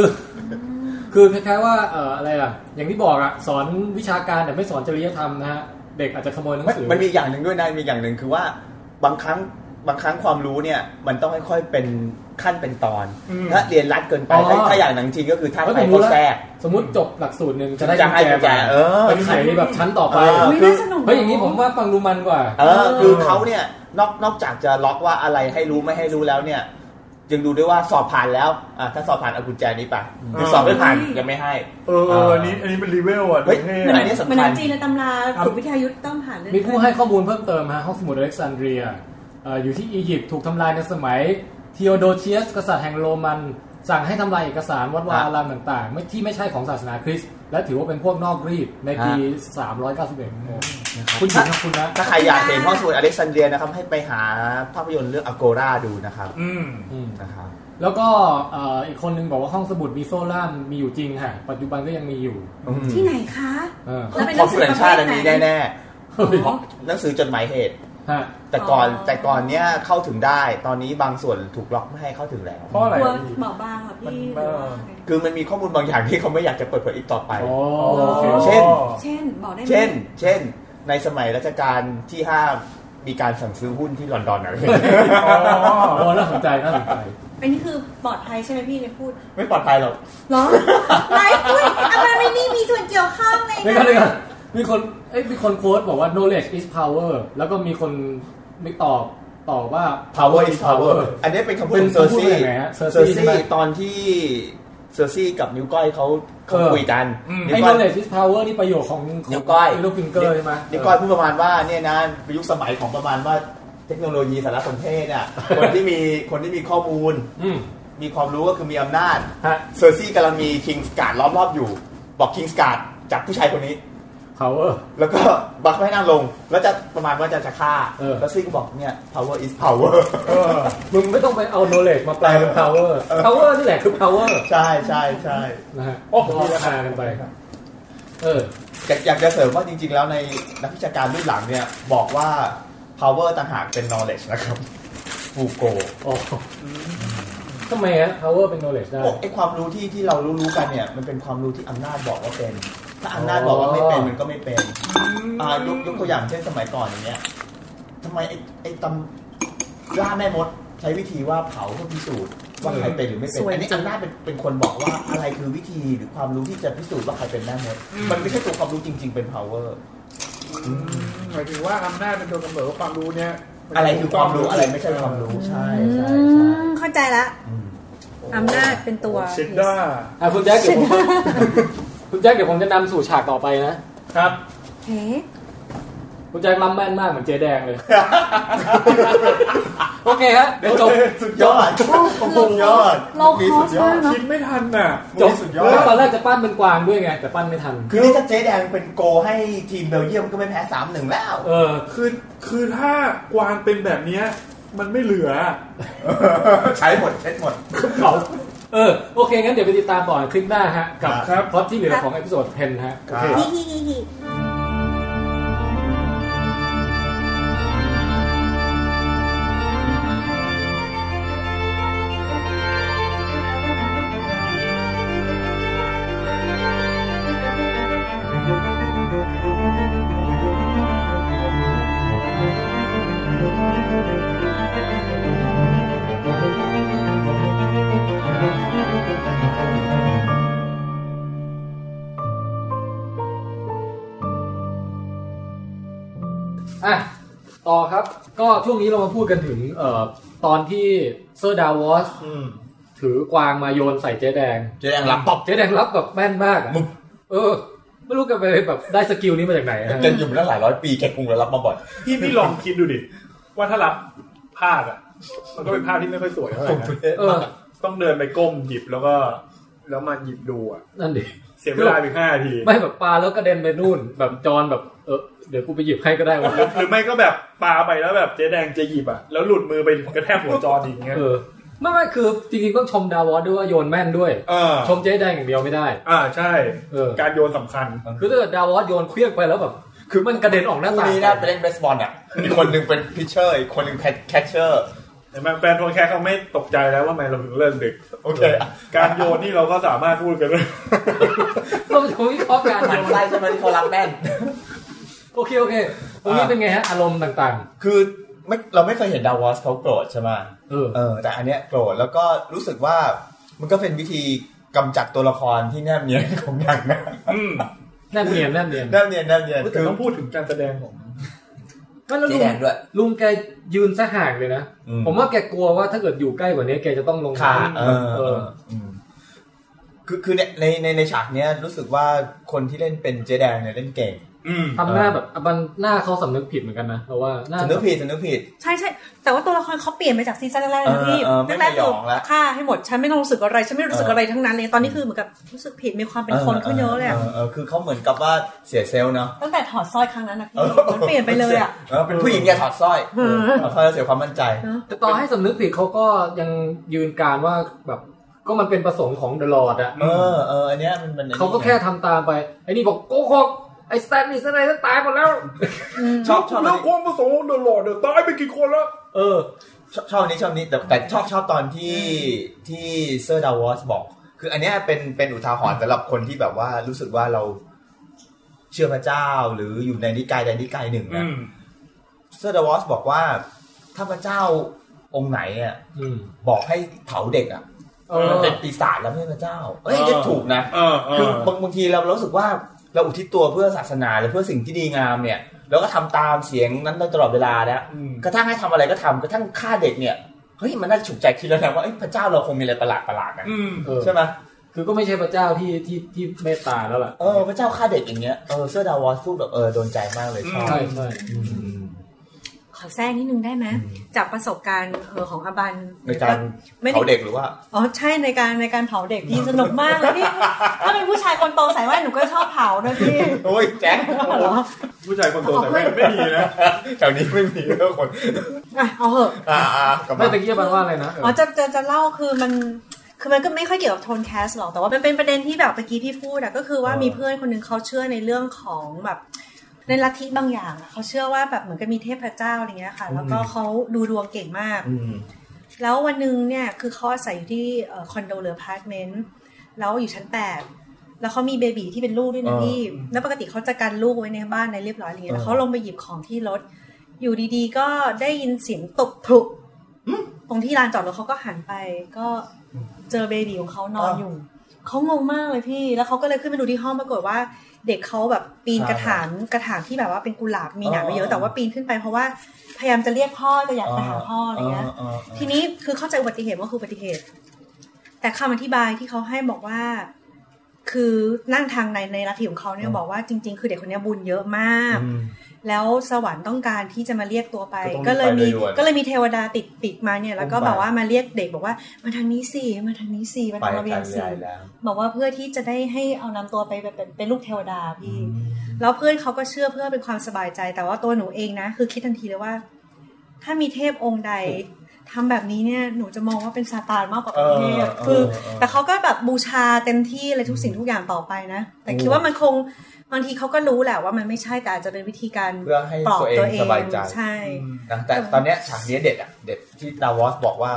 คือคล้ายๆว่าเอ่ออะไรอ่ะ อย่างที่บอกอ่ะ สอนวิชาการแต่ไม่สอนจริยธรรมนะฮะ เด็กอาจจะขโมยหนัง มัน สือ มันมีอย่างหนึ่งด้วยนะมีอย่างหนึ่งคือว่าบางครั้งบางครั้งความรู้เนี่ย มันต้องค่อยๆเป็นขั้นเป็นตอน อืม ถ้าเรียนรัดเกินไป อ๋อ ถ้าถ้าอย่างหนังจีนก็คือถ้า เฮ้ย ไป ผม ก็ รู้แล้ว แทรก สมมติจบหลักสูตรหนึ่งจะได้ จะให้กุญแจ มา เออ ไปไขแบบชั้นต่อไป เออ อุ้ยน่าสนุก เฮ้ยอย่างนี้ผมว่าฟังดูมันกว่า เออคือเขาเนี่ยนอกนอกจากจะล็อกว่าอะไรให้รู้ไม่ให้รู้แล้วเนี่ยยังดูด้วยว่าสอบผ่านแล้วอ่ะถ้าสอบผ่านเอากุญแจนี้ไปคือสอบไม่ผ่านยังไม่ให้ เออเอออันนี้อันนี้เป็นรีเวลอ่ะ เฮ้ย ดูท่ อันนี้สำคัญ เหมือนหนังจีนในตำราฝึกวิทยายุทธต้องผ่านเรื่อง มีผู้ให้ข้อมูลเพิ่มเติมฮะห้องสมุดอเล็กซานเดรียเอ่ออยู่ที่อียิปต์ถูกทำลายในสมัยเทีโอโดเชียส กษัตริย์แห่งโรมัน สั่งให้ทำลายเอกสารวัดวา ฮะ อารามต่างๆไม่ที่ไม่ใช่ของศาสนาคริสต์และถือว่าเป็นพวกนอกรีดในปี 391 คุณหญิงขฮะอบคุณนะ ถ้าใครอยากเห็นห้องสมุดอเล็กซานเดรียนะครับให้ไปหาภาพยนตร์เรื่องอโกราดูนะครับ อืม อืม นะครับ แล้วก็เอ่ออีกคนนึงบอกว่าห้องสมุดมีโซล่ามมีอยู่จริงฮะปัจจุบันก็ยังมีอยู่ ที่ไหนคะ เออ แล้วเป็นห ข นั อง งสื ผู้ อ แห่งชาติอันปนี้ระเภทไหน แน่ เฮ้ย อ๋อ ๆหนังสือจดหมายเหตุ ฮะ แต่ก่อน อ๋อ แต่ก่อนเนี้ยเข้าถึงได้ตอนนี้บางส่วนถูกล็อกไม่ให้เข้าถึงแล้ว เพราะอะไร กลัว อ่ะพี่ เบาบางเหรอพี่ห มัน รือว่าไง คือมันมีข้อมูลบางอย่างที่เขาไม่อยากจะเปิดเผยอีกต่อไป อ๋อ โอ โอเค ค เช่น เช่นบอกได้ไหม เช่น เช่น ในสมัยรัชกาลที่ห้ามีการสั่งซื้อหุ้นที่ลอนดอนอะไรอย่างเงี้ย อ๋อ อ๋อน่าสนใจน่าสนใจ อันนี้คือปลอดภัยใช่ไหมพี่เนี่ยพูด ไม่ปลอดภัยหรอก เหรอไลฟ์ด้วยอะไรไม่นี่มีส่วนเกี่ยวข้องใน เดี๋ยวก่อนเดี๋ยวก่อนมีคนเอ้ยมีคนโค้ดบอกว่า knowledge is power แล้วก็มีคนมีตอบ ต่อว่า power is power อันนี้เป็นคำพูด เป็น ของเซอร์ คำพูด ซี่ แบบไหนฮะ เซ เซ อ อร์ ร์ ซี่ใช่ ซี่ ไหม ตอนที่เซอร์ซี่กับนิ้วก้อยเขาเขา เออ คุยกัน ไอ้ นิ้วก้อย knowledge is power นี่ประโยคของ นิ้วก้อย ลูกฟิงเกอร์ใช่ไหม นิ้วก้อยพูดประมาณว่าเนี่ยนะยุคสมัยของประมาณว่าเทคโนโลยีสารสนเทศอ่ะ คนที่มีคนที่มีข้อมูล อืม มีความรู้ก็คือมีอำนาจ ฮะ เซอร์ซี่กำลังมีคิงสการ์ดล้อมรอบอยู่ บอกคิงสการ์ดจับผู้ชายคนนี้ power แล้วก็ บักให้นั่งลง แล้วจะประมาณว่าจะจะฆ่า เออ แล้วซี่ก็บอกเนี่ย power is power เออมึงไม่ต้องไปเอา knowledge มาแปลเป็น power power นี่แหละคือ power ใช่ใช่ใช่ นะฮะ โอ้ โอ้ โห โหราคากันไปเออ อยากอยากจะเสริมว่าจริง ๆ แล้วในนักวิชาการรุ่นหลังเนี่ย บอกว่า power ต่างหากเป็น knowledge นะครับฟูโก อ๋อทำไมฮะ power เป็น knowledge ได้ บอกไอ้ความรู้ที่ที่เรารู้รู้ๆกันเนี่ย มันเป็นความรู้ที่อำนาจบอกว่าเป็น ถ้าอำนาจบอกว่าไม่เป็นมันก็ไม่เป็น อ่ายกยกตัวอย่างเช่นสมัยก่อนอย่างเงี้ยทำไมไอ้ไอ้ตำล่าแม่มด ใช้วิธีว่าเผาเพื่อพิสูจน์ว่าใครเป็นหรือไม่เป็น สวย อันนี้ จริง อำนาจเป็นเป็นคนบอกว่าอะไรคือวิธีหรือความรู้ที่จะพิสูจน์ว่าใครเป็นแม่มด อืม มันไม่ใช่ตัวความรู้จริง ๆ เป็น power หมายถึงว่าอำนาจเป็นตัวกำหนดว่าความรู้เนี่ยมัน อะไรคือความรู้อะไรไม่ใช่ความรู้ใช่ใช่ใช่ อืมเข้าใจละ อืม อำนาจเป็นตัว เช็ดด้า อ่ะคุณแจ็คเดี๋ยวผม คุณแจ็คเดี๋ยวผมจะนำสู่ฉากต่อไปนะ ครับ เฮ้ คุณแจ็คล้ำแม่นมากเหมือนเจ๊แดงเลย โอเคฮะเดี๋ยวจบ สุดยอดโอ้โหยอด เรา มี คอ สุ ส ดยอ มาก ด เนาะ คิดไม่ทันน่ะ จบ มีสุดยอ แล้วตอน ด แรกจะปั้นเป็นกวางด้วยไง แต่ปั้นไม่ทัน คือนี่ถ้าเจ๊แดงเป็นโกให้ทีมเบลเยียมก็ไม่แพ้สามหนึ่งแล้ว เออ คือคือถ้ากวางเป็นแบบเนี้ยมันไม่เหลือ ใช้หมดเช็ดหมด เขาเออ โอเค งั้นเดี๋ยวไปติดตามต่อในคลิปหน้าฮะ กับ ครับ พล็อตที่เหลือของเอพิโซด10ฮะ ครับ ฮิฮิฮิฮิ อ่ะ ต่อครับ ก็ช่วงนี้เรามาพูดกันถึง เอ่อ ตอนที่เซอร์ดาวอสถือกวางมาโยนใส่เจ๊แดง เจ๊แดงรับป๊อป เจ๊แดงรับแบบแม่นมากอะ มึง เออ ไม่รู้แกันไปแบบได้สกิลนี้มาจากไหนอะฮะ เล่นอยู่มาตั้งหลายร้อยปีแกคงจะรับมาบ่อย พี่พี่ลองคิดดูดิ ว่าถ้ารับภาพอ่ะ มันก็เป็นภาพที่ไม่ค่อยสวยเท่าไหร่นะ เออ ต้องเดินไปก้มหยิบแล้วก็ แล้วมาหยิบดูอ่ะ นั่นดิ เสียเวลาอีกห้านาที ไม่แบบปลาแล้วกระเด็นไปนู่น แบบจอนแบบเออเดี๋ยวกูไปหยิบให้ก็ได้วะ หรือหรือไม่ก็แบบปาไปแล้วแบบเจ๊แดงจะหยิบอ่ะ แล้วหลุดมือไปกระแทกหัวจออีกเงี้ย เออไม่ไม่คือจริงๆต้องชมดาวอสด้วยว่าโยนแม่นด้วย เออ ชมเจ๊แดงอย่างเดียวไม่ได้ อ่าใช่ เออ การโยนสำคัญ คือถ้าเกิดดาวอสโยนเคลี้ยงไปแล้วแบบ คือมันกระเด็นออกหน้า คู่ ต่าง นี้นะไปเล่นเบสบอลอ่ะ มีคนหนึ่งเป็นพิชเชอร์อีกคนหนึ่งแคชเชอร์ เห็นไหมแฟนโทรแคสเขาไม่ตกใจแล้วว่าทำไมเราถึงเริ่มดึก โอเค การโยนนี่เราก็สามารถพูด กันได้ เราจะวิเคราะห์การ ห โย มัน น ไส้ใช่ไหมที่เขารับแน่น โอเคโอเคตรงนี้ อ่า เป็นไงฮะอารมณ์ต่าง คือไม่เราไม่เคยเห็นดาวอสเขาโกรธใช่ไหม ๆ เออ เออ แต่อันเนี้ยโกรธแล้วก็รู้สึกว่ามันก็เป็นวิธีกำจัดตัวละครที่แนบเนียนของหนังนะ อืม แน่นเนียนแน่นเนียน แนบเนียนแนบเนียน แต่ คือ ต้องพูดถึงการแสดงของ ไม่แล้วลุง เจ๊แดงด้วย ลุงแกยืนซะห่างเลยนะ อืม ผมว่าแกกลัวว่าถ้าเกิดอยู่ใกล้กว่านี้แกจะต้องลง ขา น้ำ เออ เออ อืมคือคือเนี่ยในในในฉากเนี้ยรู้สึกว่าคนที่เล่นเป็นเจแดงเนี่ยเล่นเก่ง อืม ทำหน้าแบบมันหน้าเขาสำนึกผิดเหมือนกันนะเพราะว่าหน้า สนุกผิดสนุกผิด ใช่ใช่แต่ว่าตัวละครเขาเปลี่ยนไปจากซีซั่นแรกๆนะ เออ พี่ เออไม่ แรก ไม่หยองละ ฆ่าให้หมดฉันไม่ต้องรู้สึกอะไรฉันไม่รู้สึกอะไรทั้งนั้นเลยตอนนี้คือเหมือนกับรู้สึกผิดมีความเป็นคนขึ้นเยอะเลยอะ เออคือเขาเหมือนกับว่าเสียเซลล์เนาะ ตั้งแต่ถอดสร้อยครั้งนั้นนะพี่มันเปลี่ยนไปเลยอะ เเป็นผู้หญิงเนี่ยถอดสร้อย เออ ถอดสร้อยแล้วเสียความมั่นใจ เนอะ แต่ต่อให้สำนึกผิดเขาก็ยังยืนการว่าแบบก็มันเป็นประสงค์ของเดลอดอะ เออเอออันเนี้ยมันมัน เขาก็แค่ทำตามไป ไอ้นี่บอกโกหกไอ้สแตนนี่สแตนตายหมดแล้ว ชอบชอบ แล้วความประสงค์ของเดอะหลอดเนี่ยตายไปกี่คนแล้ว เออ ชอบชอบอันนี้ชอบอันนี้แต่แต่ชอบชอบตอนที่ที่เซอร์ดาวอสบอก คืออันเนี้ยเป็นเป็นอุทาหรณ์สำหรับคนที่แบบว่ารู้สึกว่าเราเชื่อพระเจ้าหรืออยู่ในนิกายใดนิกายหนึ่ง อื นะ ม เซอร์ดาวอสบอกว่า ถ้าพระเจ้าองค์ไหนอ่ะ อืม บอกให้เผาเด็กอ่ะ เออ มันเป็นปีศาจแล้วไม่ใช่พระเจ้าเอ้ยเนี่ยถูกนะ เออเอ คือ อ บางบางทีเรารู้สึกว่าเราอุทิศตัวเพื่อศาสนาหรือเพื่อสิ่งที่ดีงามเนี่ย แล้วก็ทำตามเสียงนั้นได้ตลอดเวลานะ อืม กระทั่งให้ทำอะไรก็ทำกระทั่งฆ่าเด็กเนี่ยเฮ้ยมันน่าจะฉุกใจคิดแล้วนะว่าเอ้ยพระเจ้าเราคงมีอะไรประหลาดประหลาดๆนะ อืม เออ ใช่ไหม คือก็ไม่ใช่พระเจ้าที่ที่ที่เมตตาแล้วล่ะ เออพระเจ้าฆ่าเด็กอย่างเงี้ยเออเสื้อดาววอสพูดแบบเออโดนใจมากเลยชอบ ใช่ใช่ ขอแทรกนิดนึงได้ไหมจากประสบการณ์เออของอาบัน ในการ ไม่ได้ เผาเด็กหรือว่า อ๋อใช่ในการในการเผาเด็ก พี่สนุกมากเลยพี่ถ้าเป็นผู้ชายคนโตใส่ว่าหนูก็ชอบเผาด้วยพี่ โอ้ยแจ็ค เหรอ ผู้ชายคนโตแต่ไม่ไม่ดีนะ แถวนี้ไม่มีเรื่องคน อ่ะเอาเหอะ อ่าอ่ากลับ ไม่ มา ตะกี้บันว่าอะไรนะเออ อ๋อจะจะจะเล่าคือมันคือมันก็ไม่ค่อยเกี่ยวกับโทนแคสหรอกแต่ว่ามันเป็นประเด็นที่แบบเมื่อกี้พี่พูดอะก็คือว่ามีเพื่อนคนหนึงเขาเชื่อในเรื่องของแบบในลัทธิบางอย่างอะเขาเชื่อว่าแบบเหมือนกับมีเทพเจ้าอะไรเงี้ยค่ะ แล้วก็เขาดูดวงเก่งมาก อืม แล้ววันหนึ่งเนี่ยคือเขาอาศัยอยู่ที่เอ่อคอนโดหรืออพาร์ตเมนต์แล้วอยู่ชั้นแปดแล้วเขามีเบบีที่เป็นลูกด้วยนะพี่แล้วปกติเขาจะกันลูกไว้ในบ้านในเรียบร้อยอะไรเงี้ยแล้วเขาลงไปหยิบของที่รถ อยู่ดีๆ ก็ได้ยินเสียงตกพลุตรงที่ลานจอดรถเขาก็หันไป ก็เจอเบบีของเขานอนอยู่เขางงมากเลยพี่ แล้วเขาก็เลยขึ้นไปดูที่ห้องปรากฏว่า เด็กเขาแบบปีนกระถางกระถางที่แบบว่าเป็นกุหลาบมีหนามเยอะแต่ว่าปีนขึ้นไปเพราะว่าพยายามจะเรียกพ่อจะอยากไปหาพ่ออะไรเงี้ย าา ทีนี้คือเข้าใจอุบัติเหตุว่าคืออุบัติเหตุ แต่คำอธิบายที่เขาให้บอกว่า คือนั่งทางในในลัทธิของเขาเนี่ยบอกว่าจริง ๆ คือเด็กคนเนี้ยบุญเยอะมาก อืม แล้วสวรรค์ต้องการที่จะมาเรียกตัวไป ก็ก็เลต้องยมี ไปโดยด่วน ก็เลยมีเทวดาติดติดมาเนี่ย แล้วก็ อุ้มไป แบบว่ามาเรียกเด็กบอกว่ามาทางนี้สิมาทางนี้สิมา ไป ทางระเบีย กั ง น สิ ใหญ่แล้ว บอกว่าเพื่อที่จะได้ให้เอานำตัวไปเป็นเป็นลูกเทวดาพี่ แล้วเพื่อนเขาก็เชื่อเพื่อเป็นความสบายใจแต่ว่าตัวหนูเองนะ คือคิดทันทีเลยว่า ถ้ามีเทพองค์ใดทำแบบนี้เนี่ยหนูจะมองว่าเป็นซาตานมากกว่าเป็นเทพคือ แต่เขาก็แบบบูชาเต็มที่เลยทุกสิ่งทุกอย่างต่อไปนะ แต่คิดว่ามันคงบางทีเขาก็รู้แหละว่ามันไม่ใช่แต่อาจจะเป็นวิธีการ เพื่อให้ ปลอบ ตัวเอง ตัวเอง สบายใจ ใช่ นะแต่ตอนเนี้ยฉากเนี้ยเด็ดอ่ะเด็ดที่ดาวอสบอกว่า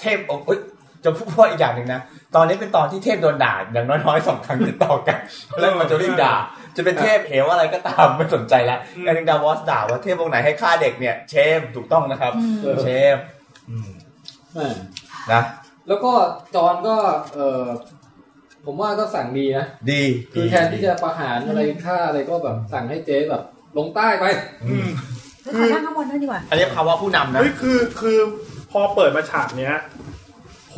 เทพองค์เอ้ยจะพูดว่าอีกอย่างหนึ่งนะตอนนี้เป็นตอนที่เทพโดนด่าอย่างน้อยๆสองครั้งติดต่อกันแล้วมันจะรีบด่า จะเป็นเทพเหวอะไรก็ตามไม่สนใจแล้ว อืม แต่หนึ่งดาวอสด่าว่าเทพองค์ไหนให้ฆ่าเด็กเนี่ย เชมถูกต้องนะครับ อืม เชมอืม แม่ นะ แล้วก็จอนก็เออผมว่าก็สั่งดีนะ ดี คือแทนที่จะประหารอะไรฆ่าอะไรก็แบบสั่งให้เจ๊แบบ ลงใต้ไป อืม ขอนั่งข้างบนนั่นดีกว่า อันนี้ภาวะผู้นำนะ เฮ้ยคือคือพอเปิดมาฉากเนี้ย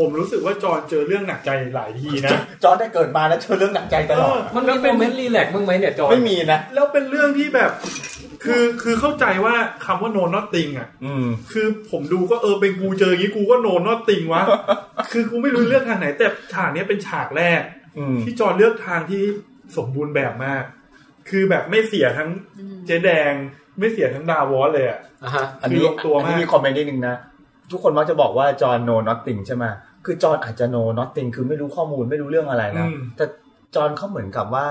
ผมรู้สึกว่าจอห์นเจอเรื่องหนักใจหลายทีนะ จอร์ดได้เกิดมาแล้วเจอเรื่องหนักใจตลอด มันมีโมเมนต์รีแลกซ์บ้างไหมเนี่ยจอน ไม่มีนะ แล้วเป็นเรื่องที่แบบ คือคือเข้าใจว่าคำว่าโนนอตติงอ่ะ อืม คือผมดูก็เออเป็นกูเจออย่างงี้กูก็โนนอตติงวะ คือกูไม่รู้เรื่องทางไหน แต่ฉากเนี้ยเป็นฉากแรก อืม ที่จอห์นเลือกทางที่สมบูรณ์แบบมาก คือแบบไม่เสียทั้ง อืม เจ๊แดง ไม่เสียทั้งดาวอสเลยอ่ะ อ่ะฮะ อันนี้ คือลงตัวมาก อันนี้มีคอมเมนต์นิดนึงนะ ทุกคนมักจะบอกว่าจอห์นโนนอตติงใช่ไหมคือจอห์นอาจจะโนนอตติงคือไม่รู้ข้อมูลไม่รู้เรื่องอะไรนะ อืม แต่จอห์นเขาเหมือนกับว่า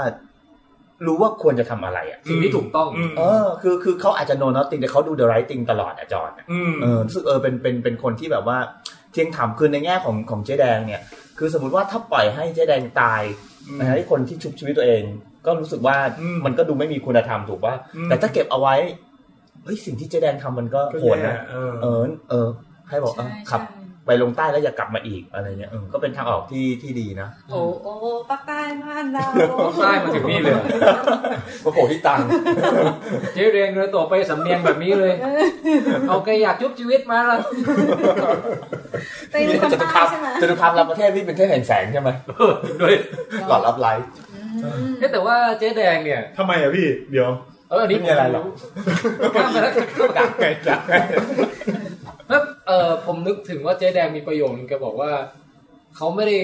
รู้ว่าควรจะทำอะไรอ่ะ สิ่งที่ถูกต้อง ม เออ คือคือเขาอาจจะโนนอตติงแต่เขาดูเดอะไรติงตลอดอะจอห์นอะ ม เออรู้สึกเออเป็นเป็นเป็นคนที่แบบว่าเที่ยงธรรมคือในแง่ของของเจ๊แดงเนี่ย คือสมมติว่าถ้าปล่อยให้เจ๊แดงตายในฐานะที่คนที่ชุบชีวิตตัวเอง ก็รู้สึกว่า อืม มันก็ดูไม่มีคุณธรรมถูกป่ะ อืม แต่ถ้าเก็บเอาไว้เฮ้ยสิ่งที่เจ๊แดงทำมันก็ ก็ โหด แย่ นะ เออ เออ เออ ให้บอกเออ ใช่ ขับ ใช่ ไปลงใต้แล้วอย่ากลับมาอีกอะไรเงี้ยเออก็เป็นทางออกที่ที่ดีนะ โอ้โอ้ปักใต้บ้านเรา ใต้มาถึงนี่เลย ก็โผล่ที่ตัง เจ๊เรียงเลยตัวไปสำเนียงแบบนี้เลย เอาแกอยากชุบชีวิตมาละ ไปเป็นคน จตุ ใต้ คาม ใช่ไหม จตุคามรับประเทศนี่เป็นเทพแห่งแสงใช่ไหม เออด้วย หลอดรับไลท์ อืม เอ๊ะแต่ว่าเจ๊แดงเนี่ย ทำไมอ่ะพี่ เดี๋ยว เอออันนี้ ไม่มีอะไรหรอก ข้ามไปแล้ว ดักไงดักไง แล้วเออผมนึกถึงว่าเจ๊แดงมีประโยคนึงแกบอกว่า เขาไม่ได้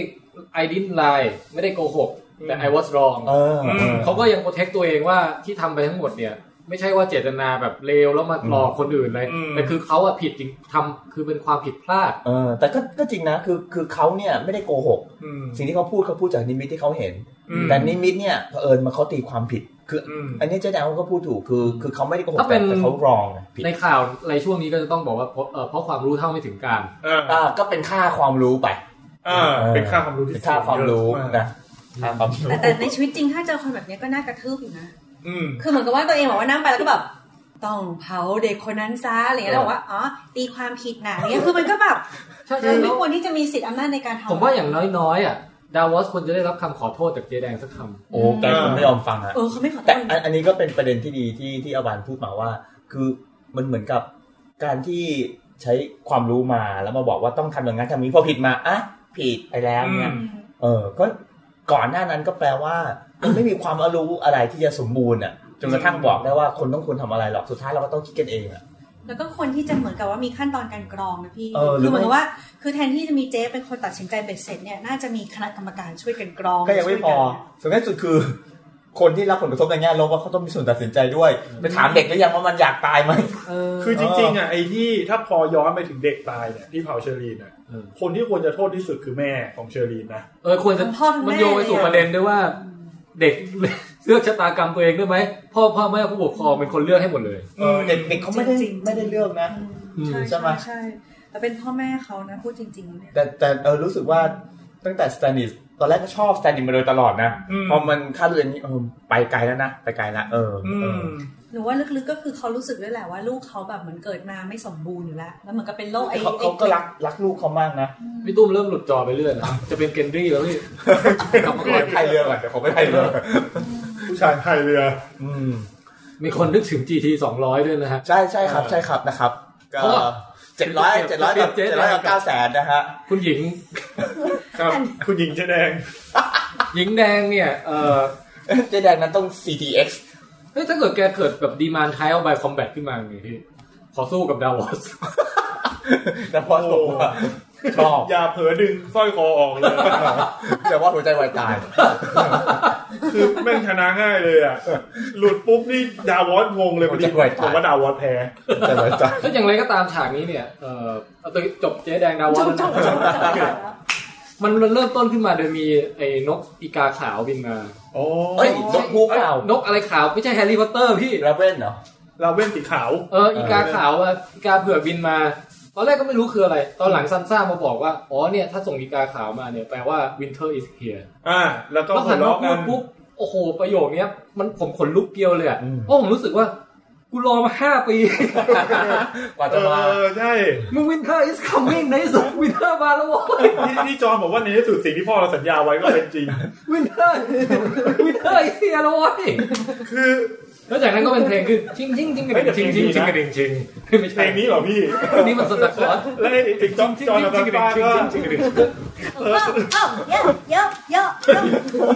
I didn't lie ไม่ได้โกหก แต่ I was wrong เออเออ เขาก็ยังโปรเทคตัวเองว่าที่ทำไปทั้งหมดเนี่ย ไม่ใช่ว่าเจตนาแบบเลวแล้วมาหลอกคนอื่นเลย อืม แต่คือเขาอะผิดจริงทำคือเป็นความผิดพลาด เออ แต่ก็ก็จริงนะคือคือเขาเนี่ยไม่ได้โกหก อืม สิ่งที่เขาพูดเขาพูดจากนิมิตที่เขาเห็น อืม แต่นิมิตเนี่ยเผอิญมาเขาตีความผิด คืออ อืม อันนี้เจ๊แดงเขาก็พูดถูกคือคือเขาไม่ได้โกหก ถ้าเป็น แต่เขารองไงผิด ในข่าวในช่วงนี้ก็จะต้องบอกว่าเพราะเอ่อเพราะความรู้เท่าไม่ถึงการ เออ อ่าก็เป็นค่าความรู้ไป อ่าเป็นค่าความรู้ที่ เป็นค่าความรู้ เยอ นะค่าความรู้ แต่แต่ในชีวิตจริงถ้าเจอคนแบบเนี้ยก็น่ากระทืบอยู่นะ อืม คือเหมือนกับว่าตัวเองบอกว่านั่งไปแล้วก็แบบต้องเผาเด็กคนนั้นซะอะไรเงี้ยแล้วบอกว่าอ๋อตีความผิดหนาเนี่ยคือมันก็แบบ ใช่ใช่ มัน แล้ ไม่ ว ควรที่จะมีสิทธิ์อำนาจในการทำ ผมว่าอย่างน้อยๆอ่ะ ดาวอสควรจะได้รับคำขอโทษจากเจแดงสักค โอ้แต่คุณไม่ยอมฟังอะ เออเขาไม่ขอโท แต่ ษ อันอันนี้ก็เป็นประเด็นที่ดีที่ที่อาบานพูดมาว่า คือมันเหมือนกับการที่ใช้ความรู้มาแล้วมาบอกว่าต้องทำอย่างนั้นทำนี้พอผิดมาอ่ะผิดไปแล้วเนี่ย อืม เออก็ก่อนหน้านั้นก็แปลว่ามันไม่มีความรู้อะไรที่จะสมบูรณ์อ่ะจนกระทั่งบอกได้ว่าคนต้องควรทำอะไรหรอกสุดท้ายเราก็ต้องคิดกันเองอ่ะ แล้วก็คนที่จะเหมือนกับว่ามีขั้นตอนการกรองนะพี่ เออหรื คือ อเห ไม่ มือนกับว่า คือแทนที่จะมีเจ๊เป็นคนตัดสินใจเป็นเสร็จเนี่ยน่าจะมีคณะกรรมการช่วยกันกรอง ก็ยังไม่พอ ช่วกัน สำคัญสุดคือ คนที่รับผลกระทบในแง่ลบว่าเขาต้องมีส่วนตัดสินใจด้วยไปถามเด็กก็ยังว่ามันอยากตายไหม ำเออ คือจริงๆอ่ะไอ้ที่ถ้าพอย้อนไปถึงเด็กตายเนี่ยที่เผาเชอรีนอ่ะ เออ คนที่ควรจะโทษที่สุดคือแม่ของเชอรีนนะ เออควรจะ ทั้งพ่อทั้ง มัน แม่ โยงไปสู่ ล ประเด็นด้วยว่า เด็ก เลือกชะตากรรมตัวเองด้วยไหมพ่อพ่อแม่ผู้ปกครองเป็นคนเลือกให้หมดเลย เออเด็กๆเขาไม่ได้ไม่ได้เลือกนะ อืม ใช่ ใช่ ใช่ ไหม ใช่แต่เป็นพ่อแม่เขานะพูดจริงๆเนี่ย แต่แต่เออรู้สึกว่าตั้งแต่สแตนดิสตอนแรกก็ชอบสแตนดิสมาโดยตลอดนะ อืม พอมันค่าเรือนนี้เออไปไกลแล้วนะ ไปไกลละเออ อื เอ ม อ หนูว่าลึกๆก็คือเขารู้สึกด้วยแหละว่าลูกเขาแบบเหมือนเกิดมาไม่สมบูรณ์อยู่แล้ว แล้วเหมือนกับเป็นโรคไอ้ เขาเขาก็รักรักลูกเขามากนะ พี่ตุ้มเริ่มหลุดจอไปเรื่อยนะจะเป็นเกนรี่แล้วพี่ กลับมาก่อน พายเรือก่อนเดี๋ยวเขาไปพายเรือ ผู้ชายพายเรือ อืม มีคนนึกถึง GT 200 ด้วยนะฮะ ใช่ใช่ครับ ใช่ครับนะครับก็ เพราะว่า เจ็ดร้อยเจ็ดร้อยกับ เจ็ เจ็ ด ด ร้ ร้ อ อย ย กั กั บบ เก้าแสเก้าแสนนะฮะ คุณหญิง ครับ คุณหญิงเจแดง หญิงแดงเนี่ยเออ เจ๊แดงนั้นต้อง CTX เฮ้ยถ้าเกิดแกเกิดแบบดีมานไทเอาไบคอมแบทขึ้นมาอย่างงี้พี่ขอสู้กับดาวอส แต่พอสมว่าชอบ อย่าเผลอดึงสร้อยคอออกเลย แต่ว่าหัวใจวายตาย คือแม่งชนะง่ายเลยอ่ะ หลุดปุ๊บนี่ดาวอสงงเลยพอดี ผมจะไหวตาย ผมว่าดาวอสแพ้ หัวใจวายตาย ถ้าอย่างไรก็ตามฉากนี้เนี่ยเออเอาตัวจบเจ๊แดงดาวอ จ ส บ แล้ว จ นะ บจบจบ มันมันเริ่มต้นขึ้นมาโดยมีไอ้นกอีกาขาวบินมา โอ้ เฮ้ย นกฮูกเปล่า นกอะไรขาวไม่ใช่แฮร์รี่พอตเตอร์พี่ แล้วเว้นเหรอ ลาเว่นสีขาว เอออีกาขาวอะอีกาเผือกบินมา ตอนแรกก็ไม่รู้คืออะไร ตอนหลังซันซ่ามาบอกว่า อ๋อเนี่ยถ้าส่งอีกาขาวมาเนี่ยแปลว่า winter is here อ่า แล้วก็ แล้วหัมาหัวนพูเราะกั ด น ปุ๊บโอ้โห ประโยคเนี้ย มันผมขนลุกเกลียวเลยอะ อืม เพราะผมรู้สึกว่า กูรอมาห้าปี กว่า เอ จะมา อ ใช่ มึง winter is coming ในที่สุด winter มาแล้วเว้ย ที่ที่จอห์นบอกว่าในที่สุดสิ่งที่พ่อเราสัญญาไว้ก็เป็นจริง winter winter is here แล้วเว้ย คือ แล้วจากนั้นก็เป็นเพลงคือชิงชิงชิงกระดิ่งชิงชิงชิงกระดิ่งชิงไม่ เพล ใช่ งนี้เหรอพี่ อันนี้มันสตาร์คอร์ส แล้วไอ้จอห์นจอห์นกับซันต้าก็ ชิงกระดิ่ง เออเออเยอะเยอะเยอะเยอะ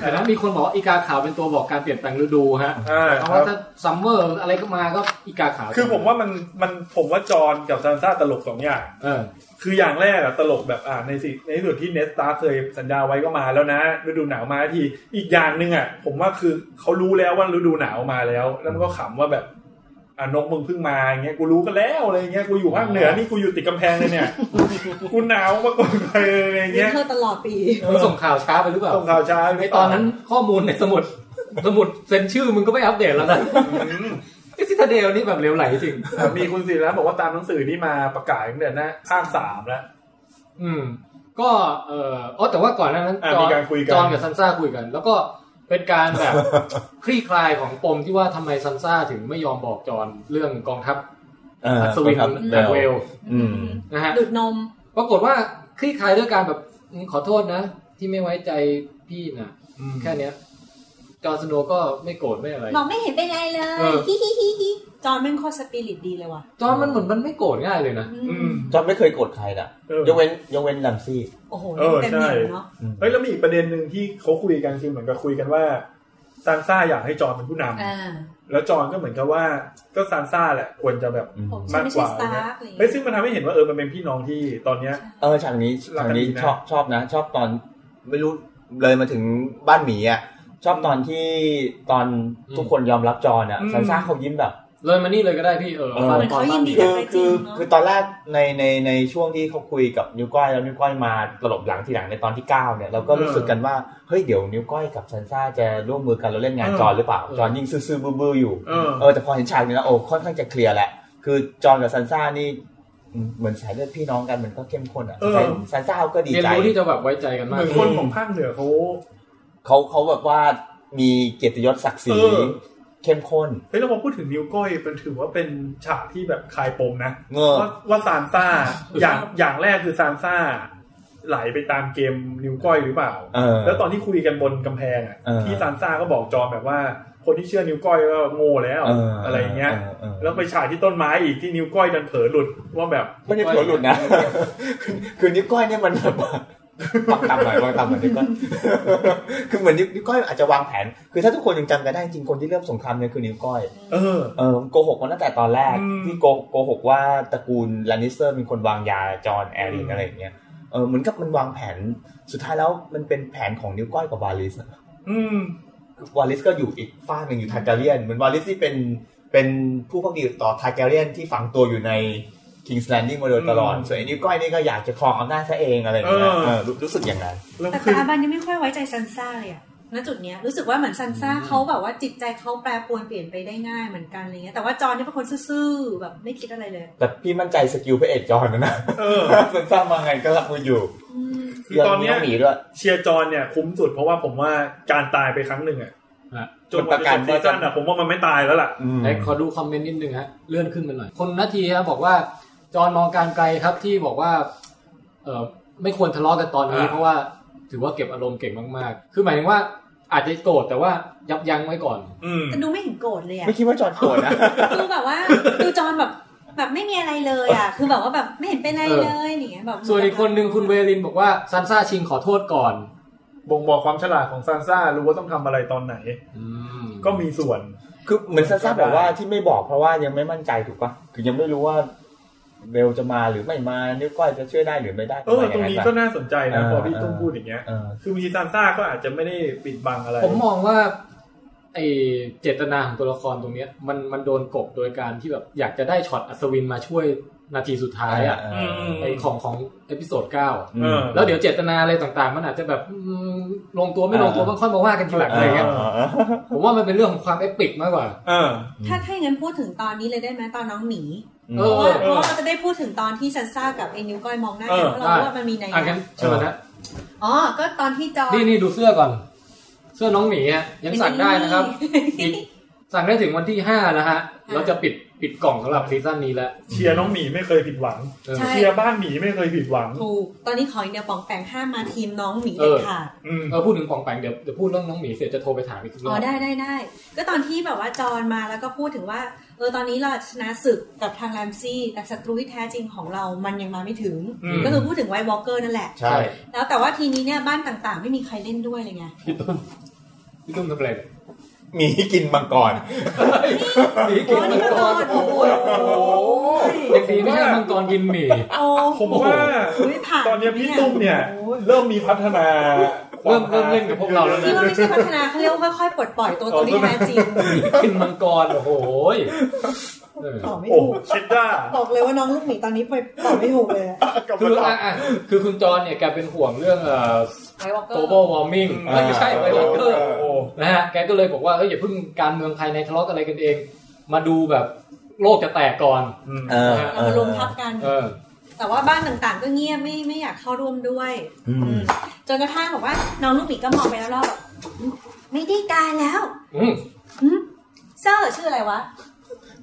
แต่นั้นมีคนบอกว่าอีกาขาวเป็นตัวบอกการเปลี่ยนแปลงฤดูฮะ อ่า เพราะ ครั ว่า บ ถ้าซัมเมอร์อะไรก็มาก็อีกาขาว คือผมว่ามันมันผมว่าจอห์นกับซานซ่าตลกสองอย่าง เออ คืออย่างแรกอะตลกแบบอ่าในสิในที่สุดที่เนสตาร์เคยสัญญาไว้ก็มาแล้วนะฤดูหนาวมาทีอีกอย่างหนึ่งอะผมว่าคือเขารู้แล้วว่าฤดูหนาวมาแล้ว แล้วมันก็ขำว่าแบบอ่ะนกมึงเพิ่งมาอย่างเงี้ยกูรู้กันแล้วอะไรอย่างเงี้ยกูอยู่ภาคเหนือนี่กูอยู่ติดกำแพงเลยเนี่ยกูหนาวมาก่อนใครเลยอะไรอย่าง มี เงี้ย เธอตลอดปี มึงส่งข่าวช้าไปหรือเปล่า ส่งข่าวเช้า ในตอนนั้นข้อมูลในสมุด สมุดเซ็นชื่อมึงก็ไม่อัปเดตแล้วนะไอซิตาเดลนี่แบบเร็วไหลจริง มีคุณศิระบอกว่าตามหนังสือนี่มาประกาศตั้งแต่หนะภาคสามแล้ว อืม ก็เอออ๋อแต่ว่าก่อนหน้านั้น อ่ะ จอ มี ห์น การคุยกัน จอห์นกับซันซ่าคุยกัน แล้วก็เป็นการแบบ คลี่คลายของปมที่ว่าทำไมซันซ่าถึงไม่ยอมบอกจอห์นเรื่องกองทัพ เออ อัศวิน ครับ แบกเวล อืม นะฮะ ดูดนม ปรากฏว่าคลี่คลายด้วยการแบบอืมขอโทษนะ ที่ไม่ไว้ใจพี่นะแค่เนี้ย จอร์นสโนว์ก็ไม่โกรธไม่อะไร มองไม่เห็นเป็นไรเล เอย อ ฮิฮิฮิฮิจอนแม่งโคตรสปิริตดีเลยว่ะ จอร์นมันเหมือนมันไม่โกรธง่ายเลยนะ อื อื ม ม จอนไม่เคยโกรธใครนะ เออ ยกเว้นยกเว้นลัมซี่ โอ้โห เออ เต็ม ใช่ เหนียวเนาะ เฮ้ยแล้วมีอีกประเด็นหนึ่งที่เขาคุยกันคือเหมือนกับคุยกันว่าซานซ่าอยากให้จอห์นเป็นผู้นำ อ่า แล้วจอห์นก็เหมือนกับว่าก็ซานซ่าแหละควรจะแบบ ผม มาก ไม่ ก ใช่ ว่า ส อะ ตา ไรเงี้ ร์ ย กเลย เฮ้ยซึ่งมันทำให้เห็นว่าเออมันเป็นพี่น้องที่ตอนเนี้ย เออฉากนี้ รัก ฉาก กันดี นี้ นะ ชอบชอบนะ ชอบตอนไม่รู้เลยมาถึงบ้านหมีอ่ะ ชอบตอนที่ตอน อืม ทุกคนยอมรับจอนอ่ะซันซ่าเขายิ้มแบบ เลยมานี่เลยก็ได้พี่เออ เออ บ้ เหมือน ตอ เขายินดี คื กับ อ ใครจ คื ริง อ เนาะ คือตอนแรกในในในช่วงที่เขาคุยกับนิ้วก้อยแล้วนิ้วก้อยมาตลบหลังทีหลังในตอนที่เก้าเนี่ยเราก็รู้สึกกันว่าเฮ้ยเดี๋ยวนิ้วก้อยกับซันซ่าจะร่วมมือกันแล้วเล่นงานจอนหรือเปล่าจอนยิ่งซื่อๆบื้อๆอยู่ เออ เออแต่พอเห็นฉากนี้แล้วโอ้ค่อนข้างจะเคลียร์แหละ คือจอห์นกับซันซ่านี่อืมเหมือนสายเลือดพี่น้องกันมันก็เข้มข้นอ่ะ เออ สายซันซ่าก็ดี เรียน ใจ รู้ที่จะแบบไว้ใจกัน เห มาก มือน ขึ้ คน น ของภาคเหนือเขา เขาเขาแบบว่ามีเกียรติยศศักดิ์ศรี เออ เข้มข้น เฮ้ยเรามาพูดถึงนิ้วก้อยเป็นถือว่าเป็นฉากที่แบบคลายปมนะ เออ ว่าว่าซานซ่าอย่างอย่างแรกคือซานซ่า ไหลไปตามเกมนิ้วก้อยหรือเปล่า เออ แล้วตอนที่คุยกันบนกำแพงอะ เออ ที่ซานซ่าก็บอกจอมแบบว่า คนที่เชื่อนิ้วก้อยก็โง่แล้ว เออ อะไรอย่างเงี้ย ออเออ แล้วไปฉากที่ต้นไม้อีกที่นิ้วก้อยดันเผลอหลุดว่าแบบ ไม่ได้เผลอหลุดนะ คือนิ้วก้อยเนี่ยมันแบบว่าปักต่ำหน่อยปักต่ำหน่อยนิ้วก้อยคือเหมือนนิ้วนิ้วก้อยอาจจะวางแผน คือถ้าทุกคนยังจำกันได้จริงคนที่เริ่มสงครามเนี่ยคือนิ้วก้อย เออ เออโกหกมาตั้งแต่ตอนแรก อืม ที่โกโกหกว่าตระกูลแลนนิสเตอร์เป็นคนวางยาจอห์นแอรินอะไรอย่างเงี้ยเออเหมือนกับมันวางแผนสุดท้ายแล้วมันเป็นแผนของนิ้วก้อยกับวาลิสอะ อืม วาลิสก็อยู่อีกฝ้ากหนึ่งอยู่ทาร์แกเรียนเหมือนวาลิสที่เป็นเป็นผู้พักดีต่อทาร์แกเรียนที่ฝังตัวอยู่ในคิงส์แลนดิ้งมาโดยตลอด อืม ส่วนไอ้นิ้วก้อยนี่ก็อยากจะครองอำนาจซะเองอะไรอย่างเงี้ย เออ เออรู้รู้สึกอย่างนั้น แล้ว แต่ คื แต่ อ อาบันยังไม่ค่อยไว้ใจซันซ่าเลยอะณจุดเนี้ยรู้สึกว่าเหมือนซันซ่าเขาแบบว่าจิตใจเขาแปรปรวนเปลี่ยนไปได้ง่ายเหมือนกันอะไรเงี้ยแต่ว่าจอห์นนี่เป็นคนซื่อๆแบบไม่คิดอะไรเลย แต่พี่มั่นใจสกิลพระเอกจอห์นนะนะ เออ สันสร้างมาไงก็รับมืออยู่ อืม คือตอนเนี้ย งหมีด้วย เชียร์จอนเนี่ยคุ้มสุดเพราะว่าผมว่าการตายไปครั้งหนึ่งอะ ฮะ จนกว่าจะจบซีซั่นอะผมว่ามันไม่ตายแล้วล่ะ ไหนขอดูคอมเมนต์นิดนึงฮะเลื่อนขึ้นมาหน่อย คนนาทีครับบอกว่า จอนมองการไกลครับที่บอกว่า เออไม่ควรทะเลาะกันตอนนี้ อ่า เพราะว่าถือว่าเก็บอารมณ์เก่งมากๆ คือหมายถึงว่าอาจจะโกรธแต่ว่ายับยั้งไว้ก่อน อืม แต่ดูไม่เห็นโกรธเลยอะ ไม่คิดว่าจอห์นโกรธนะ ดูแบบว่าดูจอนแบบแบบไม่มีอะไรเลยอ่ะ คือแบบว่าแบบไม่เห็นเป็นอะไรเลยอย่างเงี้ยแบบ ส่วนอีกคนหนึ่งคุณเวลินบอกว่าซันซ่าชิงขอโทษก่อน บ่งบอกความฉลาดของซานซ่ารู้ว่าต้องทำอะไรตอนไหน อืม ก็มีส่วน คือเหมือนซาซ่าบอกว่าที่ไม่บอกเพราะว่ายังไม่มั่นใจถูกปะคือยังไม่รู้ว่าเบลจะมาหรือไม่มานิ้วก้อยจะช่วยได้หรือไม่ได้ เออ ตรงนี้ก็น่าสนใจนะ พอพี่ตุ้มพูดอย่างเงี้ย เออ คือบางทีซานซ่าก็อาจจะไม่ได้ปิดบังอะไร ผมมองว่าไอเจตนาของตัวละครตรงเนี้ย มันมันโดนกลบโดยการที่แบบอยากจะได้ช็อตอัศวินมาช่วยนาทีสุดท้ายอ่ะ เออ ไอของของเอพิโซดเก้าอะ อืม เออ แล้วเดี๋ยวเจตนาอะไรต่างๆ มันอาจจะแบบอืมลงตัวไม่ลงตัว อ่า มันค่อยมาว่ากันทีหลังอะไรเงี้ย อ่า ผมว่ามันเป็นเรื่องของความเอปิกมากกว่า เออ ถ้าถ้าอย่างนั้นพูดถึงตอนนี้เลยได้ไหมตอนน้องหมี เอ เพราะ อ ว่าเพราะว่าเราจะได้พูดถึงตอนที่ซันซ่ากับไอ้นิ้วก้อยมองหน้ากันเพราะเรารู้ว่ามันมีในย อ่ะงั้นเชิญนะ อ๋อ ก็ตอนที่จอน นี่นี่ดูเสื้อก่อน เสื้อน้องหมีฮะยังสั่งได้นะครับอีกสั่งได้ถึงวันที่ห้านะฮะแล้วจะปิดปิดกล่องสำหรับซีซั่นนี้แล้ว เชียร์น้องหมีไม่เคยผิดหวัง เออ ใช่ เชียร์บ้านหมีไม่เคยผิดหวัง ถูกตอนนี้ขออย่างเดียวป๋องแปงห้ามมาทีมน้องหมี เอ เด็ด อ ขาด อืม เออพูดถึงกล่องแปงเดี๋ยวเดี๋ยวพูดเรื่องน้องหมีเสร็จจะโทรไปถามอีกร อ๋ อ อบ ได้ได้ได้ก็ตอนที่แบบว่าจอห์นมาแล้วก็พูดถึงว่าเออตอนนี้เราชนะศึกกับทางแรมซี่แต่ศัตรูที่แท้จริงของเรามันยังมาไม่ถึง อืม ก็คือพูดถึงไวท์วอลเกอร์นั่นแหละ ใช่ แล้วแต่ว่าทีนี้เนี่ยบ้านต่างๆ ไม่มีใครเล่นด้วยเลยไง พี่ตุ้มพี่ตุ้มทำอะไรเนี่ย หมีกินมังกร หมีกินมังกร โอ้โห เด็กดีไม่ให้มังกรกินหมี โอ้โห ผมว่า อุ๊ยผ่าน ตอนเนี้ยพี่ตุ้มเนี่ย โอ้ย เริ่มมีพัฒนา เริ่มเริ่มเล่นกับพวกเราแล้วนะ พี่ว่าไม่ใช่พัฒนาเขาเรียกว่าค่อยๆปลดปล่อยตัวตนที่แท้จริง กินมังกรโอ้โหยเออ ตอบไม่ โอ้ ถูก เช็ดด้า บอกเลยว่าน้องลูกหมีตอนนี้ไปตอบไม่ถูกเลย กับ คืออ่ะอ่ะคือคุณจรเนี่ยแกเป็นห่วงเรื่องเอ่อ ไวท์วอลเกอร์ global warming ไม่ใช่ไวรัสเกอร์ โอ้ นะฮะแกก็เลยบอกว่าเอ้ยอย่าเพิ่งการเมืองภายในทะเลาะอะไรกันเอง มาดูแบบโลกจะแตกก่อน เออ เรามาลงทับกัน เออ แต่ว่าบ้านต่างๆ ก็เงียบไม่ไม่อยากเข้าร่วมด้วย อืม จนกระทั่งบอกว่า น้องลูกหมีก็มองไปแล้วรอบแบบอืมไม่ได้การแล้ว อืม อืมเซอร์ชื่ออะไรวะ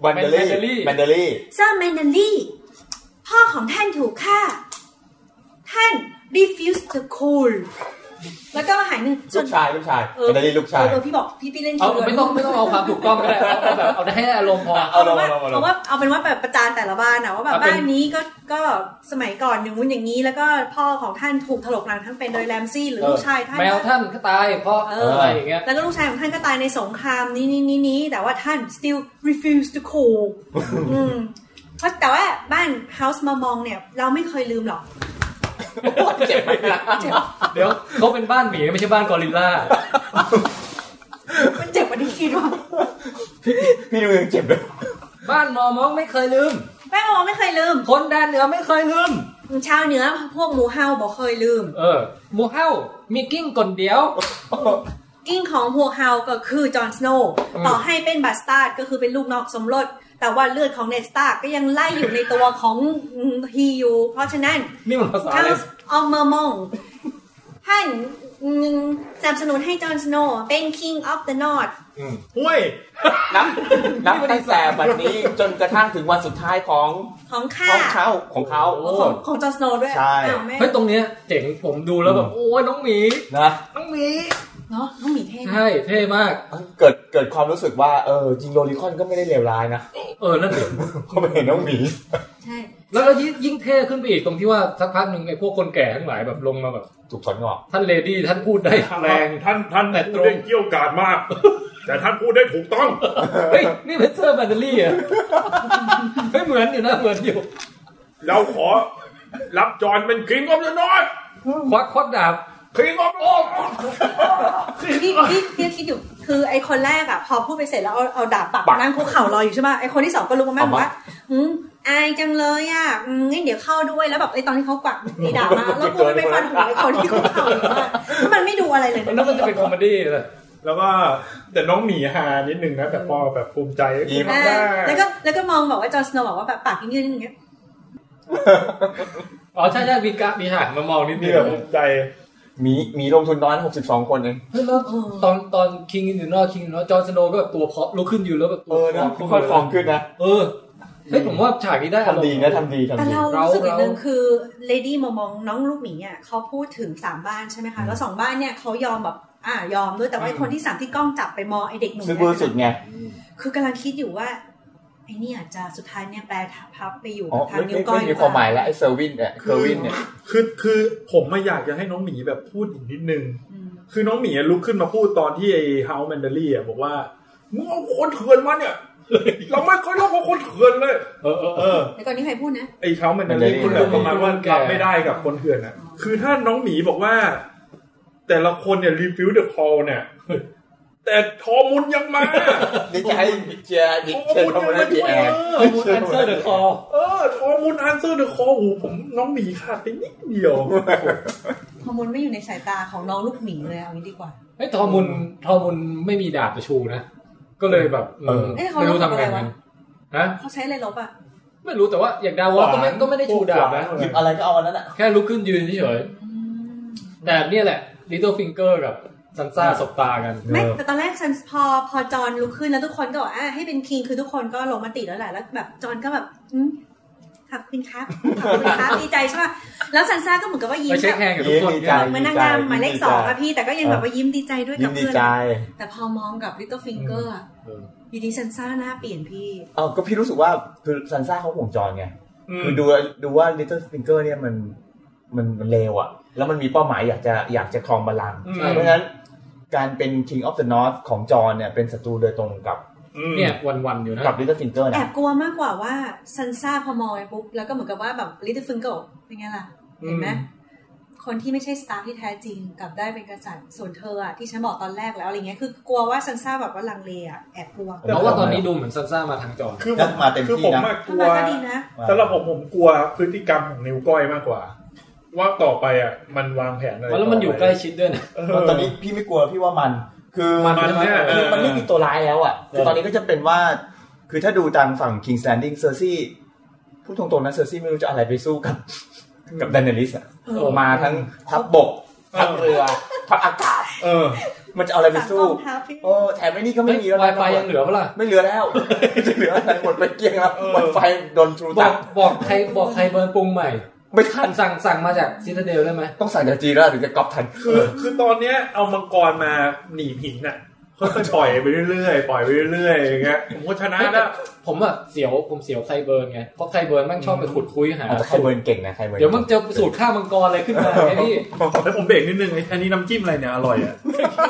แมนเดอรี่ แม แม น น เด เด อ อ รี่ รี่ เซอร์แมนเดลลี่ พ่อของท่านถูกฆ่า ท่าน refuse the cool แล้วก็หายหนึ่ง ลูกชาย ลูกชาย เออ แมนเดอรี่ลูกชาย เออพี่บอกพี่พี่เล่น เอา คีย์เวิร์ด ไม่ต้องไม่ต้องเอาความถูกต้องก็ได้เอาเอาแบบเอาได้ให้อารมณ์พอ เอาเป็นว่า เอาเอาเอา เอาว่าเอาเป็นว่าแบบประจานแต่ละบ้านนะว่าแบบ เอาเป็น บ้านนี้ก็ก็สมัยก่อนอย่างงู้นอย่างนี้ แล้วก็พ่อของท่านถูกถลกหลังทั้งเป็นโดยแรมซี่หรือลูกชายท่าน แมวท่านก็ตายเพราะ เออ อะไรอย่างเงี้ย แล้วก็ลูกชายของท่านก็ตายในสงครามนี้นี้นี้นี้แต่ว่าท่าน still refuse to cool อืมเพราะแต่ว่าบ้าน house มามองเนี่ย เราไม่เคยลืมหรอก เจ็บไหมนะ เดี๋ยวเขาเป็นบ้านหมีไม่ใช่บ้านกอริลลา มันเจ็บกว่าที่คิดว่า พี่ดูยังเจ็บเลย บ้านมอมองไม่เคยลืม บ้านมามองไม่เคยลืม คนแดนเหนือไม่เคยลืม ชาวเหนือพวกหมูเฮาบอกเคยลืม เออหมูเฮ้ามีกิ้งกลเดียว กิ้งของพวกเฮาก็คือจอห์นสโนว์ อืม ต่อให้เป็นบัสตาร์ดก็คือเป็นลูกนอกสมรสแต่ว่าเลือดของเนดสตาร์ก็ยังไล่อยู่ในตัวของฮีอยู่เพราะฉะนั้น นี่มันภาษาอะ ข้า ไร วออมเมอร์มองท่านอืมสนับสนุนให้จอห์นสโนว์เป็น King of the North ห้วย นับนับตั้งแต่บัดนี้จนกระทั่งถึงวันสุดท้ายของ ของข้า ของเขาของเขา โอ้ของของจอสโนด้วย ใช่ อ้าวแม่ เฮ้ยตรงเนี้ยเจ๋งผมดูแล้วแบบโอ้ยน้องหมี นะ น้องหมี เนาะน้องหมีเท่นะ ใช่เท่มาก เกิดเกิดความรู้สึกว่าเออจริงโรลิคอนก็ไม่ได้เลวร้ายนะ เออนั่นเอง เพราะไม่เห็นน้องหมี ใช่ แล้วก็ยิ่งยิ่งเท่ขึ้นไปอีกตรงที่ว่าสักพักหนึ่งไอ้พวกคนแก่ทั้งหลายแบบลงมาแบบ ถูกถอนงอก ท่านเลดี้ท่านพูดได้แรง ท่านท่าน แต่ตพูรงดได้เกี่ยวกาด มาก แต่ท่านพูดได้ถูกต้อง เฮ้ย นี่เป็นเซอร์แบตเตอรี่ เหรอะเฮ้ยเหมือนอยู่นะเหมือนอยู่ เราขอรับจอนเป็นคิงออฟเดอะนอต ควักควักดาบ คิงออฟโอ้ พี่พี่พี่คิดอยู่คือไอคนแรกอะพอพูดไปเสร็จแล้วเอาเอาดาบปักนั่งคุกเข่ารออยู่ใช่ป่ะไอคนที่สองก็ลุกมาแม่บอกว่าอืมอายจังเลยอะอืมงั้นเดี๋ยวเข้าด้วยแล้วแบบไอตอนที่เขากวักไอดาบ มาแล้วกูไปฟันหัวไอคนที่คุกเข่าอยู่ว่ามันไม่ดูอะไรเลย มันน่าจะเป็นคอมเมดี้เลย แล้วก็แต่น้องหมีฮานิดนึงนะแต่พอแบบภูมิใจ ยิ้ม อ่าแล้วก็แล้วก็มองบอกว่าจอสโนบอกว่าแบบปากยื่นๆอย่างเงี้ย อ๋อใช่ใช่มีกะมีหันมามองนิด มี เดี แบ ยว บภูมิใจ หมีหมีลงทุนน้อยหกสิบสองคนเอง เฮ้ยแล้วตอนตอนคิงอินเดนอคิงอินเดนอจอร์นสโนก็แบบตัวเพาะลุกขึ้นอยู่แล้วแบบตั เอ ว อนะ พ ค่อยๆฟองขึ้นนะ เออเฮ้ยผมว่าฉากนี้ได้อารม ทำดี ณ์ นะทำดี แต่ ทำดี เรารู้สึกอย่างหนึ่ง เรา คือเลดี้มามองน้องลูกหมีอ่ะเขาพูดถึงสามบ้านใช่ไหมคะแล้วสองบ้านเนี่ยเขายอมแบบอ่ายอมด้วยแต่ว่าไอ้คนที่สามที่กล้องจับไปมองไอเด็กหนุ่ม ซื้อ เนี่ เบอร์สุ ย ดไง คือกำลังคิดอยู่ว่าไอ้เนี่ยจะสุดท้ายเนี่ยแปลพับไปอยู่ อ๋อ กับทาง ไม่ นิ้ว ไม่ ก้อย ไม่มีความหมายแล้วไอ้เซอร์วินเนี่ยเซอร์วินเนี่ย คือคือผมมาอยากจะให้น้องหมีแบบพูดอีกนิดนึง อืม คือน้องหมีลุกขึ้นมาพูดตอนที่ไอ้เฮาส์แมนเดอรี่อ่ะบอกว่ามึงเอาคนเถื่อนมาเนี่ย เราไม่เคยรับเอาคนเถื่อนเลย เออเออเอ เอ อ อ แล้วก่อนนี้ใครพูดนะ ไอ้เฮาส์แมนเดอรี่ แมนเดอรี่ คุณแบบประมาณว่า แก รับไม่ได้กับคนเถื่อนอ่ะ คือถ้าน้องหมีบอกว่า แต่ละคนเนี่ยรีฟิวเดอะคอลเนี่ย แต่ทอมุนยังมา นี่จะให้เจียดิ ท เชิ อ ญ มุน ทำอะไรยังมา ดี ช่วย แอ เอ ร์เอออมูนแอนเซอร์เดอะคอร์ เออทอมุนอันเซอร์เดอะคอลหูผมน้องหมีขาดไปนิดเดียว ฮอร์โมนไม่อยู่ในสายตาของน้องลูกหมีเลยเอางี้ดีกว่า ไอ้ยทอมุนทอมุนไม่มีดาบจะชูนะ ก็เลยแบบเออ เอ๊ะเขา ไม่รู้ ลบกับ ทำไง อะไรวะ มันฮะ เขาใช้อะไรลบอ่ะ ไม่รู้แต่ว่าอย่างดาวอลก็ไม่ ขวาน ก็ไม่ได้ชูดาบนะ ขวาน หยิบอะไรก็เอาอันนั้นอ่ะ แค่ลุกขึ้นยืนเฉย อืม ๆแต่เนี่ยแหละลิตเติ้ลฟิงเกอร์กับซันซ่าสบตากัน ไม่แต่ตอนแรกซันพอพอจอนลุกขึ้นแล้วทุกคนก็บอกอ่ะให้เป็นคิงคือทุกคนก็ลงมติแล้วแหละแล้วแบบจอนก็แบบอืมขอบคุณครับ ขอบคุณครับดีใจใช่ป่ะแล้วซันซ่าก็เหมือนกับว่ายิ้ ไป ม เช็ค แบบ แฮงกับทุกคน ดี เนี่ ใจ ย เหมือนนางงามหมายเลขสองอะพี่แต่ก็ยังแบบว่ายิ้มดีใจด้วย ยิ้ กับ มดี เพื่อน ใจ แต่พอมองกับลิตเติ้ลฟิงเกอร์ เออ อยู่ดีซันซ่าหน้าเปลี่ยนพี่ เอ้าก็พี่รู้สึกว่าคือซันซ่าเขาห่วงจอนไง อืม คือดูดูว่า Little Finger เนี่ยมันมันมันเลวอะแล้วมันมีเป้าหมายอยากจะอยากจะครองบัลลังก์ อืม เพราะฉะนั้น การเป็น King of the North ของจอนเนี่ยเป็นศัตรูโดยตรงกับ อืม เนี่ยวันๆอยู่นะ กับ Little Finger แอ นะ บกลัวมากกว่าว่าซันซ่าพอมองไปปุ๊บ แล้วก็เหมือนกับว่าแบบลิตเติ้ลฟิงเกิลเป็นไงล่ะ เห็นไหม อืม คนที่ไม่ใช่สตาร์ที่แท้จริงกลับได้เป็นกษัตริย์ส่วนเธออะที่ฉันบอกตอนแรกแล้วอะไรเงี้ยคือกลัวว่าซันซ่าแบบว่าลังเลอะแอบกลัว เพราะว่าตอนนี้ดูเหมือนซันซ่ามาทางจอ คือผ ก็ ม มาเต็ม คือ ที่ ผม นะ อะก ทำ ลั ไม ว ก็ดีนะ สำหรับผมผมกลัวพฤติกรรมของนิ้วก้อยมากกว่า ว่าต่อไปอ่ะมันวางแผนอะไร แล้วมันอยู่ใกล้ชิดด้วยนะ เอ แล้ว อ ตอนนี้พี่ไม่กลัวพี่ว่ามัน คือ มันเนี่ย คือมันไม่มีตัวร้ายแล้วอะคือ เออ ตอนนี้ก็จะเป็นว่า คือถ้าดูทางฝั่ง King's Landing เซอร์ซี่พูดตรงๆนะเซอร์ซี่ไม่รู้จะเอาอะไรไปสู้กับ กับดนเนลิสอะ เออ มาทั้งทัพบกทัพเรือทัพอากาศ เออ มันจะเอาอะไรไป สามก สู้ องทัพพี่ โอ้แถมไอ้นี่ก็ไม่มีแล้ว ไว นะ ไฟยังเหลือเปล่าล่ะ ไม่เหลือแล้ว จะเหลืออะไรหมดไปเกลี้ยงแล้ว เออ ไวไฟโดนทรู บ ตั อ ด กบอกใครบอกใครเบิร์นปรุงใหม่ ไม่ทัน สั่งสั่งมาจากซิตาเดลได้ไหม ต้องสั่งจากจีนแล้วถึงจะก๊อปทัน คือคือตอนเนี้ยเอามังกรมาหนีบหินอ่ะค่อยๆปล่อยไปเรื่อยๆปล่อยไปเรื่อยๆอย่างเงี้ยผมก็ชนะแล้ว ผมอะเสียวผมเสียวใครเบิร์นไงเพราะใครเบิร์นแม่งชอบไปขุดคุยหา เอาแต่ใครเบิร์นเก่งนะใครเบิร์น เดี๋ยวมันจะสูตรฆ่ามังกรอะไรขึ้นมาไอ้พี่ แล้วผมเบรกนิดนึงไอ้อันนี้น้ำจิ้มอะไรเนี่ยอร่อยอ่ะ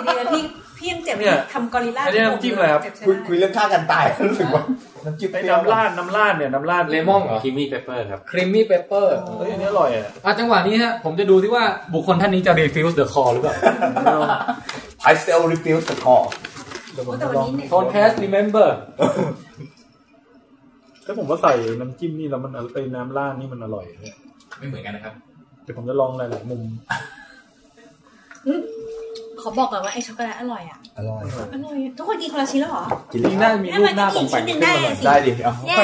ดีๆนะพี่พี่ยังเจ็บ เนี่ย ทำกอริลลา อันนี้น้ำจิ้มอะไรครับ เจ็ใช่ คุย ไหม คุยเรื่องฆ่ากันตายรู้สึกว่าน้ำจิ้ม ไอ้ เปรี้ยว น้ำราดน้ำราดเนี่ยน้ำราด เลมอนเหรอ คิมมี่เปเปอร์ครับ ครีมมี่เปเปอร์ เฮ้ยอันนี้อร่อยอ่ะ อ่ะจังหวะนี้ฮะผมจะดูที่ว่าบุคคลท่านนี้จะ refuse the call หรือเปล่า ไอเซลรีฟิวส์คอ โอ้แต่วันนี้เนี่ย Podcast remember แล้วผมก็ใส่น้ำจิ้มนี่แล้วมันเป็นน้ำราดนี่มันอร่อยเนี่ย ไม่เหมือนกันนะครับ เดี๋ยวผมจะลองหลายๆมุม ขอบอกก่อนว่าไอ้ช็อกโกแลตอร่อยอ่ะ อร่อย อร่อยทุกคนกินคนละชิ้นแล้วเหรอ กิน มีห ได้ น้ามีรูปหน้าของแปลงขึ้นมาหน่อย ได้ดิเอา เย้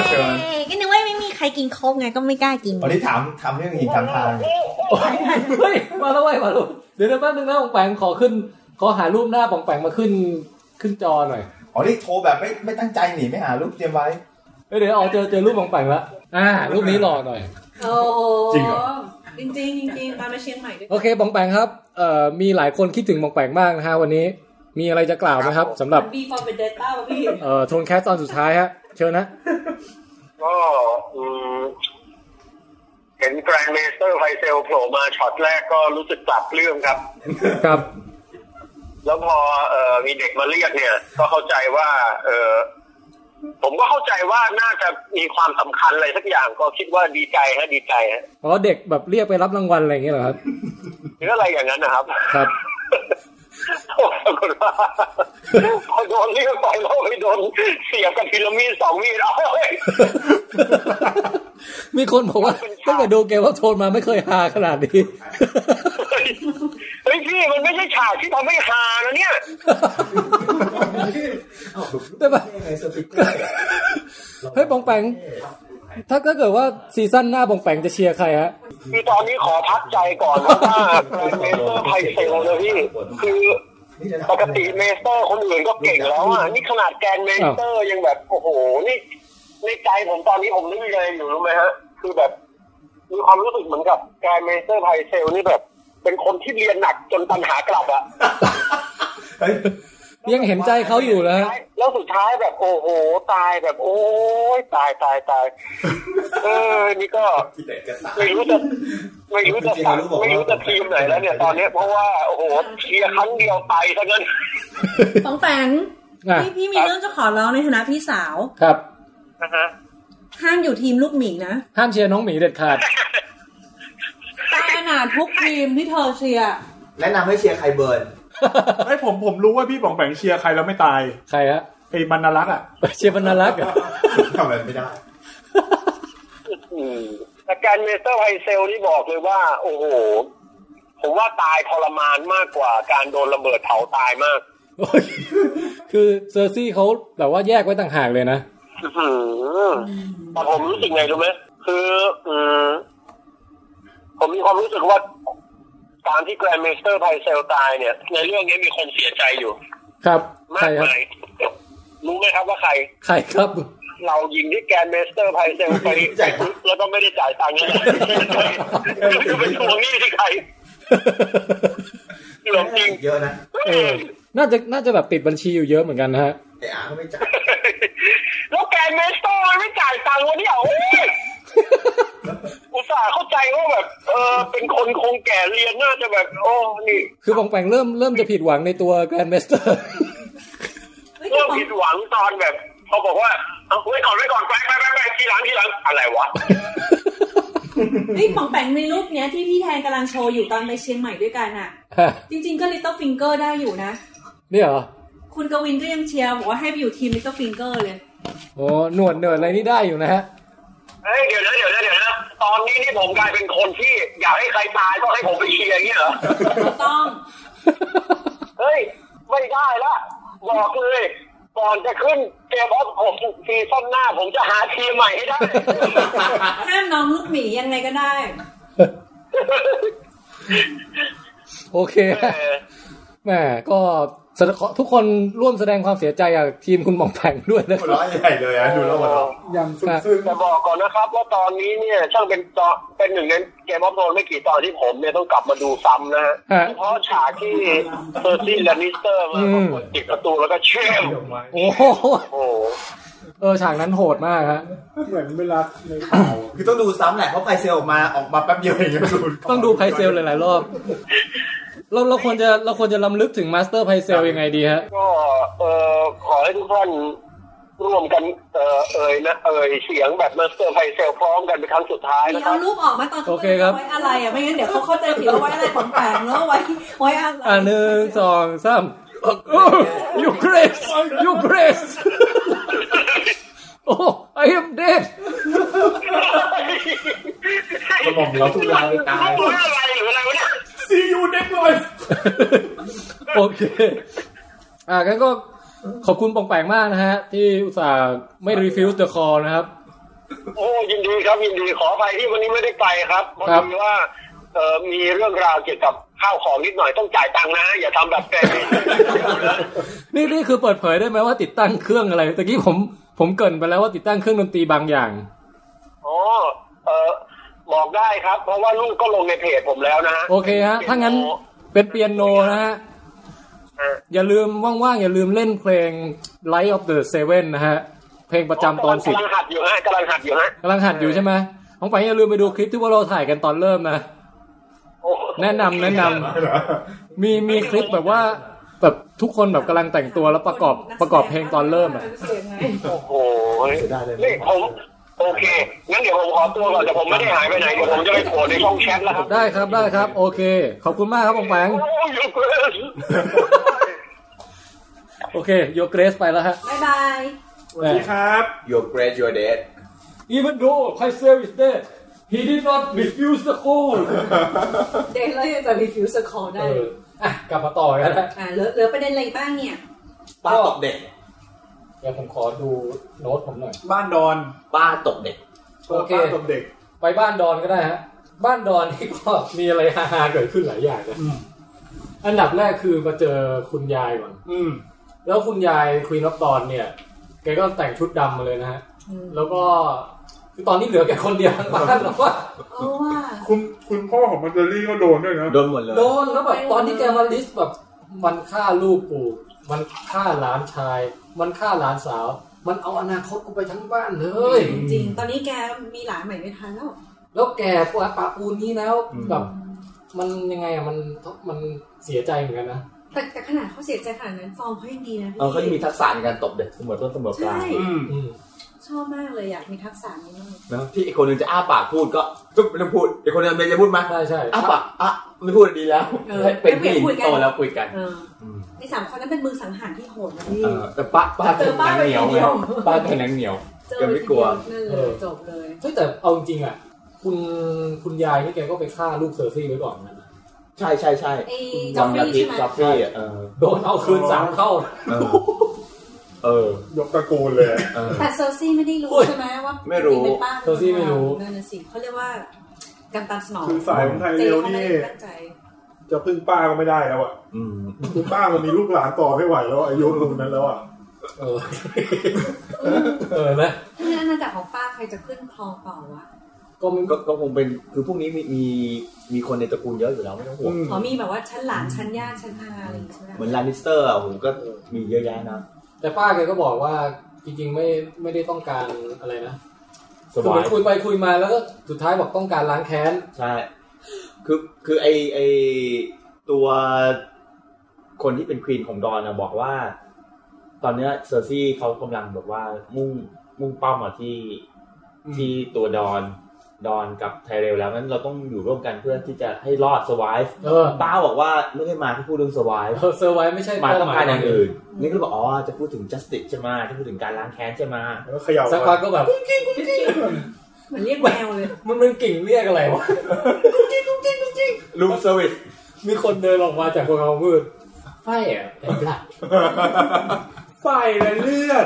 ก็นึกว่าไม่มีใครกินโค้กไงก็ไม่กล้ากิน วันนี้ถามถามเรื่องหินทางทาง เฮ้ยมาแล้วเว้ยมาแล้วเดี๋ยวแป๊บนึงนะของแปลงขอขึ้นขอหารูปหน้าของแปลงมาขึ้น ครึ่งจอหน่อย อ๋อนี่โทรแบบไม่ไม่ตั้งใจหนีไม่หารูปเตรียมไว้ เอ้ยเดี๋ยวออกเจอเจอรูปปองแปงแล้วอ่ารูปนี้หล่อหน่อย โอ้ จริงเหรอ จริงจริงจริงๆตอนมาเชียงใหม่ด้วย โอเคบองแปงครับเอ่อมีหลายคนคิดถึงบองแปงมากนะฮะวันนี้ มีอะไรจะกล่าวไหมครับสำหรับ บีฟอร์เป็นเดต้าป่ะพี่ เอ่อโทนแคสตอนสุดท้ายฮะเชิญนะ ก็อืมเห็นแกรนด์เมสเตอร์ไฟเซลโผล่มาช็อตแรกก็รู้สึกปรับเรื่องครับ ครับ แล้วพอเอ่อมีเด็กมาเรียกเนี่ย ก็เข้าใจว่า เออผมก็เข้าใจว่าน่าจะมีความสำคัญอะไรสักอย่าง ก็คิดว่าดีใจฮะดีใจฮะ อ๋อเด็กแบบเรียกไปรับรางวัลอะไรอย่างเงี้ยเหรอครับ หรืออะไรอย่างนั้นนะครับ ครับ ผมปรากฏว่าพอโดนเรียกไปแล้วไปโดนเสียบกับพิรามิดสองมีดเอาเลย มีคนบอกว่าตั้งแต่ดูเกมว่าโทนมาไม่เคยฮาขนาดนี้ เฮ้ยเฮ้ยพี่มันไม่ใช่ฉากที่ทำให้ฮานะเนี่ย ได้ปะ เฮ้ยบองแปงถ้าถ้าเกิดว่าซีซั่นหน้าบองแปงจะเชียร์ใครฮะ คือตอนนี้ขอพักใจก่อนเพราะว่าแกรนด์เมสเตอร์ไพเซลนะพี่ คือปกติเมสเตอร์คนอื่นก็เก่งแล้วอ่ะ นี่ขนาดแกรนด์เมสเตอร์ยังแบบ โอ้โห นี่ ในใจผมตอนนี้ผมนึกยังไงอยู่รู้ไหมฮะ คือแบบ มีความรู้สึกเหมือนกับแกรนด์เมสเตอร์ไพเซลนี่แบบ เป็นคนที่เรียนหนักจนปัญหากลับอ่ะ เฮ้ย ยังเห็นใจเขาอยู่แล้วฮะ แล้วสุดท้ายแบบโอ้โหตายแบบโอ้ยตายตายตาย เออ นี่ก็ ที่ไหนจะตาย ไม่รู้จะไม่รู้จะสั่ง จริงๆเรารู้บอกว่า ไม่รู้จะทีมไหนแล้วเนี่ยตอนเนี้ยเพราะว่าโอ้โหเชียร์ครั้งเดียวไปซะงั้น ปองแปง อ่ะ พี่พี่มีเรื่องจะขอร้องในฐานะพี่สาว ครับ นะฮะ ห้ามอยู่ทีมลูกหมีนะ ห้ามเชียร์น้องหมีเด็ดขาด ตายอนาถทุกทีมที่เธอเชียร์ แนะนำให้เชียร์ใครเบิร์น ไอ้ยผมผมรู้ว่าพี่ป๋องแปงเชียร์ใครแล้วไม่ตาย ใครฮะ ไอ้บรรณรักษ์อ่ะ เชียร์บรรณรักษ์เหรอ ทำอะไรไม่ได้ อืมแต่การเมสเตอร์ไฮเซลนี่บอกเลยว่า โอ้โห ผมว่าตายทรมานมากกว่าการโดนระเบิดเผาตายมาก โอ้ยคือเซอร์ซี่เขาแบบว่าแยกไว้ต่างหากเลยนะ อื้อหือแต่ผมรู้สึกไงรู้ไหมคืออืมผมมีความรู้สึกว่าการที่แกรนด์เมสเตอร์ไพเซลตายเนี่ย ในเรื่องนี้มีคนเสียใจอยู่ ครับ ใค มาร ก ครับ มายรู้ไหมครับว่าใคร ใครครับ เรายิงที่แกรนด์เมสเตอร์ไพเซลไป จ่ายตังค์ แล้วก็ไม่ได้จ่ายตังค์นะคือไปทวงหนี้ที่ใครหลงจริง เยอะนะ เออ น่าจะน่าจะแบบติดบัญชีอยู่เยอะเหมือนกันนะฮะ ไอ้อาก็ไม่จ่าย แล้วแกรนด์เมสเตอร์มันไม่จ่ายตังค์วะเนี่ยโอ้ย อุตส่าห์เข้าใจว่าแบบ เออเป็นคนคงแก่เรียนน่าจะแบบ โอ้นี่ คือบองแปงเริ่มเริ่มจะผิดหวังในตัวแกรนด์เมสเตอร์ เฮ้ยแต่ เริ่ม ปอง ผิดหวังตอนแบบเขาบอกว่าเอาไว้ก่อนไว้ก่อนไปไปไปไปทีหลังทีหลังอะไรวะ เฮ้ยปองแปงในรูปเนี้ยที่พี่แทนกำลังโชว์อยู่ตอนไปเชียงใหม่ด้วยกันอ่ะ ฮะ จริง ๆ ก็ลิตเติ้ลฟิงเกอร์ได้อยู่นะ เนี่ยเหรอ คุณกวินก็ยังเชียร์บอกว่าให้ไปอยู่ทีมลิตเติ้ลฟิงเกอร์เลย โอ้หนวดเนิร์ดอะไรนี่ได้อยู่นะฮะ เฮ้ยเดี๋ยวนะเดี๋ยวนะเดี๋ยวนะตอนนี้นี่ผมกลายเป็นคนที่อยากให้ใครตายก็ให้ผมไปเชียร์อย่างนี้เหรอ ถูกต้อง เฮ้ย ไม่ได้ละบอกเลยก่อนจะขึ้นเกมออฟผมซีซั่นหน้า ผมจะหาทีมใหม่ให้ได้ ห้ามน้องลูกหมียังไงก็ได้ โอเค เออ แหมก็แสดงทุกคนร่วมแสดงความเสียใจกับทีมคุณบองแปงด้วยนะค หัว รับ เราะใหญ่เลยอะดูแล้วหัวเราะ อย่างซึ้ง แต่บอกก่อนนะครับว่าตอนนี้เนี่ยช่างเป็นตอนเป็นหนึ่งในเกมออฟโรนไม่กี่ตอนที่ผมเนี่ยต้องกลับมาดูซ้ำนะฮะ ฮะ เพราะฉากที่เซอร์ซี่และนิสเตอร์มา อืม กดติดประตูแล้วก็เชื่อม โอ้โห โอ้โห เออฉากนั้นโหดมากฮะ ๆเหมือนเวลาในข่าว คือต้องดูซ้ำแหละเพราะไพเซลออกมาออกมาแป๊บเดียวเองต้องดู ต้องดูไพเซลหลายๆรอบ เราเราควรจะเราควรจะล้ำลึกถึงมาสเตอร์ไพเซลยังไงดีฮะ ก็เอ่อขอให้ทุกท่านร่วมกันเอ่อเอ่ยนะเอ่ยเสียงแบบมาสเตอร์ไพเซลพร้อมกันเป็นครั้งสุดท้าย มี นะค เอา รับ รูปออกมาตอน โอ เขา เคครับ ไว้อะไรอ่ะ ไม่งั้นเดี๋ยวเขาเข้าใจผิดว่าไว้อะไรปองแปงแล้วไว้ไว้อะไร อ่าหนึ่งสองสามยูเกรสยูเกรสโอ้ I am dead สมองเราทุกอย่างเลยตาย ไม่อะไรหรืออะไรวะเนี่ย ซีอูเด็กเลย โอเค อ่างั้นก็ขอบคุณปองแปงมากนะฮะ ที่อุตส่าห์ไม่ refuse the call นะครับ โอ้ยินดีครับยินดีขออภัยที่วันนี้ไม่ได้ไปครับพอดีว่าเอ่อมีเรื่องราวเกี่ยวกับ ข้าวของนิดหน่อยต้องจ่ายตังค์นะ อย่าทำแบบแกรนด์เมสเตอร์ นี่นี่คือเปิดเผยได้ไหมว่าติดตั้งเครื่องอะไรตะกี้ผมผมเกรินไปแล้วว่าติดตั้งเครื่องดนตรีบางอย่าง อ๋อเออบอกได้ครับ เพราะว่าลูกก็ลงในเพจผมแล้วนะฮะ โอเคฮะถ้างั้นเป็นเปียโนนะฮะ อ่ะ อย่าลืมว่างๆ อย่าลืมเล่นเพลง Light of the Seven นะฮะ เพลงประจำตอนสิบ กำลังหัดอยู่ฮะกำลังหัดอยู่ฮะ กำลังหัดอยู่ใช่ไหมของไปอย่าลืมไปดูคลิปที่ว่าเราถ่ายกันตอนเริ่มนะ โอ้ แนะนำแนะนำ มีมีคลิปแบบว่าแบบทุกคนแบบกำลังแต่งตัวแล้วประกอบประกอบเพลงตอนเริ่มอ่ะ เสียงไง โอ้โหนี่ผมโอเคงั้นเดี๋ยวผมขอตัวก่อนแต่ผมไม่ได้หายไปไหนเดี๋ยวผมจะไปโผล่ในช่องแชทแล้วครับ ได้ครับได้ครับ โอเค ขอบคุณมากครับปองแป ง โอ้ยเพื่อน โอเคโยเกรสไปแล้วฮะ บายบาย สวัสดีครับ your great your dead อีเวนโดไคเซอร์วิสเด he did not refuse the call เดนแล้วยังจะ refuse the call ได้เลย อ่ะกลับมาต่อกันนะ อ่าเหลือเหลือประเด็นอะไรบ้างเนี่ย ป้าตกเด็ก เดี๋ยวผมขอดูโน้ตผมหน่อย บ้านดอน ป้าตกเด็ก โอเค บ้านตบเด็ก ไปบ้านดอนก็ได้ฮะ บ้านดอนนี่ก็มีอะไรฮาๆเกิดขึ้นหลายอย่างนะ อืม อันดับแรกคือมาเจอคุณยายก่อน อืม แล้วคุณยายคุยนับดอนเนี่ย แกก็แต่งชุดดำมาเลยนะฮะ อืม แล้วก็คือตอนนี้เหลือแกคนเดียวทั้งบ้านแล้วว่า เอาว่า คุณคุณพ่อของมันเจอรี่ก็โดนด้วยนะ โดนหมดเลย โดนแล้วแบบตอนที่แกมาลิสต์แบบ มันฆ่าลูกปู่ มันฆ่าหลานชาย มันฆ่าหลานสาว มันเอาอนาคตกูไปทั้งบ้านเลย จริงๆ ตอนนี้แกมีหลานใหม่ไม่ทันแล้ว แล้วแกปะปะปูนนี้แล้วแบบมันยังไงอะมันมันเสียใจเหมือนกันนะ แต่แต่ขนาดเขาเสียใจขนาดนั้นฟอร์มเขายังดีนะพี่ เออเขาจะมีทักษะในการตบเด็กเสมอต้นเสมอปลา ใช่ ย อืม อืม ชอบมากเลยอยากมีทักษะนี้มาก นะที่อีกคนหนึ่งจะอ้าปากพูดก็จุ๊บไม่ต้องพูดอีกคนหนึงเมย์จะพูดไหม ใช่ใช่ อ้าปากอ่ะไม่พูดดีแล้ว เออ ให้เป็นผู้หญิง ให้ผู้หญิงคุยกัน โตแล้วคุยกัน เออในสามคนนั้นเป็นมือสังหารที่โหดนะพี่ เออแต่ป้าป้า เจอป้า แข็งหนังเหนียว ไปคนเดียว ไงป้าแข็งหนังเหนียว เจอ ยังไม่กลัว นั่นเลยจบเลย เฮ้ยแต่เอาจริงๆอ่ะ คุณคุณยายนี่แกก็ไปฆ่าลูกเซอร์ซี่ไว้ก่อนนะ ใช่ใช่ใช่ ไอ้จ จ อ อ ฟ ม ฟรี ยา ย์ พิษ ใช่ไหม จอฟฟี่อ่ะเออ โดนเอาคืนสามเท่า เออเออ ยกตระกูลเลย เออ แต่เซอร์ซี่ไม่ได้รู้ โอ้ย ใช่ไหมว่า ไม่รู้ เป็นป้า เซอร์ซี่ไม่รู้ นั่นน่ะสิเขาเรียกว่าการตามสนอง คือสายของไทย ใจ เร็ว เขาไม่ นี่ ได้ตั้งใจ จะพึ่งป้าก็ไม่ได้แล้วอ่ะ อืม คุณป้ามันมีลูกหลานต่อไม่ไหวแล้วอะอายุรุ่นนั้นแล้วอ่ะ เออ เออนะ นี่อาณาจักรของป้าใครจะขึ้นครองต่อวะ ก็มัน ก็ก็คงเป็นคือพวกนี้มีมีมีคนในตระกูลเยอะอยู่แล้วไม่ต้องห่วง อืม อ๋อมีแบบว่าชั้นหลานชั้นญาติชั้นอาอะไรอย่างเงี้ยใช่ไหม เหมือนลานิสเตอร์อ่ะผมก็มีเยอะแยะนะ แต่ป้าแกก็บอกว่าจริงๆไม่ไม่ได้ต้องการอะไรนะ ส คือเห บา มือย นคุยไปคุยมาแล้วก็สุดท้ายบอกต้องการล้างแค้น ใช่ คือ คือไอไอตัวคนที่เป็นควีนของดอนนะบอกว่า ตอนเนี้ยเซอร์ซี่เขากำลังแบบว่ามุ่งมุ่งเป้ามาที่ที่ตัวดอน ดอนกับไทเรลแล้วงั้นเราต้องอยู่ร่วมกันเพื่อที่จะให้รอดสวาย เออ ป้าบอกว่าไม่ได้มาที่พูดเรื่องสวาย เออเซอร์ไว้ไม่ใช่ มาต้องการอย่างอื่น น นี่ก็เลยบอกอ๋อจะพูดถึง justice ใช่ไหมจะพูดถึงการล้างแค้นใช่ไหม แล้วก็เขย่า สักพักก็แบบ เหมือนเรียกแมวเลย มันมันกิ่งเรียกอะไรวะ รูมเซอร์วิส มีคนเดินออกมาจากความมืดไฟอ่ะแต่บลั ด ไฟและเลือด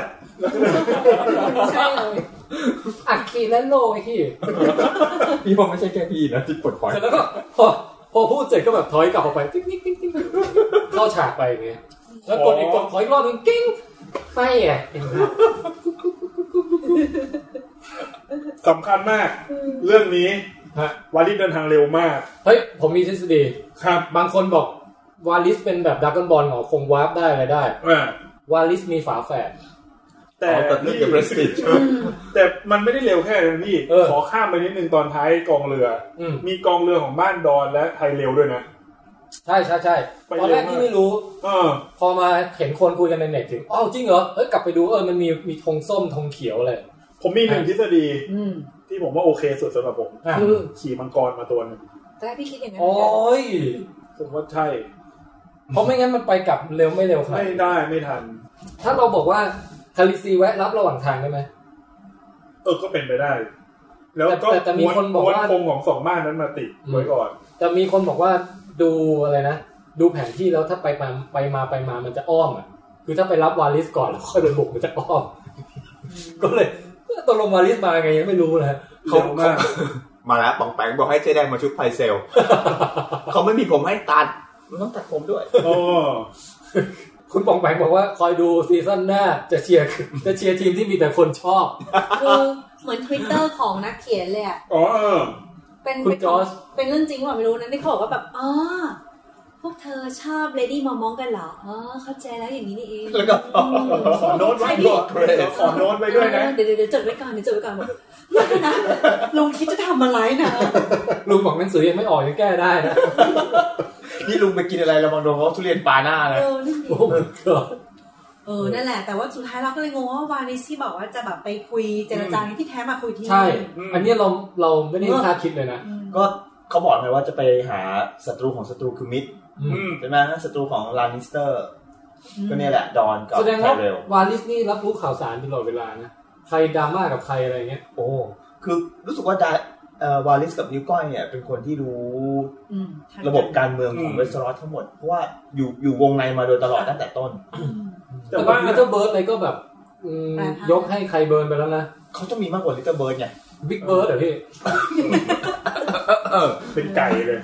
ไม่ใช่เลย อักขีและโลไอ้ที่ พี่บอกไม่ใช่แค่พี่นะที่ปวดคอ เสร็จแล้วก็พอพอพูดเสร็จก็แบบถอยกลับออกไปติ๊กติ๊กติ๊กติ๊กเข้าฉากไปอย่างเงี้ยแล้วกดอีกกดขออีกรอบหนึ่งกิ้งไปอ่ะ สำคัญมาก เรื่องนี้วาลิสเดินทางเร็วมาก เฮ้ยผมมีทฤษฎี ครับ บางคนบอกวาลิสเป็นแบบดักกันบอลเหรอคงวาร์ปได้อะไรได้ อ่าว าลิสมีฝาแฝด แต่ แต่เรื่อง the นี่ prestige แต่มันไม่ได้เร็วแค่นั้นพี่ เออ ขอข้ามไปนิดนึงตอนท้ายกองเรือ อืม มีกองเรือของบ้านดอนและไทยเร็วด้วยนะ ใช่ใช่ใช่ ไปตเร็วอนแรกที่ไม่รู้ เออ พอมาเห็นคนคุยกันในเน็ตถึงอ้าวจริงเหรอเฮ้ยกลับไปดูเออมันมีมีธงส้มธงเขียวอะไร ผมมีหนึ่งทฤษฎี อืม ที่ผมว่าโอเคสุดสำหรับผม อ่ะ คือ ขี่มังกรมาตัวหนึง ตอนแรกพี่คิดอย่างนั้นเหมื โอ้ อนยกันผมว่าใช่ เพราะไม่งั้นมันไปกลับเร็วไม่เร็วขนาด ไม่ นั้น ได้ไม่ทัน ถ้าเราบอกว่าคาลิซีแวะรับระหว่างทางได้ไหม เออก็เป็นไปได้ แล้วก็ แต่แต่มีคนบอกว่า ม้นคงของสองบ้านนั้นมาติดไว้ก่อน แต่มีคนบอกว่าดูอะไรนะ ดูแผนที่แล้วถ้าไปมาไปมาไปมามันจะอ้อมอ่ะ คือถ้าไปรับวาลิสก่อนแล้วค่อยไปบุกมันจะอ้อม ก็เลยตกลงวาลิสมาไงยังไม่รู้นะ เร็วมาก มาแล้วป๋องแปงบอกให้เจ๊แดงมาชุบไพเซล เขาไม่มีผมให้ตัด มันต้องตัดผมด้วย โอ้ คุณปองแปงบอกว่าคอยดูซีซั่นหน้าจะเชียร์จะเชียร์ทีมที่มีแต่คนชอบ เออเหมือนทวิตเตอร์ของนักเขียนเลยอะ อ๋อเออ เป็น คุณจอร์จ เป็นเรื่องจริงหรือเปล่าไม่รู้นะที่เขาบอกว่าแบบอ๋อพวกเธอชอบเลดี้มอมมองกันเหรออ๋อเข้าใจแล้วอย่างนี้นี่เอง แล้ว ก็ ขอโน้ตไว้ ใช่ ก่ พี่ อนขอโน้ตไว้ด้วยนะ เออเดี๋ยวเดี๋ยวจดไว้ก่อนเดี๋ยวจดไว้ก่อนบอกเลิกนะ ลุงคิดจะทำอะไรนะ ลุงบอกหนังสือยังไม่ออกยังแก้ได้นะ นี่ลุงไปกินอะไรระวังโดนเขาทุเรียนปลาหน้า เอนะ อนี่ดิ โอ้ my god เออนั่นแหละ แต่ว่าสุดท้ายเราก็เลยงงว่าวานิซี่บอกว่าจะแบบไปคุยเจรจาที่แท้มาคุยที่นี่ ใช่ อันเนี้ยเราเราไม่ได้คาดคิดเลยนะ อืม ก็เขาบอกไงว่าจะไปหาศัตรูของศัตรูคือมิตร อืม อืม ใช่ไหมศัตรูของลานิสเตอร์ก็เนี่ยแหละดอนกับ แสดง ไท ว่า เรล วาลิสนี่รับรู้ข่าวสารตลอดเวลานะ ใครดราม่ากับใครอะไรเงี้ย โอ้คือรู้สึกว่าดาเอ่อวาลิสกับนิ้วก้อยเนี่ยเป็นคนที่รู้ อืมทาง ระบบการเมืองของ อืม เวสเทอรอสทั้งหมด เพราะว่าอยู่อยู่วงในมาโดยตลอดตั้งแต่ต้น อืม แต่ แต่ ว่า ว่าลิตเติ้ลเบิร์ดอะไรก็แบบอืม แปลภาพ ยกให้ใครเบิร์นไปแล้วนะ เขาจะมีมากกว่าลิตเติ้ลเบิร์ดไง บิ๊กเบิร์ดเหรอพี่ เป็นไก่เลย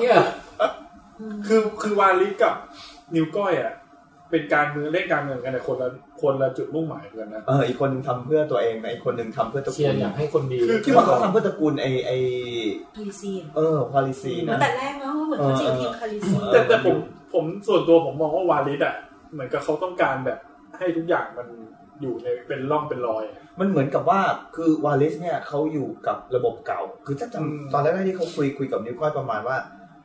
เนี่ย คือคือวาลิสกับนิวก้อยอ่ะ เป็นการเมืองเล่นการเมืองกันแต่คนละคนละจุดมุ่งหมายกันนะ เอออีกคนทำเพื่อตัวเองนะอีกคนหนึ่งทำเพื่อตระ เชี กู ย ล ร์อยากให้คนดี คือ ที่ว่าเขาทำเพื่อตระกูลไอไอ คาริซี เออพาลิซี เหมือ นะ นแต่แรกเนาะว่าเหมือนเขาจีบทีมคาริซี เออ แต่แต่ผมผมส่วนตัวผมมองว่าวาลิสอ่ะ เหมือนกับเขาต้องการแบบให้ทุกอย่างมันอยู่ในเป็นร่องเป็นรอยอะ มันเหมือนกับว่าคือวาลิสเนี่ยเขาอยู่กับระบบเก่า คือถ้าจ อืม ำตอนแรกๆที่เขาคุยคุยกับนิ้วก้อยประมาณว่า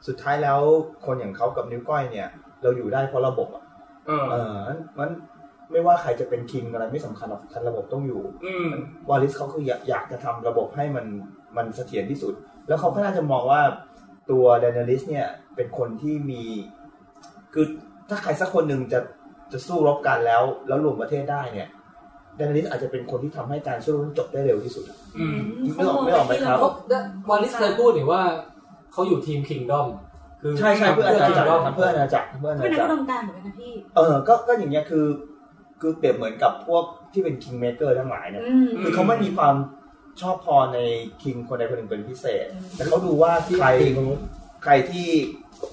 สุดท้ายแล้วคนอย่างเขากับนิ้วก้อยเนี่ย เราอยู่ได้เพราะระบบอ่ะ เออ เออมันไม่ว่าใครจะเป็นคิงอะไรไม่สำคัญหรอกคันระบบต้องอยู่ อืม วาลิสเขาคืออยากอยากจะทำระบบให้มันมันเสถียรที่สุด แล้วเขาก็น่าจะมองว่าตัวแดนลิสเนี่ยเป็นคนที่มี คือถ้าใครสักคนหนึ่งจะจะสู้รบกันแล้ว แล้วรวมประเทศได้เนี่ยแดนลิสอาจจะเป็นคนที่ทำให้การสู้รบจบได้เร็วที่สุดอะ อืม ไม่ออกไม่ออกไหมครับ เพราะวาลิสเคยพูดนี่ว่าเขาอยู่ทีมคิงดอมคือ ใช่ใช่เพื่ออาณา คิง จักร ดอม ทำเพื่ออาณาจักรทำเพื่ออา เป็น ณา นัก จั อุ กร ดมการณ์เหมือนกันนะพี่ เออก็ก็อย่างเงี้ยคือ คือเปรียบเหมือนกับพวกที่เป็นคิงเมเกอร์ทั้งหลายเนี่ย อืม คือเขาไม่มีความชอบพอในคิงคนใดคนหนึ่งเป็นพิเศษ แต่เขาดูว่าใครใครที่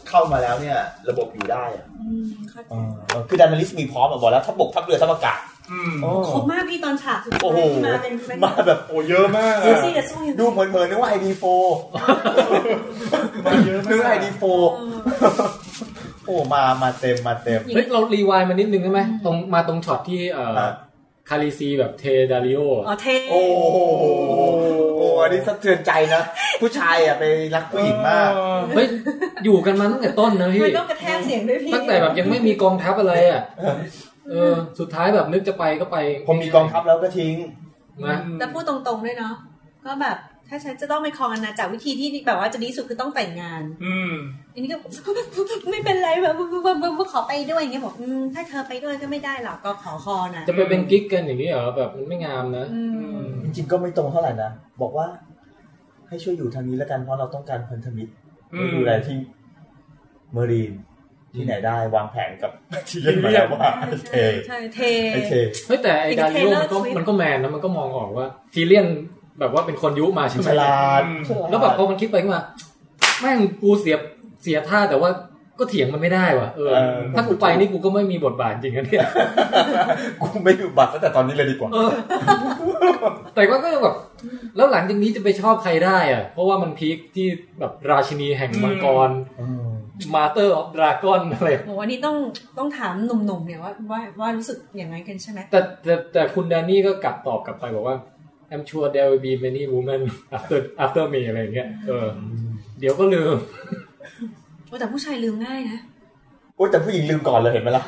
เข้ามาแล้วเนี่ย ระบบอยู่ได้อะ อืมเข้าใจ คือดานาลิสมีพร้อมอะบอกแล้วทัพบกทัพเรือทัพอากาศ อืม ครบมากพี่ตอนฉากสุด โอ้ ท้าย โห ที่มาเป็นเป็น มาแบบ โอ้เยอะมาก เซอ อะ ร์ซี่จะสู้ยังไง ดูเหมือนเหมือนนึกว่าไอดีโฟ มาเยอะมาก นึกว่าไอดีโฟโอ้มามาเต็มมาเต็ม เฮ้ยเรารีวายมานิดนึงได้ไหมตรงมาตรงช็อตที่เอ่อ ครับ คาริซีแบบเทดาริโอ อ๋อเท โอ้โหโอ้อันนี้สะเทือนใจนะ ผู้ชายอะไปรักผู้หญิงมาก เฮ้ยอยู่กันมาตั้งแต่ต้นนะพี่ มันต้องกระแทกเสียงด้วยพี่ ตั้งแต่แบบยังไม่มีกองทัพอะไรอ่ะเออสุดท้ายแบบนึกจะไปก็ไป พอมีกองทัพแล้วก็ทิ้ง นะ แต่พูดตรงๆด้วยเนาะก็แบบถ้าฉันจะต้องไปครองอาณาจักรวิธีที่แบบว่าจะดีสุดคือต้องแต่งงาน อืม อันนี้ก็ ไม่เป็นไรแบบว่าขอไปด้วยอย่างเงี้ยบอกอืมถ้าเธอไปด้วยก็ไม่ได้หรอกก็ขอคอนะ จะไปเป็นกิ๊กกันอย่างนี้เหรอแบบมันไม่งามนะ อืม จริงๆก็ไม่ตรงเท่าไหร่นะ บอกว่า ให้ช่วยอยู่ทางนี้แล้วกันเพราะเราต้องการพันธมิตร อืม ไม่ดูแลที่เมอรีน ที่ไหนได้วางแผน กับ ที่เล่นมาแล้วว่าโอเค ใช่ใช่เท โอเค เฮ้ยแต่ไอ้ จริงๆ ดาริโอ Taylor มันก็ Swift มันก็แมนนะมันก็มองออกว่าทีเลียนแบบว่าเป็นคนยุมาใช่ไหม ฉลาด อืม ฉาด แล้วแบบพอมันคิดไปขึ้นมาแม่งกูเสียเสียท่าแต่ว่าก็เถียงมันไม่ได้ว่ะเออ เออ ถ้ากูไปนี่กูก็ไม่มีบทบาทจริงนะ เนี่ย กูไม่ดูบัตรตั้งแต่ตอนนี้เลยดีกว่า เออ แต่ว่าก็ยังแบบแล้วหลังจากนี้จะไปชอบใครได้อ่ะ เพราะว่ามันพีคที่แบบราชินีแห่งมังกร มาเตอร์ออฟดราก้อนอะไร โหอันนี้ต้องต้องถามหนุ่มๆเนี่ยว่าว่าว่ารู้สึกอย่างนั้นกันใช่ไหม แต่แต่แต่คุณแดนนี่ก็กลับตอบกลับไปบอกว่า I'm sure there will be many women after after me อะไรอย่างเงี้ยเอออเดี๋ยวก็ลืม โอ้แต่ผู้ชายลืมง่ายนะ โอ้แต่ผู้หญิงลืมก่อนเลยเห็นไหมล่ะ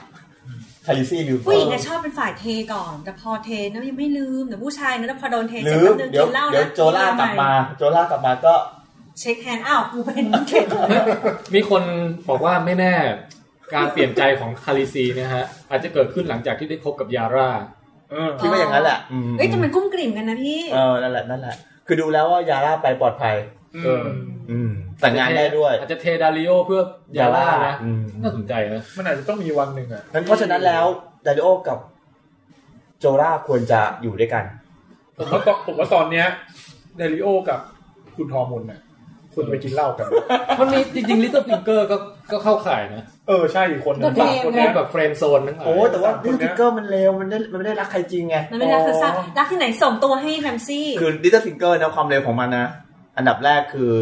คาริซี่ลืมก่ ผู้หญิง อน อะชอบเป็นฝ่ายเทก่อน แต่พอเทนะยังไม่ลืมแต่ผู้ชายนะแล้วพอโดนเท ลื เสร็จ ม แป๊บนึง เดี๋ย กิ วน เหล้า เดี๋ยว นะ โจล่ากลับมา โจล่ากลับมาก็ เช็คแฮนด์อ้าวกูเป็นเขต มีคนบอกว่าไม่แน่การเปลี่ยนใจของคาริซีเนะฮะ อาจจะเกิดขึ้นหลังจากที่ได้พบกับยาร่า เออ คิดว่าอย่างนั้นแหละอืม เอ้ยแต่มันกุ้มกลิ่มกันนะพี่ เออนั่นแหละนั่นแหละ คือดูแล้วว่ายาร่าไปปลอดภัย อื เอ ม อ อืมแต่งงานได้ด้วย อาจจะเทดาริโอเพื่อยาร่านะ อืม น่าสนใจนะ มันอาจจะต้องมีวันหนึ่งอ่ะ งั้นเพราะฉะนั้นแล้วดาริโอกับโจราควรจะอยู่ด้วยกัน ผมว่าตอนผมว่าตอนเนี้ย เดลิโอกับคุณฮอร์โมนน่ะคุณไปกินเหล้ากัน มันมีจริงๆลิตเติ้ลฟิงเกอร์ก็ก็เข้าข่ายนะ เออ ใช่อีกคนหนึ ก็ ง แบบ คน พ เนี้ วย กแบบเฟรนด์โซนทั้งหลาย โอ้แต่ว่า สามคน ดิ เนี้ ส ย ติกเกอร์มันเลวมันได้มันไม่ได้รักใครจริงไง มันไม่รักคือสักรักที่ไหนส่งตัวให้แฮมซี่ คือดิจิทัลฟิงเกอร์นะความเร็วของมันนะ อันดับแรกคือ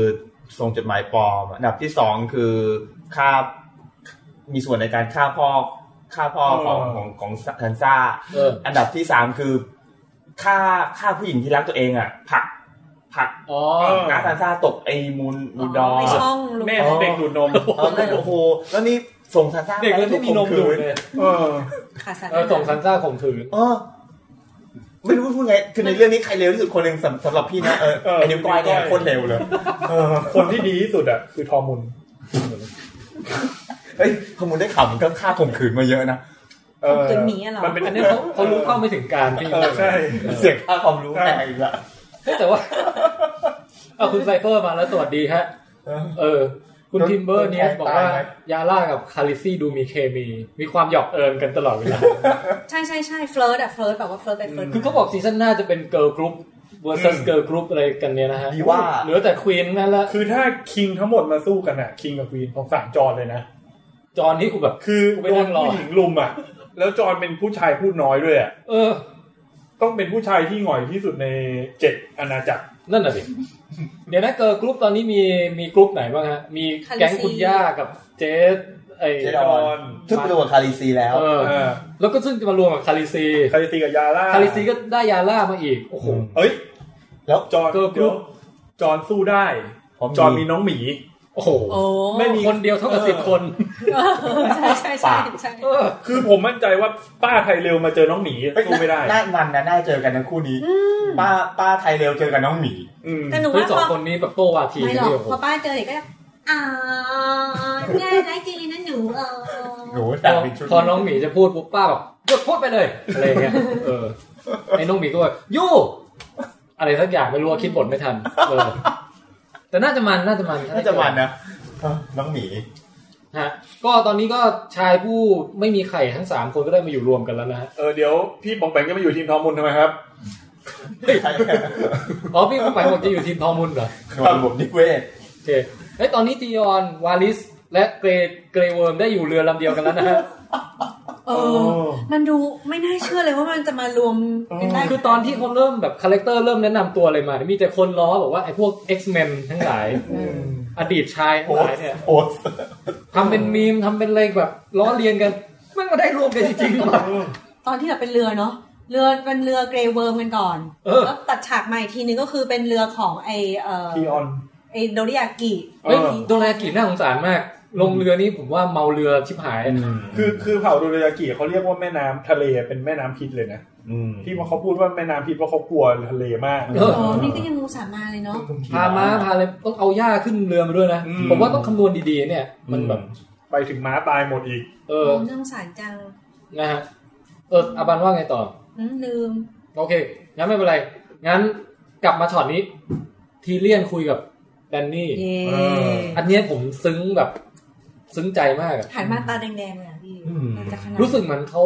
ส่งจดหมายปลอม อันดับที่สองคือฆ่ามีส่วนในการฆ่าพ่อฆ่าพ่อของ เออ ของของแทนซ่า เออ อันดับที่สามคือฆ่าฆ่าผู้หญิงที่รักตัวเองอ่ะผลักผลัก อ๋อ น้าแทนซ่าตกไอ้มูลมูลดอ ในช่องลูก แม่ของเด็กดูดนม เออนั่นโอ้โหแล้วนี่ส่งแทนซ่า เด็กแล้วที่มีนมดูด เลย เนี่ย เออ ค่ะสัตว์ เออส่งซันซ่าข่มขืน เออไม่รู้พูดไงคือในเรื่องนี้ใครเร็วที่สุดคนหนึ่งสำสำหรับพี่นะเออ เออ ไอ้นิ้วก้อยเนี่ยโคตรเร็วเลย คนที่ดีที่สุดอ่ะคือทอมุน เฮ้ยขมูลได้ข่าวมันก็ฆ่าข่มขืนมาเยอะนะ เออ ถึงนี้เหรอ มันเป็น อันนี้เขาเขารู้เข้าไม่ถึงการพี่ เออใช่ เสียค่าความรู้แพงอีกละ เฮ้ยแต่ว่า เอาคุณไซเฟอร์มาแล้วสวัสดีฮะ เออ คุณทิมเบอร์เนี้ยบอกว่า ยาล่ากับคาริซี่ดูมีเคมี มีความหยอกเอิญกันตลอดเวลา ใช่ใช่ใช่เฟลิร์ตอะเฟลิร์ตแบบว่าเฟลิร์ตไปเฟลิร์ต คือเขาบอกซีซั่นหน้าจะเป็นเกิร์ลกรุ๊ปเวอร์ซัสเกิร์ลกรุ๊ปอะไรกันเนี่ยนะฮะ ดีว่า เหลือแต่ควีนนั่นละ คือถ้าคิงทั้งหมดมาสู้กันอ่ะคิงกับควีนของสามจอนเลยนะ จอห์นนี่กูแบบ คือ ไม่ โด นั่ น งรอ ผู้หญิงลุมอ่ะ แล้วจอนเป็นผู้ชายพูดน้อยด้วยอ่ะ เออ ต้องเป็นผู้ชายที่หง่อยที่สุดในเจ็ดอาณาจักร นั่นน่ะสิ เดี๋ยวนะเกิร์ลกรุ๊ปตอนนี้มีมีกรุ๊ปไหนบ้างฮะ มีแก๊งคุณย่ากับเจสไอ เจ ดอน ซึ่งไปดูกับคาริซีแล้ว เออ เออ แล้วก็ซึ่งจะมารวมกับคาริซี คาริซีกับยาล่า คาริซีก็ได้ยาล่ามาอีก โอ้โห เอ้ย แล้ว จอน เกิร์ลกรุ๊ป จอนสู้ได้ เพราะมี จอนมีน้องหมี โอ้โห โอ้ ไม่มี คนเดียวเท่ากับ เออ สิบคน เออใช่ใช่ใช่ใช่ เออ คือผมมั่นใจว่าป้าไทยเร็วมาเจอน้องหมี เฮ้ย สู้ไม่ได้ น่ามันนะน่าเจอกันทั้งคู่นี้ ป้าป้าไทยเร็วเจอกันน้องหมี อืม แต่หนู เฮ้ยสอว่าพ ง อ คนนี้แบบโตวาที ไม่หรอก เดียว พอป้าเจอเด็กก็จะอ่าง่ายนะจริงเลยนะหนูเออหนู พ แต่ง อ เป็นชุด พอน้องหมีจะพูดปุ๊บป้าบอกหยุดพูดไปเลย อะไรอย่างเงี้ย เออ ไอ้น้องหมีก็แบบยู่ อะไรสักอย่างไม่รู้ว่าคิดบทไม่ทัน เออ แต่น่าจะมัน น่าจะมัน น่าจะมันนะเออน้องหมี ฮะก็ตอนนี้ก็ชายผู้ไม่มีไข่ทั้งสามคนก็ได้มาอยู่รวมกันแล้วนะฮะ เออเดี๋ยวพี่ปองแปงก็มาอยู่ทีมทอมุนทำไมครับ อ๋อพี่ผู้หมายบอกจะอยู่ทีมทอมุนเหรอ หน่วยระบบนิเวศ โอเคเอ้ยตอนนี้ตีออนวาลิส และเกรเกรเวิร์มได้อยู่เรือลำเดียวกันแล้วนะฮะ เออ มันดูไม่น่าเชื่อเลยว่ามันจะมารวมกันได้ คือตอนที่เขาเริ่มแบบคาแรคเตอร์เริ่มแนะนำตัวอะไรมาเนี่ยมีแต่คนล้อบอกว่าไอ้พวก X-Men ทั้งหลาย อดีตชายทั้ โพ งห ส ลาย ต์ เนี่ย โพสต์ ทำเป็นมีมทำเป็นอะไรแบบล้อเลียนกันแม่งมาได้รวมกันจริงๆว่ะ ตอนที่แบบเป็นเรือเนาะเรือเป็นเรือเกรเวิร์มกันก่อน เออ แล้วตัดฉากมาอีกทีนึงก็คือเป็นเรือของไอเอ่อ ทีออน ไอโดริยากิ เฮ้ย เออ โดรากิน่าสงสารมาก ลงเรือนี่ผมว่าเมาเรือชิบหาย คือคือเผ่าโดรยากิเขาเรียกว่าแม่น้ำทะเลเป็นแม่น้ำพิษเลยนะ อืม ที่ว่าเขาพูดว่าแม่น้ำพิษเพราะเขากลัวทะเลมาก เออ อ๋อนี่ก็ยังรู้สาห์มาเลยเนาะ พาม้าพาอะไรต้องเอาหญ้าขึ้นเรือมาด้วยนะ อืม ผมว่าต้องคำนวณดีๆ เนี่ย มันแบบ ไปถึงม้าตายหมดอีก เออ โอ้น่าสงสารจัง นะฮะ เอออาบันว่าไงต่อ อืมลืม โอเค งั้นไม่เป็นไร งั้นกลับมาช็อตนี้ ทีเลียนคุยกับแดนนี่ เย่ เออ อันเนี้ยผมซึ้งแบบ ซึ้งใจมากอะ หันมาตาแดงๆเลยอ่ะพี่มันจะขนาด รู้สึกเหมือนเขา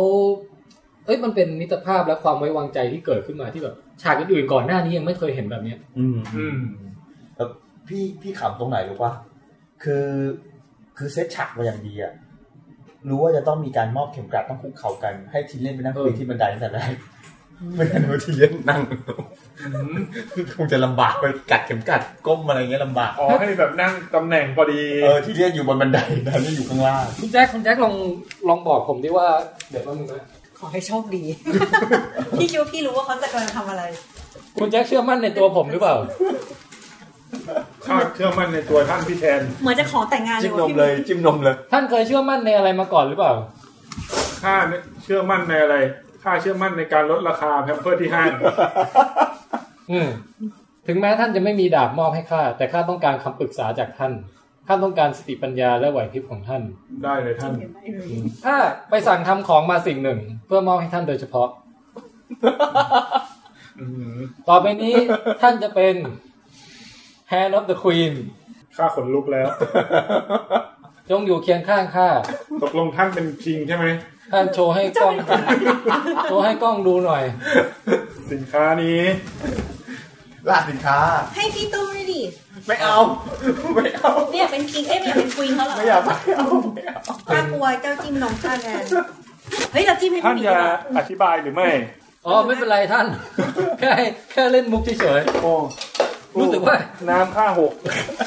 เอ้ย มันเป็นมิตรภาพและความไว้วางใจที่เกิดขึ้นมาที่แบบ ฉากอื่นๆก่อนหน้านี้ยังไม่เคยเห็นแบบเนี้ย อืม อืม แล้วพี่พี่ขำตรงไหนรู้ปะคือ คือเซตฉากมาอย่างดีอะรู้ว่าจะต้องมีการมอบเข็มกลัดต้องคุกเข่ากันให้ทีเล่นไปนั่งคุย เออ ที่บันไดตั้งแต่แรกไม่งั้นว่าทีเล่นนั่งคงจะลำบากไปกัดเข็มกลัดก้มอะไรเงี้ยลำบาก อ๋อให้แบบนั่งตำแหน่งพอดี เออที่เล่นอยู่บนบันไดแต่นี่อยู่ข้างล่าง คุณแจ็คคุณแจ็คลองลองบอกผมดิว่า เดี๋ยวแป๊บนึงนะ ขอให้โชค ดี พี่คิดว่าพี่รู้ว่าเขาจะกำลังทำอะไร คุณแจ็คเชื่อมั่นในตัวผมหรือเปล่า ข้าเชื่อมั่นในตัวท่านพี่แทน เหมือนจะขอแต่งงานเลย จิ้มน ว่ะ ม พี่ เลยจิ้มนมเลย ท่านเคยเชื่อมั่นในอะไรมาก่อนหรือเปล่า ข้าเชื่อมั่นในอะไร ข้าเชื่อมั่นในการลดราคาแพมเพิร์สที่ห้าง อืม ถึงแม้ท่านจะไม่มีดาบมอบให้ข้า แต่ข้าต้องการคำปรึกษาจากท่าน ข้าต้องการสติปัญญาและไหวพริบของท่าน ได้เลยท่าน ข้าไปสั่งทำของมาสิ่งหนึ่ง เพื่อมอบให้ท่านโดยเฉพาะ อืม ต่อไปนี้ ท่านจะเป็น Hand of the Queen ข้าขนลุกแล้ว จงอยู่เคียงข้างข้า ตกลงท่านเป็นคิงใช่ไหม ท่านโชว์ให้กล้อง โชว์ให้กล้องดูหน่อย สินค้านี้ ลาดสินค้า ให้พี่ตุ้มเลยดิ ไม่เอา ไม่เอา เนี่ยเป็นคิงเอ้ยไม่ใช่เป็นควีนเขาเหรอ ไม่อยากไปเอาไม่เอา ป้ากลัวเจ้าจิ้มนมข้าแทน เฮ้ยเราจิ้มให้ ท่าน ดี จะ กว่า อธิบายหรือไม่ อ๋อไม่เป็นไรท่าน แค่แค่เล่นมุกเฉย โอ้ รู้สึกว่า น้ำค่าหก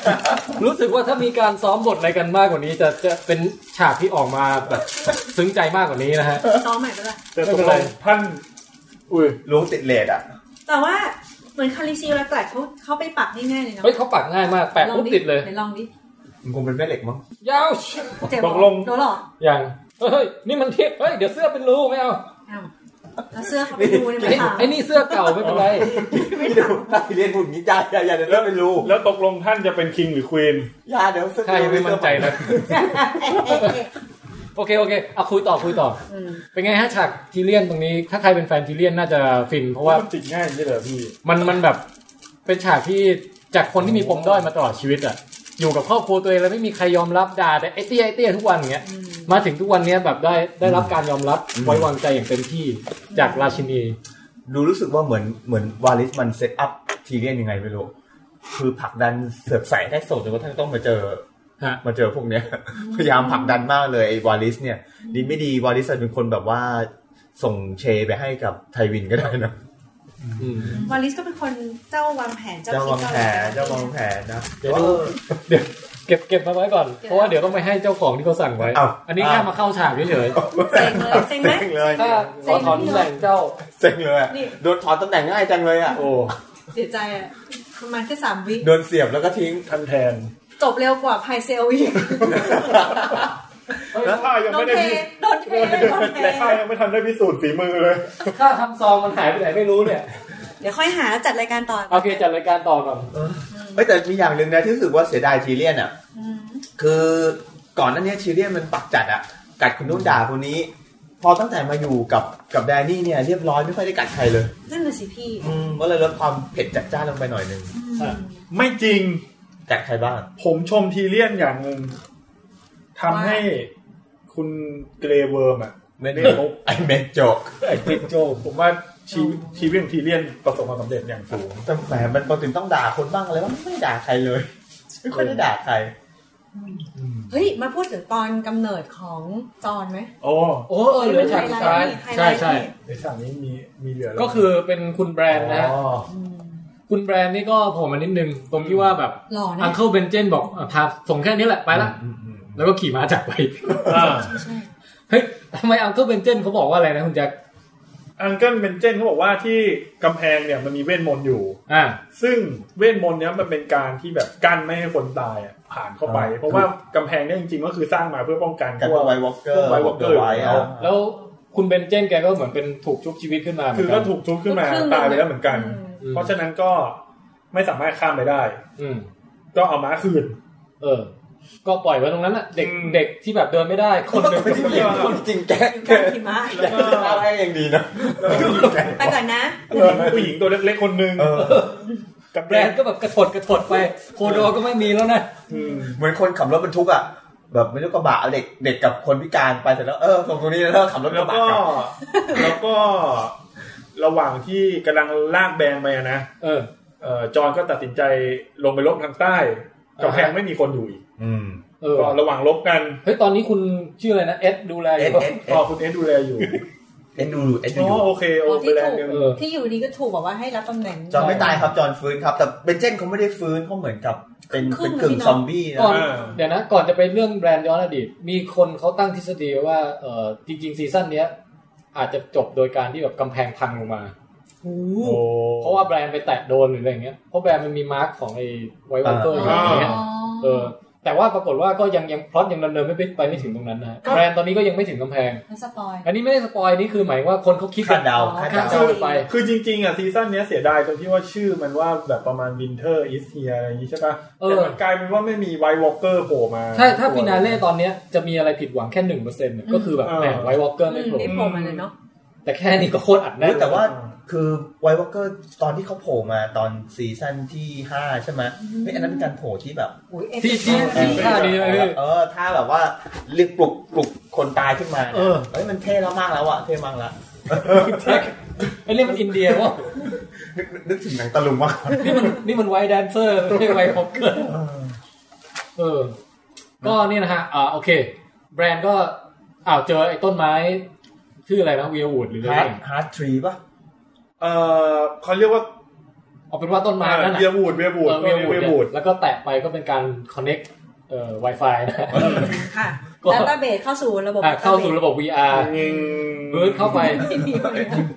ๆรู้สึกว่าถ้ามีการซ้อมบทอะไรกันมากกว่านี้ จะจะเป็นฉากที่ออกมาแบบซึ้งใจมากกว่านี้นะฮะ ซ้อมใหม่ไปเลย แต่ ไม่ ต เป็ ก น ล ไร งท่าน อุ้ย ลุงติดเลทอ่ะ แต่ว่าเหมือนคาริซีรักแกลเขาเขาไปปรับง่ายๆเลยนะ เฮ้ยเขาปักง่ายมากแปะปุ๊บติดเลย ไหนลองดิ มันคงเป็นแม่เหล็กมั้ง ยาวช เจ็บ ตกลง โดนหรอ อย่างเฮ้ยนี่มันเทปเฮ้ยเดี๋ยวเสื้อเป็นรูไม่เอา อ้าวแล้วเสื้อเขาไปดูเนี่ย ไอ้ ไม่ขาว ไอ้นี่เสื้อเก่าไม่เป็นไร ไม่ดูถ้าเรียนหุ่นนี้ยาอย่าอย่าเดี๋ยวเริ่มเป็นรู แล้วตกลงท่านจะเป็นคิงหรือควีน ยาเดี๋ยว ใครไม่มั่นใจนะ โอเคโอเคเอาคุยต่อคุยต่อ อืม เป็นไงฮะฉากทีเลียนตรงนี้ ถ้าใครเป็นแฟนทีเลียนน่าจะฟินเพราะว่า มันติดง่ายอย่างนี่เหรอพี่ มันมันแบบเป็นฉากที่จากคนที่มีปมด้อยมาตลอดชีวิตอะอยู่กับครอบครัวตัวเองแล้วไม่มีใครยอมรับด่าแต่ไอ้เตี้ยไอ้เตี้ยทุกวันอย่างเงี้ยมาถึงทุกวันเนี้ยแบบได้ได้รับการยอมรับไว้วางใจอย่างเต็มที่จากราชินี ดูรู้สึกว่าเหมือนเหมือนวาลิสมันเซตอัพทีเรียนยังไงไม่รู้ คือผลักดันเสือกใส่ได้สดจนกระทั่งต้องมาเจอ ฮะ มาเจอพวกเนี้ย พยายามผลักดันมากเลยไอ้วาลิสเนี่ย ดีไม่ดีวาลิสเป็นคนแบบว่าส่งเชไปให้กับไทวินก็ได้นะ อืม วาลิสก็เป็นคนเจ้าวางแผนเจ้า เจ้า คิด วางแผนเจ้าวางแผนนะ เดี๋ยวดูเดี๋ยวเก็บเก็บมาไว้ก่อนเพราะว่าเดี๋ยวต้องไปให้เจ้าของที่เขาสั่งไว้ เอ้า อันนี้แค่มาเข้าฉากเฉย เซ็งเลยเซ็งไหม เซ็งเลย ๆถ้าขอถอนตำแหน่งเจ้า เซ็งเลยอะ นี่ โดนถอนตำแหน่งง่ายจังเลยอ่ะ โอ้ เสียใจอ่ะประมาณแค่สามวิ โดนเสียบแล้วก็ทิ้ง ท่านแทน จบเร็วกว่าไพเซลอีก ข้ายัง โด ไม่ น ได้ เท พิ โดนเท โดนเท แต่ข้ายังไม่ทันได้พิสูจน์ฝีมือเลย ค่าทำซองมันหายไปไหนไม่รู้เนี่ย เดี๋ยวค่อยหาจัดรายการต่อ โอเคจัดรายการต่อก่อน เอ้ยแต่มีอย่างหนึ่งนะที่รู้สึกว่าเสียดายทีเรียนอ่ะ อืม คือก่อนหน้านี้ชีเรียนมันปักจัดอะกัดคนนู้นด่าคนนี้ พอตั้งแต่มาอยู่กับกับแดนนี่เนี่ยเรียบร้อยไม่ค่อยได้กัดใครเลย นั่นน่ะสิพี่ อืมก็เลยลดความเผ็ดจัดจ้านลงไปหน่อยหนึง อืม ไม่จริง กัดใครบ้าง ผมชมทีเลียนอย่างหนึ่งทำให้คุณเกรเวิร์มอ่ะ ไม่ได้ เรี ยกมุก ไอเมนโจก ไอ้ติดโจผมว่าชีวิตชีวิตของทีเลียนประสบความสำเร็จอย่างสูง แต่แหมมันปกติต้องด่าคนบ้างอะไรบ้างไม่ได้ด่าใครเลยไม่ค่อยได้ด่าใคร เฮ้ย มาพูดถึงตอนกำเนิดของจอนไหม โอ้ โอ้เออเหลือฉากสุดท้าย ไฮไลท์ ใช่ใช่ ไฮไลท์ ในฉากนี้มีมีเหลือแล้ว ก็คือเป็นคุณแบรนด์นะฮะ อ๋อ คุณแบรนด์นี่ก็โผมมานิดนึง ตรงที่ว่าแบบ หล่อนะ อังเคิลเบนเจนบอกอ่ะพาส่งแค่นี้แหละ ไปละ แล้วก็ขี่ม้าจากไป อ่า ใช่ เฮ้ยทำไมอังเคิลเบนเจนเขาบอกว่าอะไรนะคุณแจ็ค อังเกิลเบนเจนเขาบอกว่าที่กำแพงเนี่ยมันมีเวทมนต์อยู่ อ่า ซึ่งเวทมนต์เนี้ยมันเป็นการที่แบบกั้นไม่ให้คนตายอ่ะผ่านเข้าไป อ่า เพราะว่ากำแพงเนี่ยจริงๆก็คือสร้างมาเพื่อป้องกัน กัด พวก ไววอลเกอร์ พวก White Walker ไว อยู่แล้ อะ ว แล้วคุณเบนเจนแกก็เหมือนเป็นถูกชุบชีวิตขึ้นมาเหมื คื อน อ กั ก็ น ถูกทุบขึ้นมา ครึ่งหนึ่ง ตายไปแล้วเหมือนกัน อืม เพราะฉะนั้นก็ไม่สามารถข้ามไปได้ อืม ก็เอาม้าคืน เออ ก็ปล่อยไว้ตรงนั้นแหละเด็ก อืม เด็กที่แบบเดินไม่ได้ คนหนึ่ง จริงๆคนจริงแก๊ก อยู่ แก๊ กับ ก หิมะ แล้วก็ เล่าให้ยังดีนะ ไปก่อนนะ ผู้หญิงผู้หญิงตัวเล็กๆคนหนึ่ง เออ กับ แบ แบ ร ร น น ด์ ด์ ก็แบบกระถดกระถดไปโคโดก็ไม่มีแล้วนะ อืม เหมือนคนขับรถบรรทุกอ่ะแบบไม่รู้กระบะเอาเด็กเด็กกับคนพิการไปเสร็จแล้วเออส่งตรงนี้แล้วก็ขับรถก แล้ว ระบะ ก็ กลับ แล้วก็ระหว่างที่กำลังลากแบรนด์ไปอะนะ เออ เอ่อจอห์นก็ตัดสินใจลงไปลบทางใต้ อ่าฮะ กำแพงไม่มีคนอยู่อีก อืม เออ ก็ระหว่างลบกัน เฮ้ยตอนนี้คุณชื่ออะไรนะเอสดูแลอยู่ปะ เอส ก็คุณเอสดูแลอยู่ เอ็นดูเอ็น อ๋ ดู อโอเคโอเคแบรนด์หนึ่ง เออ ที่อยู่ดีก็ถูกบอกว่าให้รับตำแหน่ง จอนไม่ตายครับจอนฟื้นครับ แต่เบนเจนเขาไม่ได้ฟื้นเขาเหมือนกับเป็น ครึ่งๆเป็นกึ่ง เลยเนอะ ซอมบี้นะ ก่อนเดี๋ยวนะก่อนจะไปเรื่องแบรนด์ย้อนอดีต มีคนเขาตั้งทฤษฎีไว้ว่าเออจริง ๆ ซีซั่นเนี้ย อาจจะจบโดยการที่แบบกำแพงพังลงมา โอ้ เพราะว่าแบรนด์ไปแตะโดนหรืออะไรเงี้ยเพราะแบรนด์มันมีมาร์กของไอ้ไวท์วอเตอร์อยู่อะไรเงี้ยเออแต่ว่าปรากฏว่าก็ยังยังพลอตยังดำเนินไม่ไปไปไม่ถึงตรงนั้นนะฮะแบรนด์ตอนนี้ก็ยังไม่ถึงกำแพง แล้วสปอย อันนี้ไม่ได้สปอยนี่คือหมายว่าคนเขาคิด คาดเดา อ๋อ คาด คาด เดา เดาไป คือจริงๆอ่ะซีซั่นเนี้ยเสียดายตรงที่ว่าชื่อมันว่าแบบประมาณ Winter is here อะไรอย่างนี้ใช่ปะ เออ แต่มันกลายเป็นว่าไม่มีไวท์วอลเกอร์โผล่มา ใช่ถ้าฟินาเล่ตอนเนี้ยจะมีอะไรผิดหวังแค่หนึ่งเปอร์เซ็นต์ก็คือแบบแหมไวท์วอเกอร์ไม่โผล่ ได้โผล่มาเลยเนาะ แต่แค่นี้ก็โคตรอัดแน่น แต่ว่าคือไววอลเกอร์ตอนที่เขาโผล่มาตอนซีซั่นที่ห้าใช่ไหมเฮ้ยอันนั้นเป็นการโผล่ที่แบบ อุ้ยเอฟ ที่ที่ที่ท่านี้ไหมพี่ เออถ้าแบบว่าเรียกปลุกปลุกคนตายขึ้นมา เอ เนี่ย อ เฮ้ยมันเท่แล้วมากแล้วอะเท่มากละ ไอ้เรื่องมันอินเดียวะ นึกนึกถึงหนังตะลุงมากกว่า นี่มันนี่มันไวท์แดนเซอร์ไม่ใช่ไวท์ฮอกเกอร์เออ ก็นี่นะฮะ อ่าโอเค แบรนด์ก็อ้าวเจอไอ้ต้นไม้ ชื่ออะไรนะเวียวูดหรืออะไร ฮาร์ด เนี่ย ฮาร์ดทรีป่ะ เออเขาเรียกว่า เอาเป็นว่าต้นไม้นั่นน่ะ เบียร์บูดเบียร์บูด เออ เบี เวียยร์ บู บู ด ด แล้วก็แตะไปก็เป็นการคอนเน็กเอ่อ Wi-Fi นะฮะ ค่ะ ก็ ดัตต้าเบสเข้าสู่ระบบ อ่ะเข้าสู่ระบบ VR ยิง บื้นเข้าไป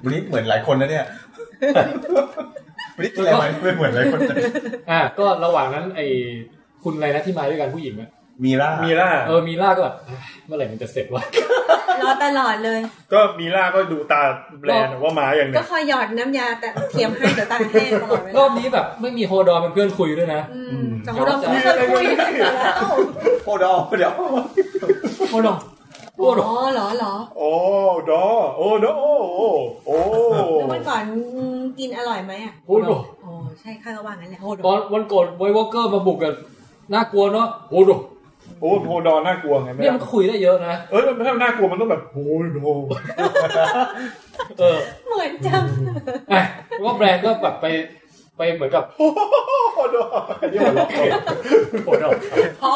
วันนี้เหมือนหลายคนนะเนี่ยวันนี้กินอะไรมาไม่เหมือนหลายคนเลย อ่ะก็ระหว่างนั้นไอ้คุณอะไรนะที่มาด้วยกันผู้หญิงอะ มีร่า มีล่า เออมีล่าก็แบบอ่ะเมื่อไหร่มันจะเสร็จวะ รอตลอดเลย ก็มีล่าก็ดูตาแบรนด์ว่ามาอย่างหนึ ก็ ง คอยหยอดน้ำยาแต่เทียมให้เดี๋ยวตาแห้งตลอดเวลาร อบนี้แบบไม่มีโฮดอนเป็นเพื่อนคุยด้วยนะ อืมสองรอบนี้ก็คุยกันอยู่แล้ว โคดอเดี๋ยว โฮดอนโฮดอน อ๋อเหรอเหรอ โอ้ดอโอ้ดอโอ้โอ้โอ้ แล้วเมื่อก่อนอืมกินอร่อยไหมอ่ะ โฮดอน โอ้ใช่ข้าก็ว่างั้นแหละโหด ตอนวันก่อนไววอลเกอร์มาบุกกันน่ากลัวเนาะโฮดอน โอ้โหดอน่ากลัวไงไม่ เนี่ยมันก็คุยได้เยอะนะ เอ้ยมันถ้ามันน่ากลัวมันต้องแบบโอ้โห เออ เหมือนจัง อ่ะว่าแบรนด์ก็แบบไปไปเหมือนกับ โอ้โหดอนี่หัวเราะ โฮดอน พ่อ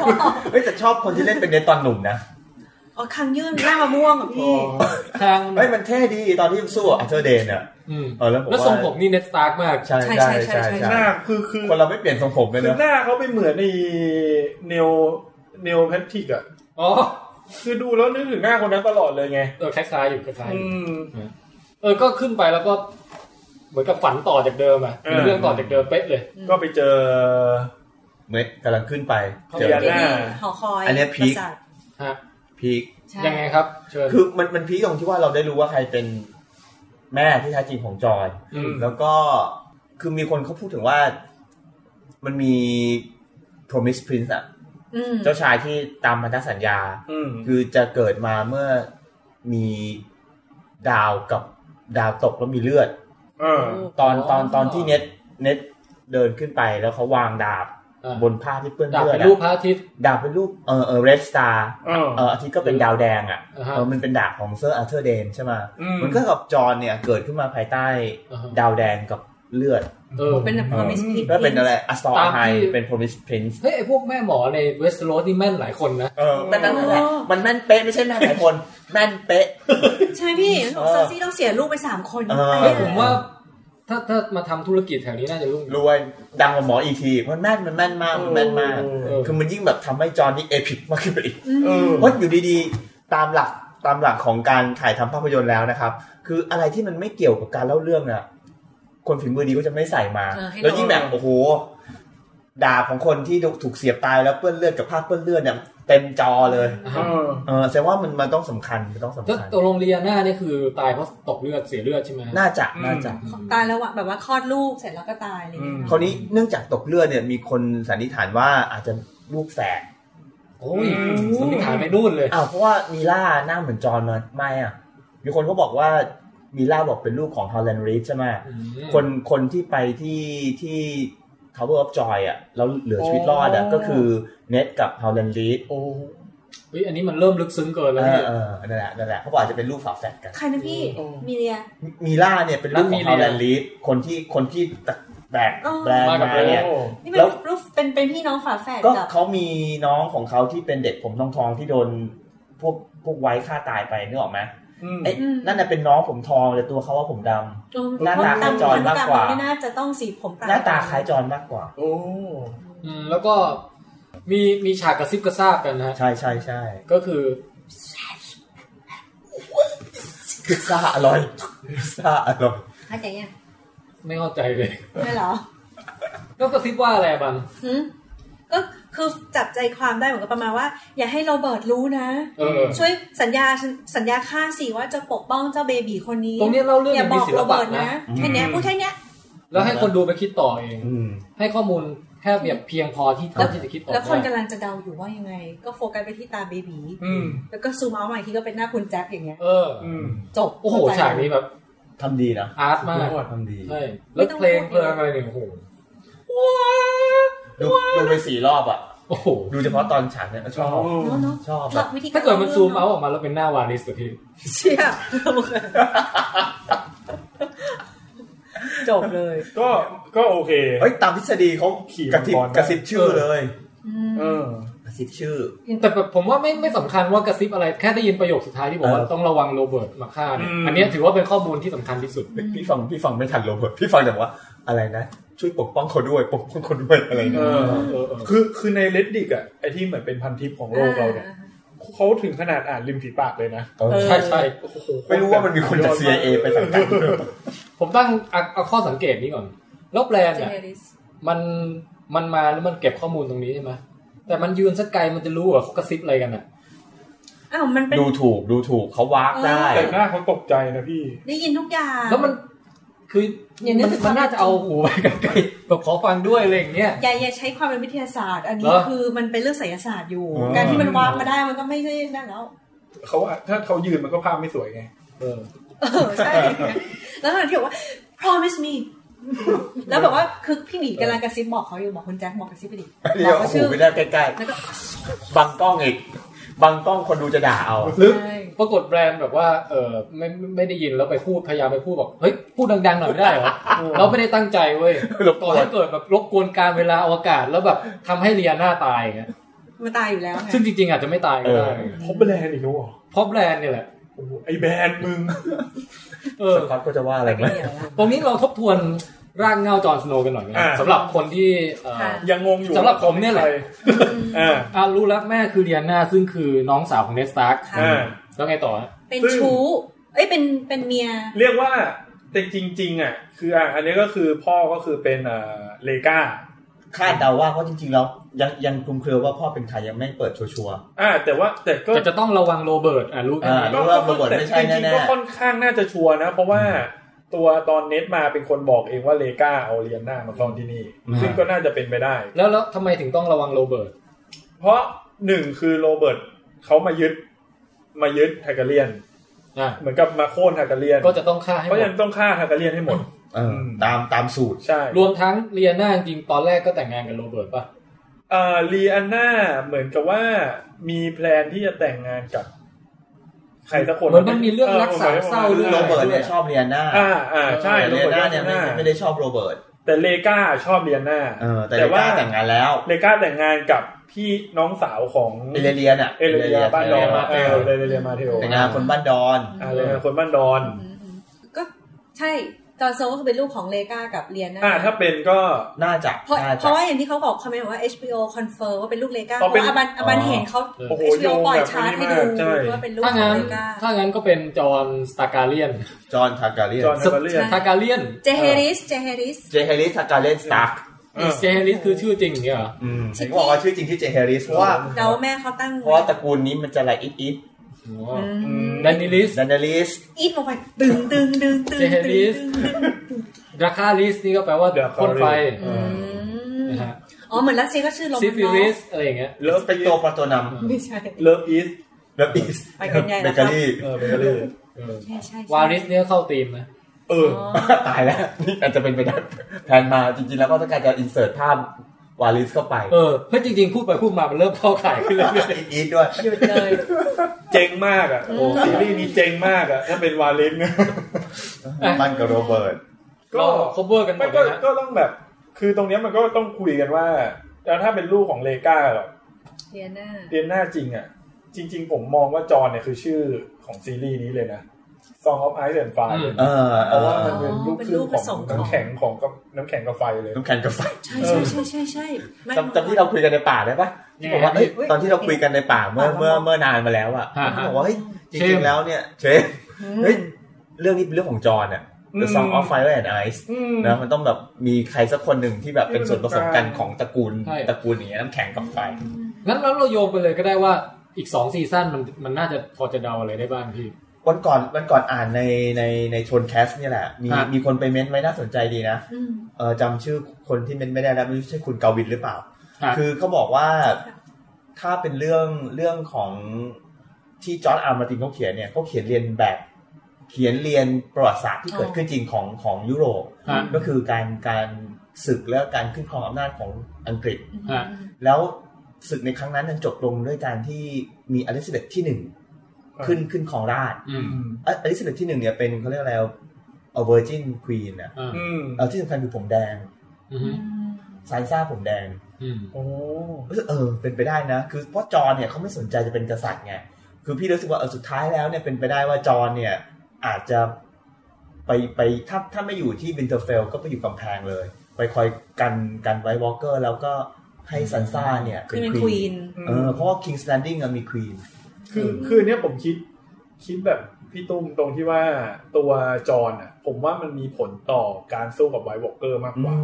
พ่อ เฮ้ยแต่ชอบคนที่เล่นเป็นเนตตอนหนุ่มนะ อ๋อคังยื่นหน้ามะม่วงอ่ะพี่ ทาง เฮ้ยมันเท่ดีตอนที่สู้อัลเทอร์เดนเนี่ย อืม เออแล้วผม แล้ว ว่า ทรงผมนี่เน็ตสตาร์กมาก ใช่ใช่ใช่ใช่ หน้าคือคือ คนเราไม่เปลี่ยนทรงผมเลย คือ นะ หน้าเขาไปเหมือนในเนลเนลแพทริกอะ อ๋อ คือดูแล้วนึกถึงหน้าคนนั้นตลอดเลยไง เออคล้ายๆอยู่คล้ายๆอ อื ยู่ ม เออก็ขึ้นไปแล้วก็ เหมือนกับฝันต่อจากเดิมอะ เออ เรื่องต่อจากเดิมเป๊ะเลย ก็ไปเจอ เมื่อกำลังขึ้นไปเจอ เรียน ที่นี่หอคอย อันเนี้ยพีปคระสาท ฮะ พีค ใช่ ยังไงครับ เชิญ คือมันมันพีคตรงที่ว่าเราได้รู้ว่าใครเป็นแม่ที่แท้จริงของจอย อืม แล้วก็คือมีคนเขาพูดถึงว่ามันมี promise prince อะ อืม เจ้าชายที่ตามพันธสัญญา อืม คือจะเกิดมาเมื่อมีดาวกับดาวตกแล้วมีเลือด เออ ตอนตอนตอนที่เน็ตเน็ตเดินขึ้นไปแล้วเขาวางดาบ อ่ะ บนผ้าที่เปื้อน ดาบ เลือด เป็น อะ รูปพระอาทิตย์ ดาบเป็นรูปเออเออเรดสตาร์ เออ เอออาทิตย์ก็เป็นดาวแดงอ่ะ อ่าฮะ เออมันเป็นดาบของเซอร์อาร์เธอร์เดนใช่ไหม อืม มันก็กับจอห์นเนี่ยเกิดขึ้นมาภายใต้ อ่าฮะ ดาวแดงกับเลือด เออ เป็นแบบ promise prince ก็เป็นอะไรอัสตอ ตาม ไฮ ที่ เป็นโพรมิสพรินซ์ เฮ้ยไอพวกแม่หมอในเวสต์โรสนี่แม่นหลายคนนะ เออแต่นั่นแหละ อ๋อ มันแม่นเป๊ะไม่ใช่แม่นหลายคน แม่นเป๊ะ ใช่พี่ เออ เซอร์ซี่ต้องเสียลูกไปสามคน เออ ไป ผ เล ม ย ว่าถ้าถ้ามาทำธุรกิจแถวนี้น่าจะรุ่ง รวยดังกว่าหมออีกทีมันแม่นมันแม่นมากมันแม่นมาก เออ คือมันยิ่งแบบทำให้จอห์นนี่เอพิกมากขึ้นไปอีก เออ เพราะอยู่ดีๆ ตามหลักตามหลักของการถ่ายทำภาพยนตร์แล้วนะครับ คืออะไรที่มันไม่เกี่ยวกับการเล่าเรื่องน่ะ คนฝีมือดีก็จะไม่ใส่มา แล้วยิ่งแบบโอ้โหดาบของคนที่ถูกเสียบตายแล้วเปื้อนเลือดกับภาพเปื้อนเลือดเนี่ยเต็มจอเลย เออ เออแสดงว่ามันมันต้องสำคัญมันต้องสำ แล้ว คัญ ตกลงเรียน่าเนี่ยคือตายเพราะตกเลือดเสียเลือดใช่ไหม น่าจะน่าจะ ตายแล้วอะแบบว่าคลอดลูกเสร็จแล้วก็ตายอะไรอย่างเงี้ย คราวนี้เนื่องจากตกเลือดเนี่ยมีคนสันนิษฐานว่าอาจจะลูกแฝด โอ้ยสันนิษฐานไม่นู่นเลย อ้าวเพราะว่ามีล่าหน้าเหมือนจอห์นมาไม่อ่ะ มีคนก็บอกว่ามีล่าบอกเป็นลูกของฮอลแลนด์รีฟใช่ไหม คนคนที่ไปที่ที่ Tower of Joy อ่ะแล้วเหลือชีวิตรอดอ่ะ โอ้ ก็คือเน็ตกับฮาวเลนลีด โอ้เฮ้ยอันนี้มันเริ่มลึกซึ้งเกิน เอ แล้วเนี่ อย เออนั่นแหละนั่นแหละเขาบอกอาจจะเป็นลูกฝาแฝดกัน ใครนะพี่มีเรีย มีล่าเนี่ยเป็นลูกของ แล้ ฮาว ว มีเรีย เลนลีดคนที่คนที่แบก อ๋อ แบรนด์ มากับ มาเนี่ย โอ้ นี่เป็น แล้ว รูปเป็นเป็นพี่น้องฝาแฝด ก็ กับ เขามีน้องของเขาที่เป็นเด็กผมทองทองๆที่โดนพวกพวกไว้ฆ่าตายไปนึกออกไหม อืม ไอ้นั่นน่ะเป็นน้องผมทองแต่ตัวเขาว่าผมดำ หน้าตาคล้ายจอยมากกว่า ไม่น่าจะต้องสีผม หน้าตาคล้ายจอนมากกว่า โอ้ อืมแล้วก็มีมีฉากกระซิบกระซาบกันนะฮะ ใช่ใช่ใช่ ก็คือ พิซซ่าอร่อย พิซซ่าอร่อย เข้าใจยัง ไม่เข้าใจเลย ไม่เหรอ ก็กระซิบว่าอะไรอะบัง หืมก็คือจับใจความได้เหมือนกับประมาณว่า อย่าให้โรเบิร์ตรู้นะ เออ ช่วยสัญญาสัญญาค่าสิว่าจะปกป้องเจ้าเบบีคนนี้ ตรงเนี้ยเล่าเรื่อง ออย่าย่าง บ มี อก ศิ โร ล เบิ ปะ ร์ต นะ นะแค่เนี้ยพูดแค่เนี้ย แล้วให้คนดูไปคิดต่อเอง อืม ให้ข้อมูลแค่เบียบเพียงพอที่เท่าที่จะคิดออก แล้วคน ได้ กำลังจะเดาอยู่ว่ายังไง ก็โฟกัสไปที่ตาเบบี อืม แล้วก็ซูมเอาใหม่ที่ก็เป็นหน้าคุณแจ็คอย่างเงี้ย เออ อืม จบ โอ้โห เข้ใจ ฉากนี้แบบ ทำดีนะ อาร์ตมาก ทำดี ใช่แล้วเพลงเพลิงอะไรเนี่ยโอ้โห ดูดูไปสี่รอบอ่ะ โอ้โห ดูเฉพาะตอนฉากเนี่ยชอบ เนาะเนาะ ชอบ ห แบ ลั บ กวิธี ถ้าเกิดมันซูมเอา เ ออกมาแล้วเป็นหน้าวานิ สอะพี่ เชี่ย จบเลย ก็ก็โอเค เฮ้ยตามทฤษฎีเขา ขี่ กระซิบ มังกรได้ กระซิบชื่อเลย เออ กระซิบชื่อ แต่แบบผมว่าไม่ไม่สำคัญว่ากระซิบอะไรแค่ได้ยินประโยคสุดท้ายที่บอกว่าต้องระวังโรเบิร์ตมาฆ่าเนี่ย อืม อันเนี้ยถือว่าเป็นข้อมูลที่สำคัญที่สุด พี่ฟังพี่ฟังไม่ทันโรเบิร์ตพี่ฟังแต่ว่าอะไรนะ ช่วยปกป้องเขาด้วยปกป้องเขาด้วยอะไร เอ เงี้ย อ เออเออ คือคือใน reddit อ่ะไอที่เหมือนเป็นพันทิปของโลกเราเนี่ยเขาถึงขนาดอ่านริมฝีปากเลยนะ เออ ใช่ใช่ โอ้โห ไม่รู้ว่ามันมีคนจาก CIA ไปสังกัดด้วยหรือเปล่า ผมตั้งเอาเอาข้อสังเกตนี้ก่อนแลบแปลน เจ เนี่ย เนริส มันมันมาแล้วมันเก็บข้อมูลตรงนี้ใช่ไหมแต่มันยืนสักไกลมันจะรู้เหรอเขากระซิบอะไรกันอ่ะ อ้าวมันเป็น ดูถูกดูถูกเขาวากได้ แต่หน้าเขาตกใจนะพี่ ได้ยินทุกอย่าง แล้วมันคือ อย่างนี้ มัน คือ มันน่าจะเอาหูไปไกลๆแบบขอฟังด้วยอะไรอย่างเงี้ย อย่าอย่าใช้ความเป็นวิทยาศาสตร์ อัน เห นี้ รอ คือมันเป็นเรื่องไสยศาสตร์อยู่ อ๋อ การที่มันวางมาได้มันก็ไม่ใช่นั่นแล้ว เขาอะถ้าเขายืนมันก็ภาพไม่สวยไง เออ เออใช่แล้วมันที่บอกว่า promise me แล้วบอกว่าคือพี่หมีกำลังกระซิบบอกเขาอยู่บอกคุณแจ็คบอกกระซิบไปดิบเดี๋ย อ ว กว่า โอ้โห ชื่อ ไม่ได้ใกล้ แล้วก็ ๆบังกล้องอีกบังกล้องคนดูจะด่าเอา หรือ ใช่ ปรากฏแบรนด์แบบว่าเออไม่ไม่ไม่ได้ยินแล้วไปพูดพยายามไปพูดบอกเฮ้ยพูดดังๆหน่อยไม่ได้เหรอเราไม่ได้ตั้งใจเว้ย รบก ต่ ว อน ให้เกิดแบบรบกวนการเวลาอวกาศแล้วแบบทำให้เรียน่าตายไง มันตายอยู่แล้วไง ซึ่งจริงๆ อาจจะไม่ตายก็ได้ เออ เขาแบรนด์อีกแล้วเหรอ เพราะแบรนด์เนี่ยแหละ โอ้โหไอแบรนด์มึง เอ ส อ ครับก็จะว่าอะไรไหม เดี๋ยวนะ ตรงนี้เราทบทวนร่างเงาจอห์นสโนว์กันหน่อยไหมครับ อ่า สำหรับคนที่เอ่อ ค่ะ ยังงงอยู่ สำหรับผมเนี่ยแหละ อ่า อารู้แล้วแม่คือเดียนาซึ่งคือน้องสาวของเนสตาร์ก ค่ะ อ่า แล้วไงต่อฮะ เป็น ซึ่ง ชู้ เอ้ยเป็นเป็นเมีย เรียกว่าแต่จริง ๆ อ่ะ คืออ่ะอันนี้ก็คือพ่อก็คือเป็นเอ่อเลกา คาดเดาว่าเพราะจริงๆแล้วยังยังคลุมเครือว่าพ่อเป็นใครยังไม่เปิดชัวร์ อ่าแต่ว่าแต่ก็ แต่จะต้องระวังโรเบิร์ตอ่ะรู้กัน อ่า ก็ รู้ว่าโรเบิร์ตไม่ใช่ จริง แน่ๆๆก็ค่อนข้างน่าจะชัวร์นะ เพราะว่าตัวตอนเน็ตมาเป็นคนบอกเองว่าเลกาเอาเรียนหน้ามาซ่อนที่นี่ ซึ่งก็น่าจะเป็นไปได้ แล้วแล้วทำไมถึงต้องระวังโรเบิร์ต เพราะหนึ่งคือโรเบิร์ตเขามายึดมายึดไทเกเรียน อ่ะ เหมือนกับมาโค่นไทเกเรียน ก็จะต้องฆ่าให้ห เพราะ ม ฉะ ด นั้นต้องฆ่าไทเกเรียนให้หมด ๆเออตามตามสูตร ใช่ รวมทั้งเรียนาจริงๆตอนแรกก็แต่งงานกับโรเบิร์ตป่ะ เอ่อลีอันน่าเหมือนกับว่ามีแพลนที่จะแต่งงานกับ ใครสักคน เหมือนมันมีเรื่องรักสามเศร้าเรื่อง โรเบิร์ตเนี่ยชอบเรียนหน้า อ่าอ่าใช่ เรียนหน้าเนี่ย โร ไม่ บิร์ต ไม่ได้ชอบโรเบิร์ต แต่เลกาชอบเลียนน่า เออแต่เรียนหน้าแต่งงานแล้ว เลกาแต่งงานกับพี่น้องสาวของ เอเลเรียนอ่ะ เอเลเรียบ้านดอน เอ เอ เล อ เรีย เอเลเรียมาเทล แต่งงานคนบ้านดอน อ่าเลยคนบ้านดอน ก็ใช่จอร์นโซก็คือเป็นลูกของเลกากับเรียนนะ อ่าถ้าเป็นก็ น่าจะ เพราะ น่า เพ จะ ราะว่าอย่างที่เขาบอกคอมเมนต์บอกว่า HBO confirm ว่าเป็นลูกเลกาเพ ต้อ ราะ งเป็น ว่าอบันอบันเห็นเขา โอ้โห HBO ปล่อยชาร์ตให้ดู ใช่ ว่าเป็นลูก ถ้า ของ งั้น เลกา ถ้างั้นก็เป็นจอห์นสตาร์การเลียน จอห์นทาการเลียน จอห์นไทเกเรียน ทาการเลียน เจเฮริสเจเฮริส เจเฮริสทาการเลียนสตาร์ก เออ เจเฮริสคือชื่อจริงอย่างเงี้ยเหรอ ถึงบอกว่าชื่อจริงที่อเจเฮริสเพราะว่า เราแม่เขาตั้ง เพราะว่าตระกูลนี้มันจะอะไรอิทอิท อ๋อ อืม แดนนิลิส ดันเดลิส อีทลงไปดึงดึงดึงดึง เจเฮ ดึ ริ ง สดราคาลิสนี่ก็แปลว่า ดราคาลิส คนไฟ อืม นะฮะ อ๋อเหมือนรัสเซียก็ชื่อลง ซิฟิลิสอะไรอย่างเงี้ย เลิฟ เป็น อี ตัว ส ปรโตนัม ไม่ใช่ เลิฟอีส และบีส ไปกันใหญ่ เบ แล้ว เก ครั อบ รี่ เอ อเบเกอรี่ เออ ใช่ใช่ วาริสเนี่ยเข้าทีมนะ เออ อ๋อ ตายแล้วนี่อาจจะเป็นไปได้แทนมาจริงๆแล้วก็ต้องการจะอินเสิร์ตภาพวาลิสเข้าไป เออเพื่อจริงๆ พูดไปพูดมามันเริ่มเข้าข่ายขึ้นเรื่อย อิทอิทด้วย หยุดเลย เจ๋งมากอ่ะโอ้ซีรีส์นี้เจ๋งมากอ่ะถ้าเป็นวาเลน เนี่ย มันกับโรเบิร์ต ๆก็ cover กันหม ไม่ ด ก็ เลยนะ ก็ต้องแบบ คือตรงเนี้ยมันก็ต้องคุยกันว่าแล้วถ้าเป็นลูกของเลกาหรอ เดียน่า เรียนหน้าจริงอ่ะ จริง ๆ ผมมองว่าจอเนี่ยคือชื่อของซีรีส์นี้เลยนะ Song of Ice and Fire เออ เพ เอ ราะ อ ว่ามันเป็นลูกครึ่งของน้ำแข็งของกับน้ำแข็งกับไฟเลย น้ำแข็งกับไฟ ใช่ใช่ใช่ใช่ใช่ไม่ จำจำที่เราคุยกันในป่าได้ปะที่บอกว่าเอ้ยตอนที่เราคุยกันในป่าเมื่อเมื่อเมื่อนานมาแล้วอ่ะที่บอกว่าเฮ้ยจริงๆแล้วเนี่ยเชฟ อืม เฮ้ย เรื่องนี้เป็นเรื่องของจอห์นอ่ะ The Song of Fire and Ice อืม นะมันต้องแบบมีใครสักคนหนึ่งที่แบบเป็นส่วนผสมกันของตระกูลตระกูลอย่างเงี้ยน้ำแข็งกับไฟ งั้นแล้วเราโยงไปเลยก็ได้ว่าอีกสองซีซั่นมันมันน่าจะพอจะเดาอะไรได้บ้างพี่ วันก่อนวันก่อนอ่านในในในชนแคสเนี่ยแหละ มี ฮะ มีคนไปเม้นต์ไว้น่าสนใจดีนะ อืม เออจำชื่อคนที่เม้นต์ไม่ได้แล้วไม่รู้ใช่คุณเกาวินหรือเปล่า อ่ะ คือเขาบอกว่าถ้าเป็นเรื่องเรื่องของที่จอร์นอาร์มาร์ตินเขาเขียนเนี่ยเขาเขียนเรียนแบบ เขียนเรียนประวัติศาสตร์ที่เกิดขึ้นจริงของของยุโรป ฮะ ก็คือการการศึกและการขึ้นครองอำนาจของอังกฤษ ฮะ แล้วศึกในครั้งนั้นนั้นจบลงด้วยการที่มีอลิซาเบธที่หนึ่งขึ้นขึ้นครองราชย์ อืม เอ่ออลิซาเบธที่หนึ่งเนี่ยเป็นเขาเรียกอะไรเ เอาเวอร์จินควีนอะ อ่า อืม เอาที่สำคัญคือผมแดง อืม ซายซ่าผมแดง อืม โอ้ เออเป็นไปได้นะ คือเพราะจอเนี่ยเขาไม่สนใจจะเป็นกษัตริย์ไงคือพี่รู้สึกว่าเออสุดท้ายแล้วเนี่ยเป็นไปได้ว่าจอเนี่ย อาจจะไปไปถ้าถ้าไม่อยู่ที่วินเทอร์เฟล ก็ไปอยู่กำแพงเลย ไปคอยกันกันไว้วอลเกอร์แล้วก็ให้ซันซ่าเนี่ย คือเป็นควีน เออเพราะว่าคิงสแตนดิ้งมีควีน คือคือเนี้ยผมคิดคิดแบบพี่ตุ้มตรงที่ว่าตัวจอนอ่ะ ผมว่ามันมีผลต่อการสู้กับไวท์วอลเกอร์มากกว่า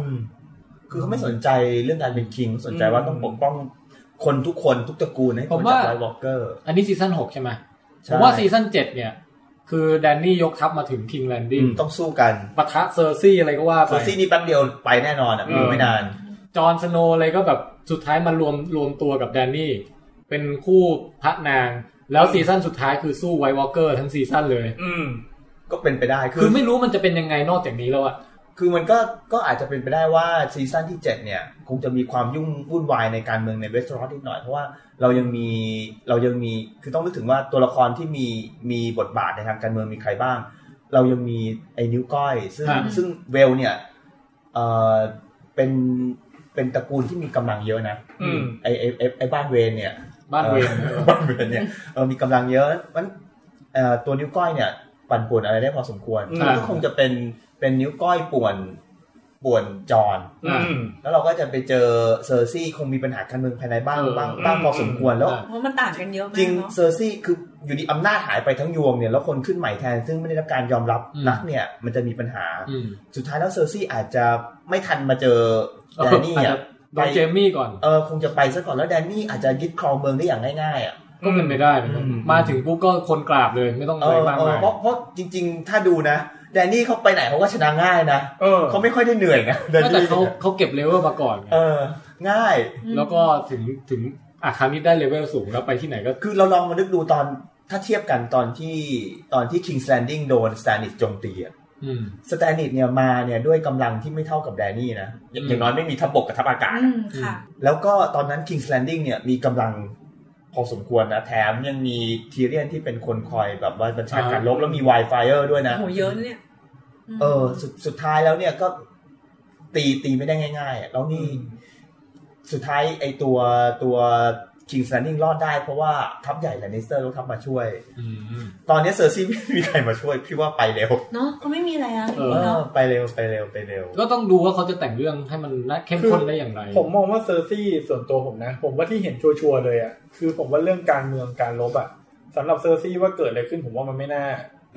คือเขาไม่สนใจเรื่องการเป็นคิงสนใจว่าต้องปกป้องคนทุกคนทุกตระกูลให้คนจากไวท์วอลเกอร์ อันนี้ซีซั่นหกใช่ไหม ใช่ ผมว่าซีซั่นเจ็ดเนี่ย คือแดนนี่ยกทัพมาถึงคิงแลนดิ้ง ต้องสู้กัน ปะทะเซอร์ซี่อะไรก็ว่า เซ ไป อร์ซี่นี่แป๊บเดียวไปแน่นอนอ่ะไม่ไม่นาน จอห์นสโนว์อะไรก็แบบสุดท้ายมันรวมรวมตัวกับแดนนี่ เป็นคู่พระนาง แล้วซีซั่นสุดท้ายคือสู้ไวท์วอลเกอร์ทั้งซีซั่นเลย อืม ก็เป็นไปได้คื คือ อ ไม่รู้มันจะเป็นยังไงนอกจากนี้แล้วอะ คือมันก็ก็อาจจะเป็นไปได้ว่าซีซั่นที่ 7 เนี่ย คงจะมีความยุ่งวุ่นวายในการเมืองในเวสต์รอสนิดหน่อย เพราะว่าเรายังมีเรายังมีคือต้องนึกถึงว่าตัวละครที่มีมีบทบาทในทางการเมืองมีใครบ้าง เรายังมีไอ้นิ้วก้อย ซึ่งซึ่งเวลเนี่ยเออเป็นเป็นตระกูลที่มีกำลังเยอะนะ อืม ไอไอไอ้ไอบ้านเวรเนี่ย บ้านเวร ออบ้านเวรเนี่ยเออมีกำลังเยอะมันเอ่อตัวนิ้วก้อยเนี่ย ปั่นป่วนอะไรได้พอสมควร อืม มันก็คงจะเป็นเป็นนิ้วก้อยป่วนป่วนจอน อืม แล้วเราก็จะไปเจอเซอร์ซี่คงมีปัญหาการเมืองภายในบ้าง เออ บ้างบ้างพอสมควรแล้ว อ่า เพราะมันต่างกันเยอะมา จริ ก ง เนาะ เซอร์ซี่คืออยู่ดีอำนาจหายไปทั้งยวงเนี่ยแล้วคนขึ้นใหม่แทน ซึ่งไม่ได้รับการยอมรับ อืม นักเนี่ย มันจะมีปัญหา อืม สุดท้ายแล้วเซอร์ซี่อาจจะไม่ทันมาเจอแดนนี่ อาจ อ่ะ จะโดนเจมมี่ก่อน เออคงจะไปซะก่อนแล้วแดนนี่อาจจะยึดครองเมืองได้อย่างง่ายๆอ่ะ ก็เป็นไปได้เหมือนกัน อืม มาถึงปุ๊บก็คนกราบเลยไม่ต้อง เอ อะไร อ มาก เออ มาย เพราะเพราะจริง ๆ ถ้าดูนะแดนนี่เขาไปไหนเขาก็ชนะง่ายนะ เออ เขาไม่ค่อยได้เหนื่อยนะ แดน ก็แต่ นี่ เขาเขาเก็บเลเวลมาก่อนไง เออ ง่าย แล้วก็ถึงถึงอ่ะคราวนี้ได้เลเวลสูงแล้วไปที่ไหนก็ คือเราลองมานึกดูตอนถ้าเทียบกันตอนที่ตอนที่ King's Landing โดน s t a n i s โจมตีอะ อืม s t a n i s เนี่ยมาเนี่ยด้วยกำลังที่ไม่เท่ากับแดนนี่นะอย่า อืม อย่างน้อยไม่มีทัพบกกับทัพอากาศ อืมค่ะ แล้วก็ตอนนั้น King's Landing เนี่ยมีกำลังพอสมควรนะ แถมยังมีทีเรียนที่เป็นคนคอยแบบว่าบัญชาการลบแล้วมี Wildfire ด้วยนะ โหเยอะนะเนี่ยม เออสุดสุดท้ายแล้วเนี่ยก็ตีตีไม่ได้ง่ายๆอะแล้วนี่สุดท้ายไอตัวตัวคิงสแตนดิ้งรอดได้เพราะว่าทัพใหญ่แลนนิสเตอร์ลทัพมาช่วย อืม ตอนนี้เซอร์ซี่ไม่มีใครมาช่วย พี่ว่าไปเร็ว เนาะเขาไม่มีอะไรแล้ว เออ เออ เนาะ ไปเร็วไปเร็วไปเร็ว ก็ต้องดูว่าเขาจะแต่งเรื่องให้มันน่าเข้มข้นได้อย่างไร ผมมองว่าเซอร์ซี่ส่วนตัวผมนะ ผมว่าที่เห็นชัวร์ๆเลยอ่ะคือผมว่าเรื่องการเมืองการลบอ่ะสำหรับเซอร์ซี่ว่าเกิดอะไรขึ้นผมว่ามันไม่น่า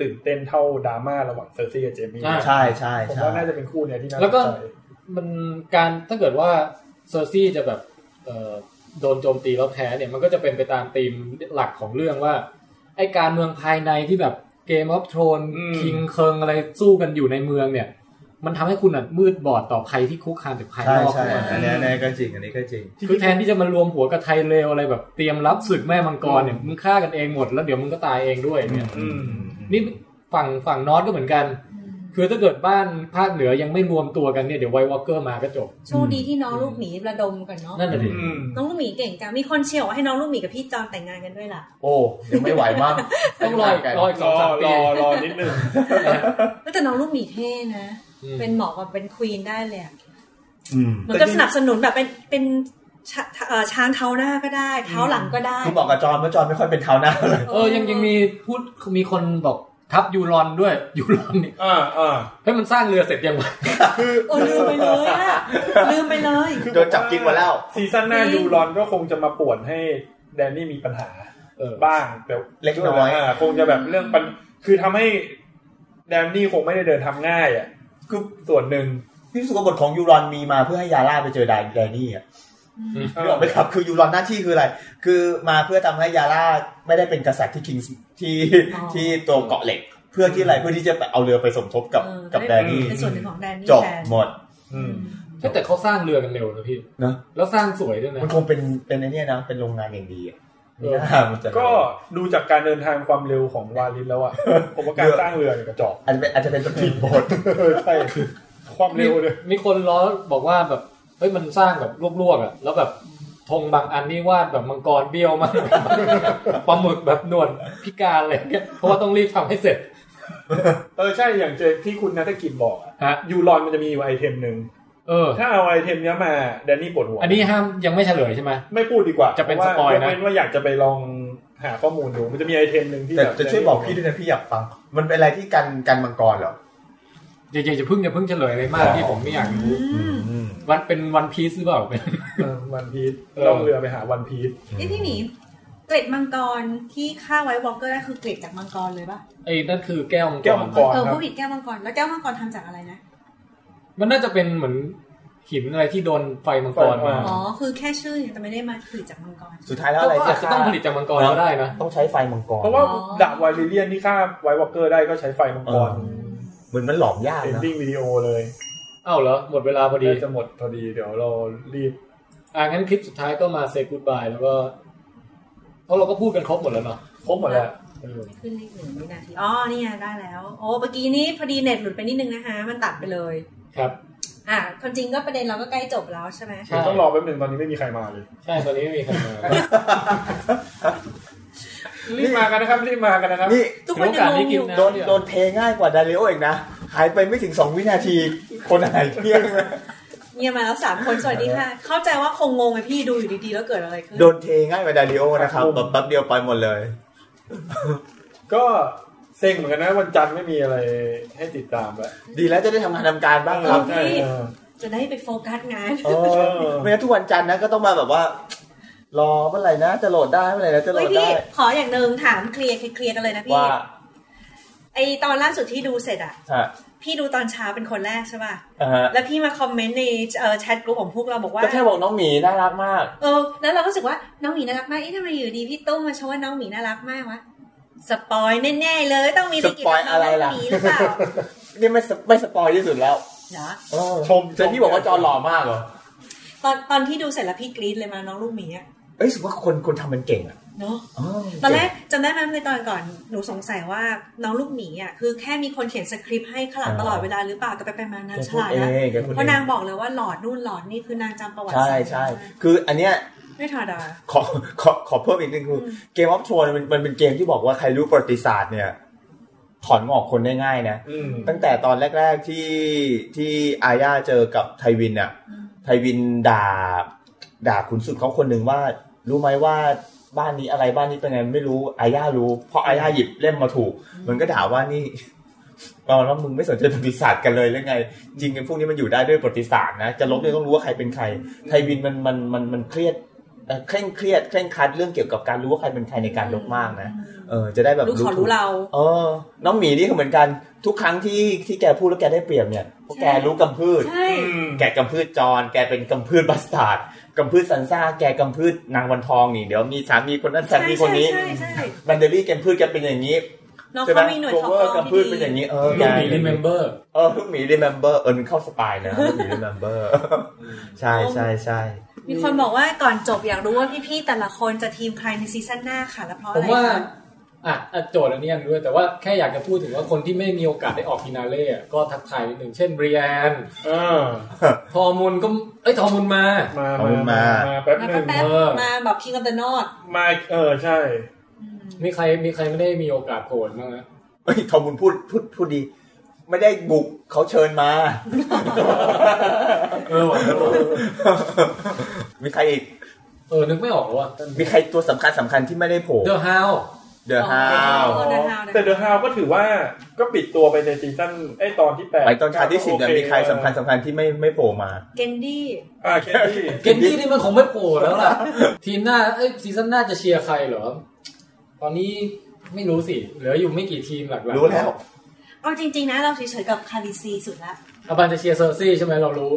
ตื่นเต้นเท่าดราม่าระหว่างเซอร์ซี่กับเจมี่ อ่า ใช่ใช่ ผม ใช่ ว่าน่าจะเป็นคู่เนี่ยที่น่าสนใจ แล้วก็ มันการถ้าเกิดว่าเซอร์ซี่จะแบบเอ่อโดนโจมตีแล้วแพ้เนี่ยมันก็จะเป็นไปตามธีมหลักของเรื่องว่า ไอการเมืองภายในที่แบบเกมออฟทรอนคิงเคิงอะไรสู้กันอยู่ในเมืองเนี่ย มันทำให้คุณอ่ะมืดบอดต่อภัยที่คุกคามจากภาย ใช่ นอก ใช่ เข้ามา อันนี้อันนี้ก็จริงอันนี้ก็จริง คือแทนที่จะมารวมหัวกับไทยเลวอะไรแบบเตรียมรับศึกแม่มังกรเนี่ยมึงฆ่ากันเองหมดแล้วเดี๋ยวมึงก็ตายเองด้วยเนี่ย อืม นี่ฝั่งฝั่งนอตก็เหมือนกัน คือถ้าเกิดบ้านภาคเหนือยังไม่รวมตัวกันเนี่ยเดี๋ยวไวท์วอลเกอร์มาก็จบ โชคดีที่น้องลูกหมีระดมกันเนาะ นั่นแหละดิ อืม น้องลูกหมีเก่งจังมีคนเชียร์ว่าให้น้องลูกหมีกับพี่จอนแต่งงานกันด้วยล่ะ โอ้ยังไม่ไหวมาก ต้องรออีกรออีกสองสาม ร ปี อรอนิดนึง แต่น้องลูกหมีเท่นะ เป็นหมอกับเป็นควีนได้เลยอะ อืม เหมือนกับสนับสนุนแบบเป็นเป็นชะเอ่อช้างเท้าหน้าก็ได้ เท้าหลังก็ได้ คือบอกกับจอห์นว่าจอห์นไม่ค่อยเป็นเท้าหน้าเลย เออยังยังมีพูดมีคนบอกทับยูรอนด้วย ยูรอนเนี่ย อ่าอ่า เฮ้ยมันสร้างเรือเสร็จยังวะ โอ้ลืมไปเลยอะลืมไปเลย โดนจับกิ๊กมาแล้ว ซีซั่นหน้า อืม ยูรอนก็คงจะมาป่วนให้แดนนี่มีปัญหา เออ บ้างแต่ เล็กน้อย าคงจะแบบเรื่องปัญคือทำให้แดนนี่คงไม่ได้เดินทำง่ายอ่ะคือส่วนหนึ่ง พี่รู้สึกว่าบทของยูรอนมีมาเพื่อให้ยาร่าไปเจอไดไดนี่อ่ะ นึกออกไหมครับคือยูรอนหน้าที่คืออะไร คือมาเพื่อทำให้ยาร่าไม่ได้เป็นกษัตริย์ที่คิงที่ อ๋อ ที่ตัวเกาะเหล็ก เพื่อที่อะไรเพื่อที่จะไปเอาเรือไปสมทบกับ เออ กับแดนนี่ เป็นส่วนหนึ่งของแดนนี่ จบ แทน หมด อืม เฮ้ยแต่เขาสร้างเรือกันเร็วนะพี่ นะ แล้วสร้างสวยด้วยนะ มันคงเป็นเป็นไอ้เนี่ยนะเป็นโรงงานอย่างดีอะ เออ ไม่น่ามันจะ ก็ดูจากการเดินทางความเร็วของวาลินแล้วอ่ะผมว่าการสร้างเรือเนี่ยกระจอก อาจจะเป็นอาจจะเป็นสปีดโบ๊ท เออใช่ความ มี เร็วเลย มีคนล้อบอกว่าแบบเฮ้ยมันสร้างแบบลวกๆอ่ะแล้วแบบธงบางอันนี่วาดแบบมังก รเบี้ยวมาก ปลาหมึกแบบหนวดพิการอะไรเงี้ยเพราะว่าต้องรีบทำให้เสร็จ เออใช่อย่างเจที่คุณนัทกิจบอกอะ ฮะ ยูรอนมันจะมีอยู่ไอเทมหนึ่ง เออ ถ้าเอาไอเทมเนี้ยมาแดนนี่ปวดหัว อันนี้ห้ามยังไม่เฉลยใช่ไหม ไม่พูดดีกว่า จะเป็น พราว่า สปอยล์นะ กเว้นว่าอยากจะไปลองหาข้อมูลดูมันจะมีไอเทมหนึ่งที่ แต่ แบบ จะช่วยบอกพี่ด้วยนะพี่อยากฟัง มันเป็นอะไรที่กันกันมังกรเหรอ จริงๆจะพึ่งจะพึ่งเฉลยอะไรมากที่ผมไม่อยากรู้วันเป็นวันพีซหรือ เปล่าเป็น เออวันพีช เออ ล่องเรือไปหาวันพีช นี่พี่หมีเกล็ดมังกรที่ฆ่าไว้วอลเกอร์ได้คือเกล็ดจากมังกรเลยปะ ไอ้นั่นคือแก้วมังก แก้ว ร มังกร เออ ครั พู บ ดผิดแก้วมังกรแล้วแก้วมังกรทำจากอะไรนะ มันน่าจะเป็นเหมือนหินอะไรที่โดนไฟมังกรมา อ๋อ คือแค่ชื่อแต่ไม่ได้มาคือจากมังกร สุดท้ายแล้วอะไร ก็อาจจะต้องผลิตจากมังกรก็ได้นะ ต้องใช้ไฟมังกร เพราะว่า อ๋อ ดาบไวริเลียนที่ฆ่าไววอลเกอร์ได้ก็ใช้ไฟมังกร เหมือนมันหลอมยาก เอน นะ ดิ้งวิดีโอเลย เอ้าเหรอ หมดเวลาพอดี จะหมดพอดีเดี๋ยวเรารีบ อ่างั้นคลิปสุดท้ายก็มาเซ y g กู d บายแล้วก็เพราะเราก็พูดกันครบหมดแล้วเนาะ ครบหมดแล้ว ขึ้นเลขหนึ่งวินาที อ๋อ นี่ไงได้แล้ว โอ้ เมื่อกี้นี้พอดีเน็ตหลุดไปนิดนึงนะคะ มันตัดไปเลย ครับ อ่ะความจริงก็ประเด็นเราก็ใกล้จบแล้วใช่ไหม ใช่ ต้องรอแป๊บหนึ่งตอนนี้ไม่มีใครมาเลย ใช่ตอนนี้ไม่มีใครมา รีบมากันนะครับรีบมากันนะครับ นี่ ทุกคนยังงงอยู่ โดนโดนเทง่ายกว่าดาริโอเองนะ หายไปไม่ถึง 2 วินาที คนหายเที่ยง เลย เงียบมาแล้วสามคนสวัสดีค่ะ เข้าใจว่าคงงงไงพี่ดูอยู่ดีๆ แล้วเกิดอะไรขึ้น โดนเทง่ายกว่าดาริโอนะครับแบบแป๊บเดียวไปหมดเลย ก็เซ็งเหมือนกันนะวันจันทร์ไม่มีอะไรให้ติดตามแล้ว ดีแล้วจะได้ทำงานทำการบ้างครับ เออ ใช่เออ จะได้ไปโฟกัสงาน เออไม่งั้นทุกวันจันทร์นะก็ต้องมาแบบว่า รอเมื่อไหร่นะจะโหลดได้เมื่อไหร่นะจะโหล เฮ้ย ด พี่ ได้ ขออย่างหนึ่งถามเคลียร์เคลียร์กันเลยนะพี่ ว่า ไอตอนล่าสุดที่ดูเสร็จอะ ฮะ พี่ดูตอนเช้าเป็นคนแรกใช่ป่ะ อ่าฮะ แล้วพี่มาคอมเมนต์ในเอ่อแชทกลุ่มของพวกเราบอกว่า ก็แค่บอกน้องหมีน่ารักมาก เออ แล้วเราก็รู้สึกว่าน้องหมีน่ารักมากเอ๊ะทำไมอยู่ดีพี่ตุ้มมาชมว่าน้องหมีน่ารักมากวะ สปอยแน่ๆเลย ต้องมี สปอยอะไรล่ะ หมีหรือเปล่า นี่ไม่สไม่สปอยที่สุดแล้ว เนาะ เออ ชม แต่พี่บอกว่าจอหล่อมากเหรอ ตอนตอนที่ดูเสร็จแล้วพี่กรี๊ดเลยมาน้องลูกหมีอะ เอ้ยรู้สุว่าคนคนทำมันเก่งอ่ะ เนาะ เออ ตอนแรกจำได้ไหมในตอนก่อนหนูสงสัยว่าน้องลูกหมีอ่ะคือแค่มีคนเขียนสคริปต์ให้ขลาดตลอดเวลาหรือเปล่าแต่ไปไปมานา แก งฉ พูด ลาด เอ นะ งแกพูด เพ เอ ราะนาง ง บอกเลยว่าหลอดนู่นหลอดนี่คือนางจำประวัติ ใช่ ศาสต ใช่ ร์ คืออันเนี้ย ไม่ธรรมดา ขอ ขอขอเพิ่มอีกนิดนึงคือเกมออฟทรอนมันมันเป็นเกมที่บอกว่าใครรู้ประวัติศาสตร์เนี่ย ถอนงอกคนได้ง่ายนะ อืม ตั้งแต่ตอนแรก ๆที่ที่อาญาเจอกับไทวินอะ อืม ไทวินด่าด่าขุนศึกเขาคนหนึ่งว่า รู้ไหมว่าบ้านนี้อะไรบ้านนี้เป็นไงไม่รู้อาญารู้ เพราะอาญาหยิบเล่มมาถูก มันก็ด่าว่า นี่เราแล้วมึงไม่สนใจประวัติศาสตร์กันเลยหรือไง จริงๆพวกนี้มันอยู่ได้ด้วยประวัติศาสตร์นะจะลบเนี่ยต้องรู้ว่าใครเป็นใคร ไทวินมันมันมันมันเครียดเอ่อเคร่งเครียดเคร่งครัดเรื่องเกี่ยวกับการรู้ว่าใครเป็นใครในการลบมากนะเออจะได้แบบ ลูกขอ ถู รู้ ก เรา เออ น้องหมีนี่ก็เหมือนกัน ทุกครั้งที่ที่แกพูดแล้วแกได้เปรียบเนี่ยเพราะแกรู้กำพืช ใช่ อืม แกกำพืชจร แกเป็นกำพืชบัสตาร์ดกำพืชซันซ่า แกกำพืชนางวันทองนี่ เดี๋ยวมีสามีคนนั้นสา ใช่ มีค ใช่ นนี้ ใช่ใช่ แบนเดอรี่กำพืชแกเป็นอย่างนี้ น้อง ใช่ไหม เขามีหน่วย โค ข่าว เวอก รองร์กำพืช ที่ เป็นอ ดี ย่างนี้เอ ลู อก แก หมีรีเมมเบอร์ เออลูกหมีรีเมมเบอร์เออมันเข้าสปายนะลูกหมีรีเมมเบอร์ใช่ใช่ใช่ มีคนบอกว่าก่อนจบอยากรู้ว่าพี่ๆแต่ละคนจะทีมใครในซีซั่นหน้าค่ะและเพราะ ผ อะ ม ไร ว่า คะ อ่ะอ่ะโจทย์อันนี้อันด้วยแต่ว่าแค่อยากจะพูดถึงว่าคนที่ไม่มีโอกาสได้ออกฟินาเล่อะก็ทักทายนิดหนึ่งเช่นบริแอน เออ ทอมุนก็เอ้ยทอมุนมา มามามามาแป๊บ มา หนึ่ง แป๊บ เออ ๆมาแบบ King of the North มาเออใช่ อืม มีใครมีใครไม่ได้มีโอกาสโผล่บ้างนะ เฮ้ยทอมบุญพูดพูดพูดดี ไม่ได้บุกเขาเชิญมา เออว่ะ มีใครอีก เออนึกไม่ออกแล้วว่ะ มีใครตัวสำคัญสำคัญที่ไม่ได้โผล่ เดอะฮาว เดอะฮา อ๋ ว อ The Hound นะ แต่เดอะฮาวก็ถือว่าก็ปิดตัวไปในซีซั่นไอยตอนที่แปด ไปตอนชาที่สิบเนี่ย โอเ มีใครสำคัญสำคัญที่ไม่ไม่โผล่มา เกนดี้ อ่าแคที่ เกนดี้นี่มันคงไม่โผล่แล้วล่ะ ทีมหน้าเอ้ยซีซั่นหน้าจะเชียร์ใครเหรอ ตอนนี้ไม่รู้สิ เหลืออยู่ไม่กี่ทีมหลักๆ รู้แล้ว เอาจริงๆนะเราเฉยๆกับคาริซีสุดละ อาบันจะเชียร์เซอร์ซี่ใช่ไหมเรารู้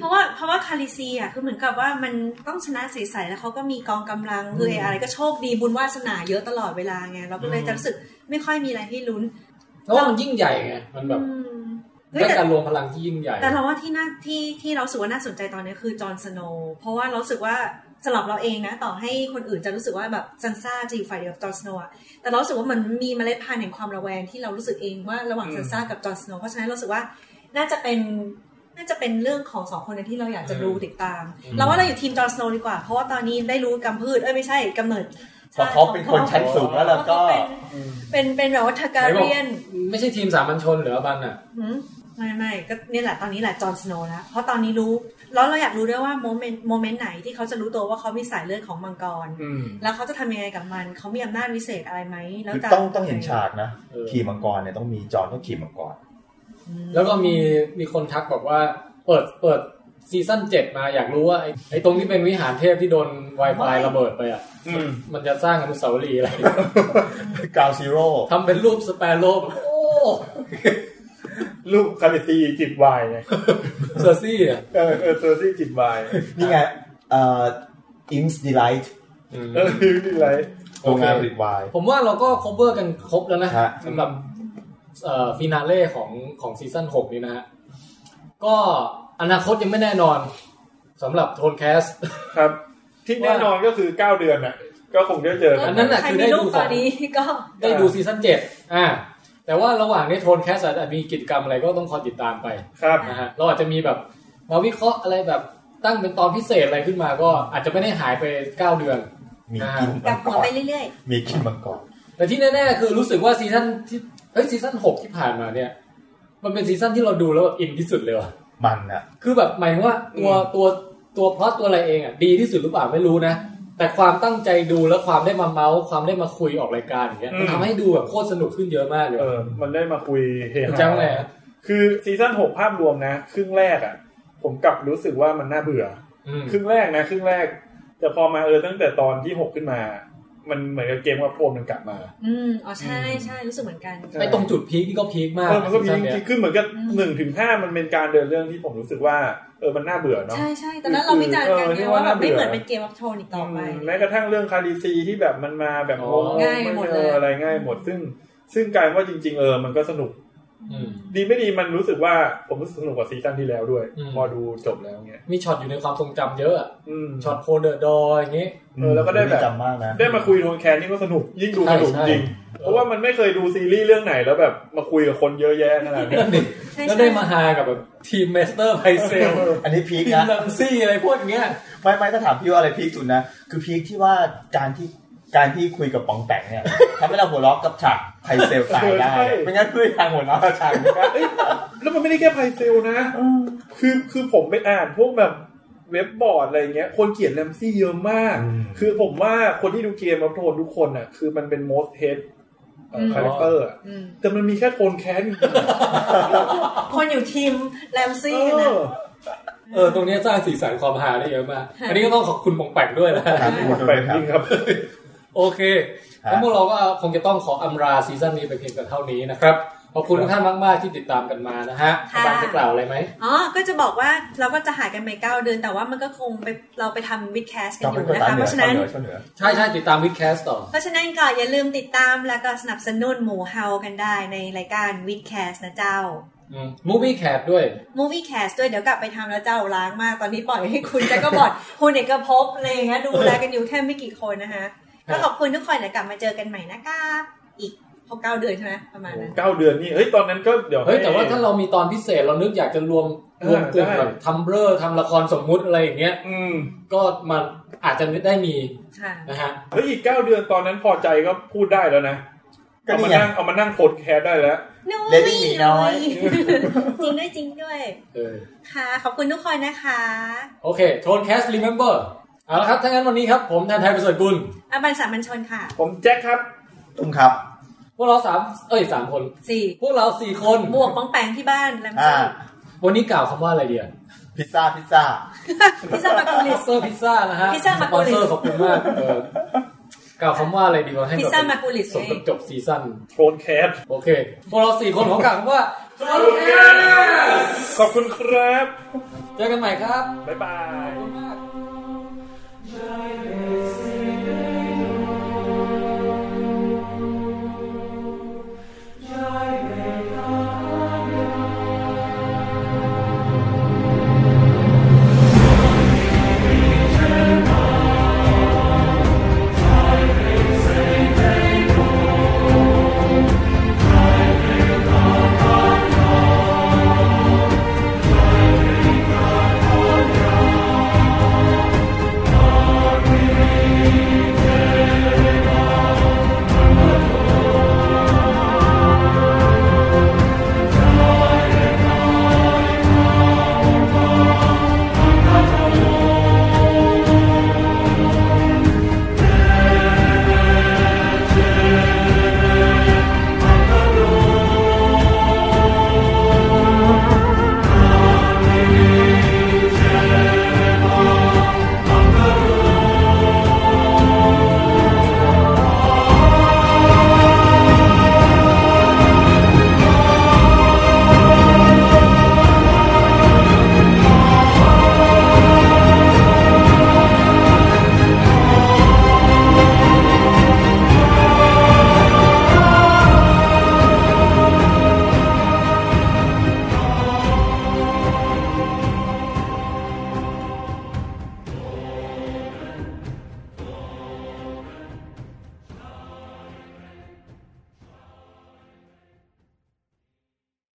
เพราะว่าเพราะว่าคาริซีอ่ะคือเหมือนกับว่ามันต้องชนะใสๆแล้วเขาก็มีกองกำลังคืออะไรก็โชคดีบุญวาสนาเยอะตลอดเวลาไงเราก็เลยจะรู้สึกไม่ค่อยมีอะไรที่ลุ้น เพราะว่ามันยิ่งใหญ่ไง มันแบบ อืมเฮ้ย ได้ แต่ การรวมพลังที่ยิ่งใหญ่ แต่เราว่าที่น่าที่ที่เรารู้สึกว่าน่าสนใจตอนนี้คือจอห์นสโนว์เพราะว่าเรารู้สึกว่าสำหรับเราเองนะ ต่อให้คนอื่นจะรู้สึกว่าแบบซันซ่าจะอยู่ฝ่ายเดียวกับจอห์นสโนว์อะแต่เรารู้สึกว่าเหมือนมีเมล็ดพันธุ์แห่งความระแวงที่เรารู้สึกเองว่าระหว่างซันซ่ากับจอห์นสโนว์เพราะฉะนั้นเรารู้สึกว่าน่าจะเป็น น่าจะเป็นเรื่องของสองคนนั้นที่เราอยากจะดูติดตาม เราว่าเราอยู่ทีมจอร์นสโนว์ดีกว่า เพราะว่าตอนนี้ได้รู้กำพืชเอ้ยไม่ใช่กำเนิด พอเขาเป็นคนชั้นสูงแล้วเราก็ เป็นเป็นแบบว่าทาการเรียน ไม่ใช่ทีมสามัญชนเหรือบันอ่ะ หืมไม่ไม่ก็เนี่ยแหละตอนนี้แหละจอห์นสโนว์แล้วเพราะตอนนี้รู้ แล้วเราอยากรู้ด้วยว่าโมเมนต์โมเมนต์ไหนที่เขาจะรู้ตัวว่าเขามีสายเลือดของมังกร อืม แล้วเขาจะทำยังไงกับมัน เขามีอำนาจวิเศษอะไรไหมแล้ว คือ จะ ต้องต้องเห็นฉากนะ เออ ขี่มังกรเนี่ยต้องมีจอนต้องขี่มังกร อืม แล้วก็มีมีคนทักบอกว่า เปิดเปิดซีซั่นเจ็ดมาอยากรู้ว่าไอ้ไอ้ตรงที่เป็นวิหารเทพที่โดน Wi-Fi ระเบิดไปอ่ะ อืม มันจะสร้างอนุสาวรีย์อะไร กาวซีโร่ ทำเป็นรูปสเปรโลบโอ้ ลูกคาลิซีจิบไวน์ไง เซอร์ซี่อ่ะ เออเออเซอร์ซี่จิบไว น์ นี่ไงเอ่อ Imps Delight เออนี่ไร โรงงานผลิตไวน์ ผมว่าเราก็ครบเวอร์กันครบแล้วนะ ฮะ สำหรับเอ่อฟินาเล่ของของซีซั่นหกนี้นะฮะ ก็อนาคตยังไม่แน่นอนสำหรับโทนแคส ครับ ที่แน่นอนก็คือเก้าเดือนน่ะ ก็คงได้เจอกั อั น นนั้นน่ะ ใคร คือ มี ได้ ลู ดู ก ส ต อ อง นนี้ ก็ ได้ดูซีซั่นเจ็ดอ่า แต่ว่าระหว่างนี้โทนแคสอาจจะมีกิจกรรมอะไรก็ต้องคอยติดตามไป ครับ นะฮะ เราอาจจะมีแบบมาวิเคราะห์อะไรแบบตั้งเป็นตอนพิเศษอะไรขึ้นมาก็อาจจะไม่ได้หายไป 9 เดือน มี อ่ากกินมั ลับ งก หัว ร ไปเรื่อย มีกินมังกร แต่ที่แน่ๆคือรู้สึกว่าซีซั่นที่เฮ้ยซีซั่นหกที่ผ่านมาเนี่ย มันเป็นซีซั่นที่เราดูแล้วแบบอินที่สุดเลยว่ะ มันอะ คือแบบหมายถึงว่าตัวตัวตัวพล็อตตัวอะไรเองอ่ะดีที่สุดหรือเปล่าไม่รู้นะ แต่ความตั้งใจดูและความได้มาเมาส์ความได้มาคุยออกรายการอย่างเงี้ยมัน อืม ทำให้ดูแบบโคตรสนุกขึ้นเยอะมากเลย เอ ว่ะ อ มันได้มาคุยเฮ คุณ ฮา แจ้งว่าไงฮะ คือซีซั่นหกภาพรวมนะ ครึ่งแรกอ่ะ ผมกลับรู้สึกว่ามันน่าเบื่อ อืม ครึ่งแรกนะ ครึ่งแรก แต่พอมาเออตั้งแต่ตอนที่หกขึ้นมา มันเหมือนกับเกมวับโพมมันกลับมา ๆ อืมอ๋อใช่ใช่รู้สึกเหมือนกัน ไอตรงจุดพีคนี่ก็พีคมาก เออมันก็มี ซีซั่นเนี้ย คือเหมือนกับ อืม หนึ่งถึงห้ามันเป็นการเดินเรื่องที่ผมรู้สึกว่า เออมันน่าเบื่อเนาะ ใช่ใช่ตอนนั้นเราวิจารณ์กัน เออนี่ ไง ว่า ว่าแบบ น่าเบื่ ไม่เหมืออนเป็นเกมอัพโทนอีกต่อไป อืมแม้กระทั่งเรื่องคาริซีที่แบบมันมาแบบงงๆ ง่ายหมดเลย อออะไรง่ายหมด ซึ่งซึ่งกลายว่าจริง ๆ เออมันก็สนุก อืม ดีไม่ดีมันรู้สึกว่าผมรู้สึกสนุกกว่าซีซั่นที่แล้วด้วย อืม พอดูจบแล้วเงี้ย มีช็อตอยู่ในความทรงจำเยอะอะ อืม ช็อตโพลเดอร์ดอยอย่างงี้ เออแล้วก็ได้แบบ ม่จำมากนะ ได้มาคุยโทนแคนนี่ก็สนุกยิ่งดูสนุก ใช่ จริง ใช่ เพราะว่ามันไม่เคยดูซีรีส์เรื่องไหนแล้วแบบมาคุยกับคนเยอะแยะขนาด นี้ ใช่ แล้ว ใช่ ได้มาฮากับแบบทีมเมสเตอร์ไพเซล อันนี้พี ที ค ม นะ ลัมซี่อะไรพวกเนี้ย ไม่ไม่ถ้าถามพี่ว่าอะไรพีคสุดนะ คือพีคที่ว่าการที่การที่คุยกับปองแปงเนี่ย ทำให้เราหัวเราะกับฉากไพเซลตายได้ เออใช่ ไม่งั้นเพื่อนทางหัวเราะกับฉากนี้ เอ้ยแล้วมันไม่ได้แค่ไพเซลนะ คือคือผมไปอ่านพวกแบบเว็บบอร์ดอะไรเงี้ย คนเขียนแรมซี่เยอะมาก คือผมว่าคนที่ดูเกมอัพโทนทุกคนอ่ะ คือมันเป็น most hate คาแรคเตอร์ อืม แต่มันมีแค่โทนแค้นจริง คนอยู่ทีมแรม ๆ ซี่ เอ นะ อ เออ ตรงเนี้ยสร้างสีสันความฮาได้เยอะมาก ค่ะ อันนี้ก็ต้องขอบคุณปองแปงด้วยนะ ถามพี่หมด แปล เลยกครับ จริงครับ โอเค ครับ แล้วพวกเราก็คงจะต้องขออำลาซีซั่นนี้ไปเพียงแต่เท่านี้นะครับ ขอบคุณทุกท่านมาก ๆ ที่ติดตามกันมานะฮะ ค่ะ บางจะกล่าวอะไรไหม อ๋อ ก็จะบอกว่าเราก็จะหายกันไปเก้าเดือนแต่ว่ามันก็คงไปเราไปทำวิดแคสกัน กลับ อ ไป ยู่นะก็ตาม คะเพเหนือ ราะฉะนั้น เหนือเหนือ ใช่ใช่ติดตามวิดแคสต่อ เพราะฉะนั้นก็อย่าลืมติดตามแล้วก็สนับสนุนหมูเฮากันได้ในรายการวิดแคสนะเจ้า มูฟี่แคสด้วย Movie Cast ด้วยเดี๋ยวกลับไปทำแล้วเจ้าล้างมาก ตอนนี้ปล่อยให้คุณแจ็คก็บอด คุณเอกภ พอะไรอย่างเงี้ยดูแลกันอยู่แค่ไม่กี่คนนะคะก็ขอบคุณทุกคนเดี๋ยวกลับมาเจอกันใหม่นะคะอีกหกเก้าเดือนใช่ไหมประมาณนั้น เก้าเดือนนี่เฮ้ยตอนนั้นก็เดี๋ยว เฮ้ยแต่ว่าถ้าเรามีตอนพิเศษเรานึกอยากจะรวม เออ รวมกลุ่ม ได้ แบบทำเบลอทำละครสมมุติอะไรอย่างเงี้ย อืม ก็มาอาจจะได้มี ค่ะ นะฮะ เฮ้ยอีกเก้าเดือนตอนนั้นพอใจก็พูดได้แล้วนะ ก็ เอา นี่ มา ไง นั่งเอามานั่งโทนแค้นได้แล้ว น้อย เล่นได้หมีน้อย จริงด้วยจริงด้วย เออ ค่ะ ขอบคุณทุกคนนะคะ โอเคโทนแคสรีเมมเบอร์เอาละครับถ้างั้นวันนี้ครับ ผมแทนไทยประเสริฐกุล อาบันสามัญชนค่ะ ผมแจ็คครับ ตุ้มครับ พวกเราสามเอ้ยสามคน สี่ พวกเราสี่คน บวกป้องแปงที่บ้านแลม อ่า ซี่ วันนี้กล่าวคำว่าอะไรเดียว พิซซ่าพิซซ่า พิซซ่ามากุลิ พิซ ส ซ่าพิซซ่านะฮะ พิซซ่า ส มา ป โก อน ลิ เซ ส อร์ขอบคุณ มากเออกล่าวคำว่าอะไรดีวะให้ พิซ แบบ ซ่ามากุลิส สมกับจบซีซั่น โทนแค้น โอเคพวกเราสี่คนขอกล่าวคำว่าโทนแคส ขอบคุณครับ เจอกันใหม่ครับ บ๊ายบา ขอย บคุณมาก เ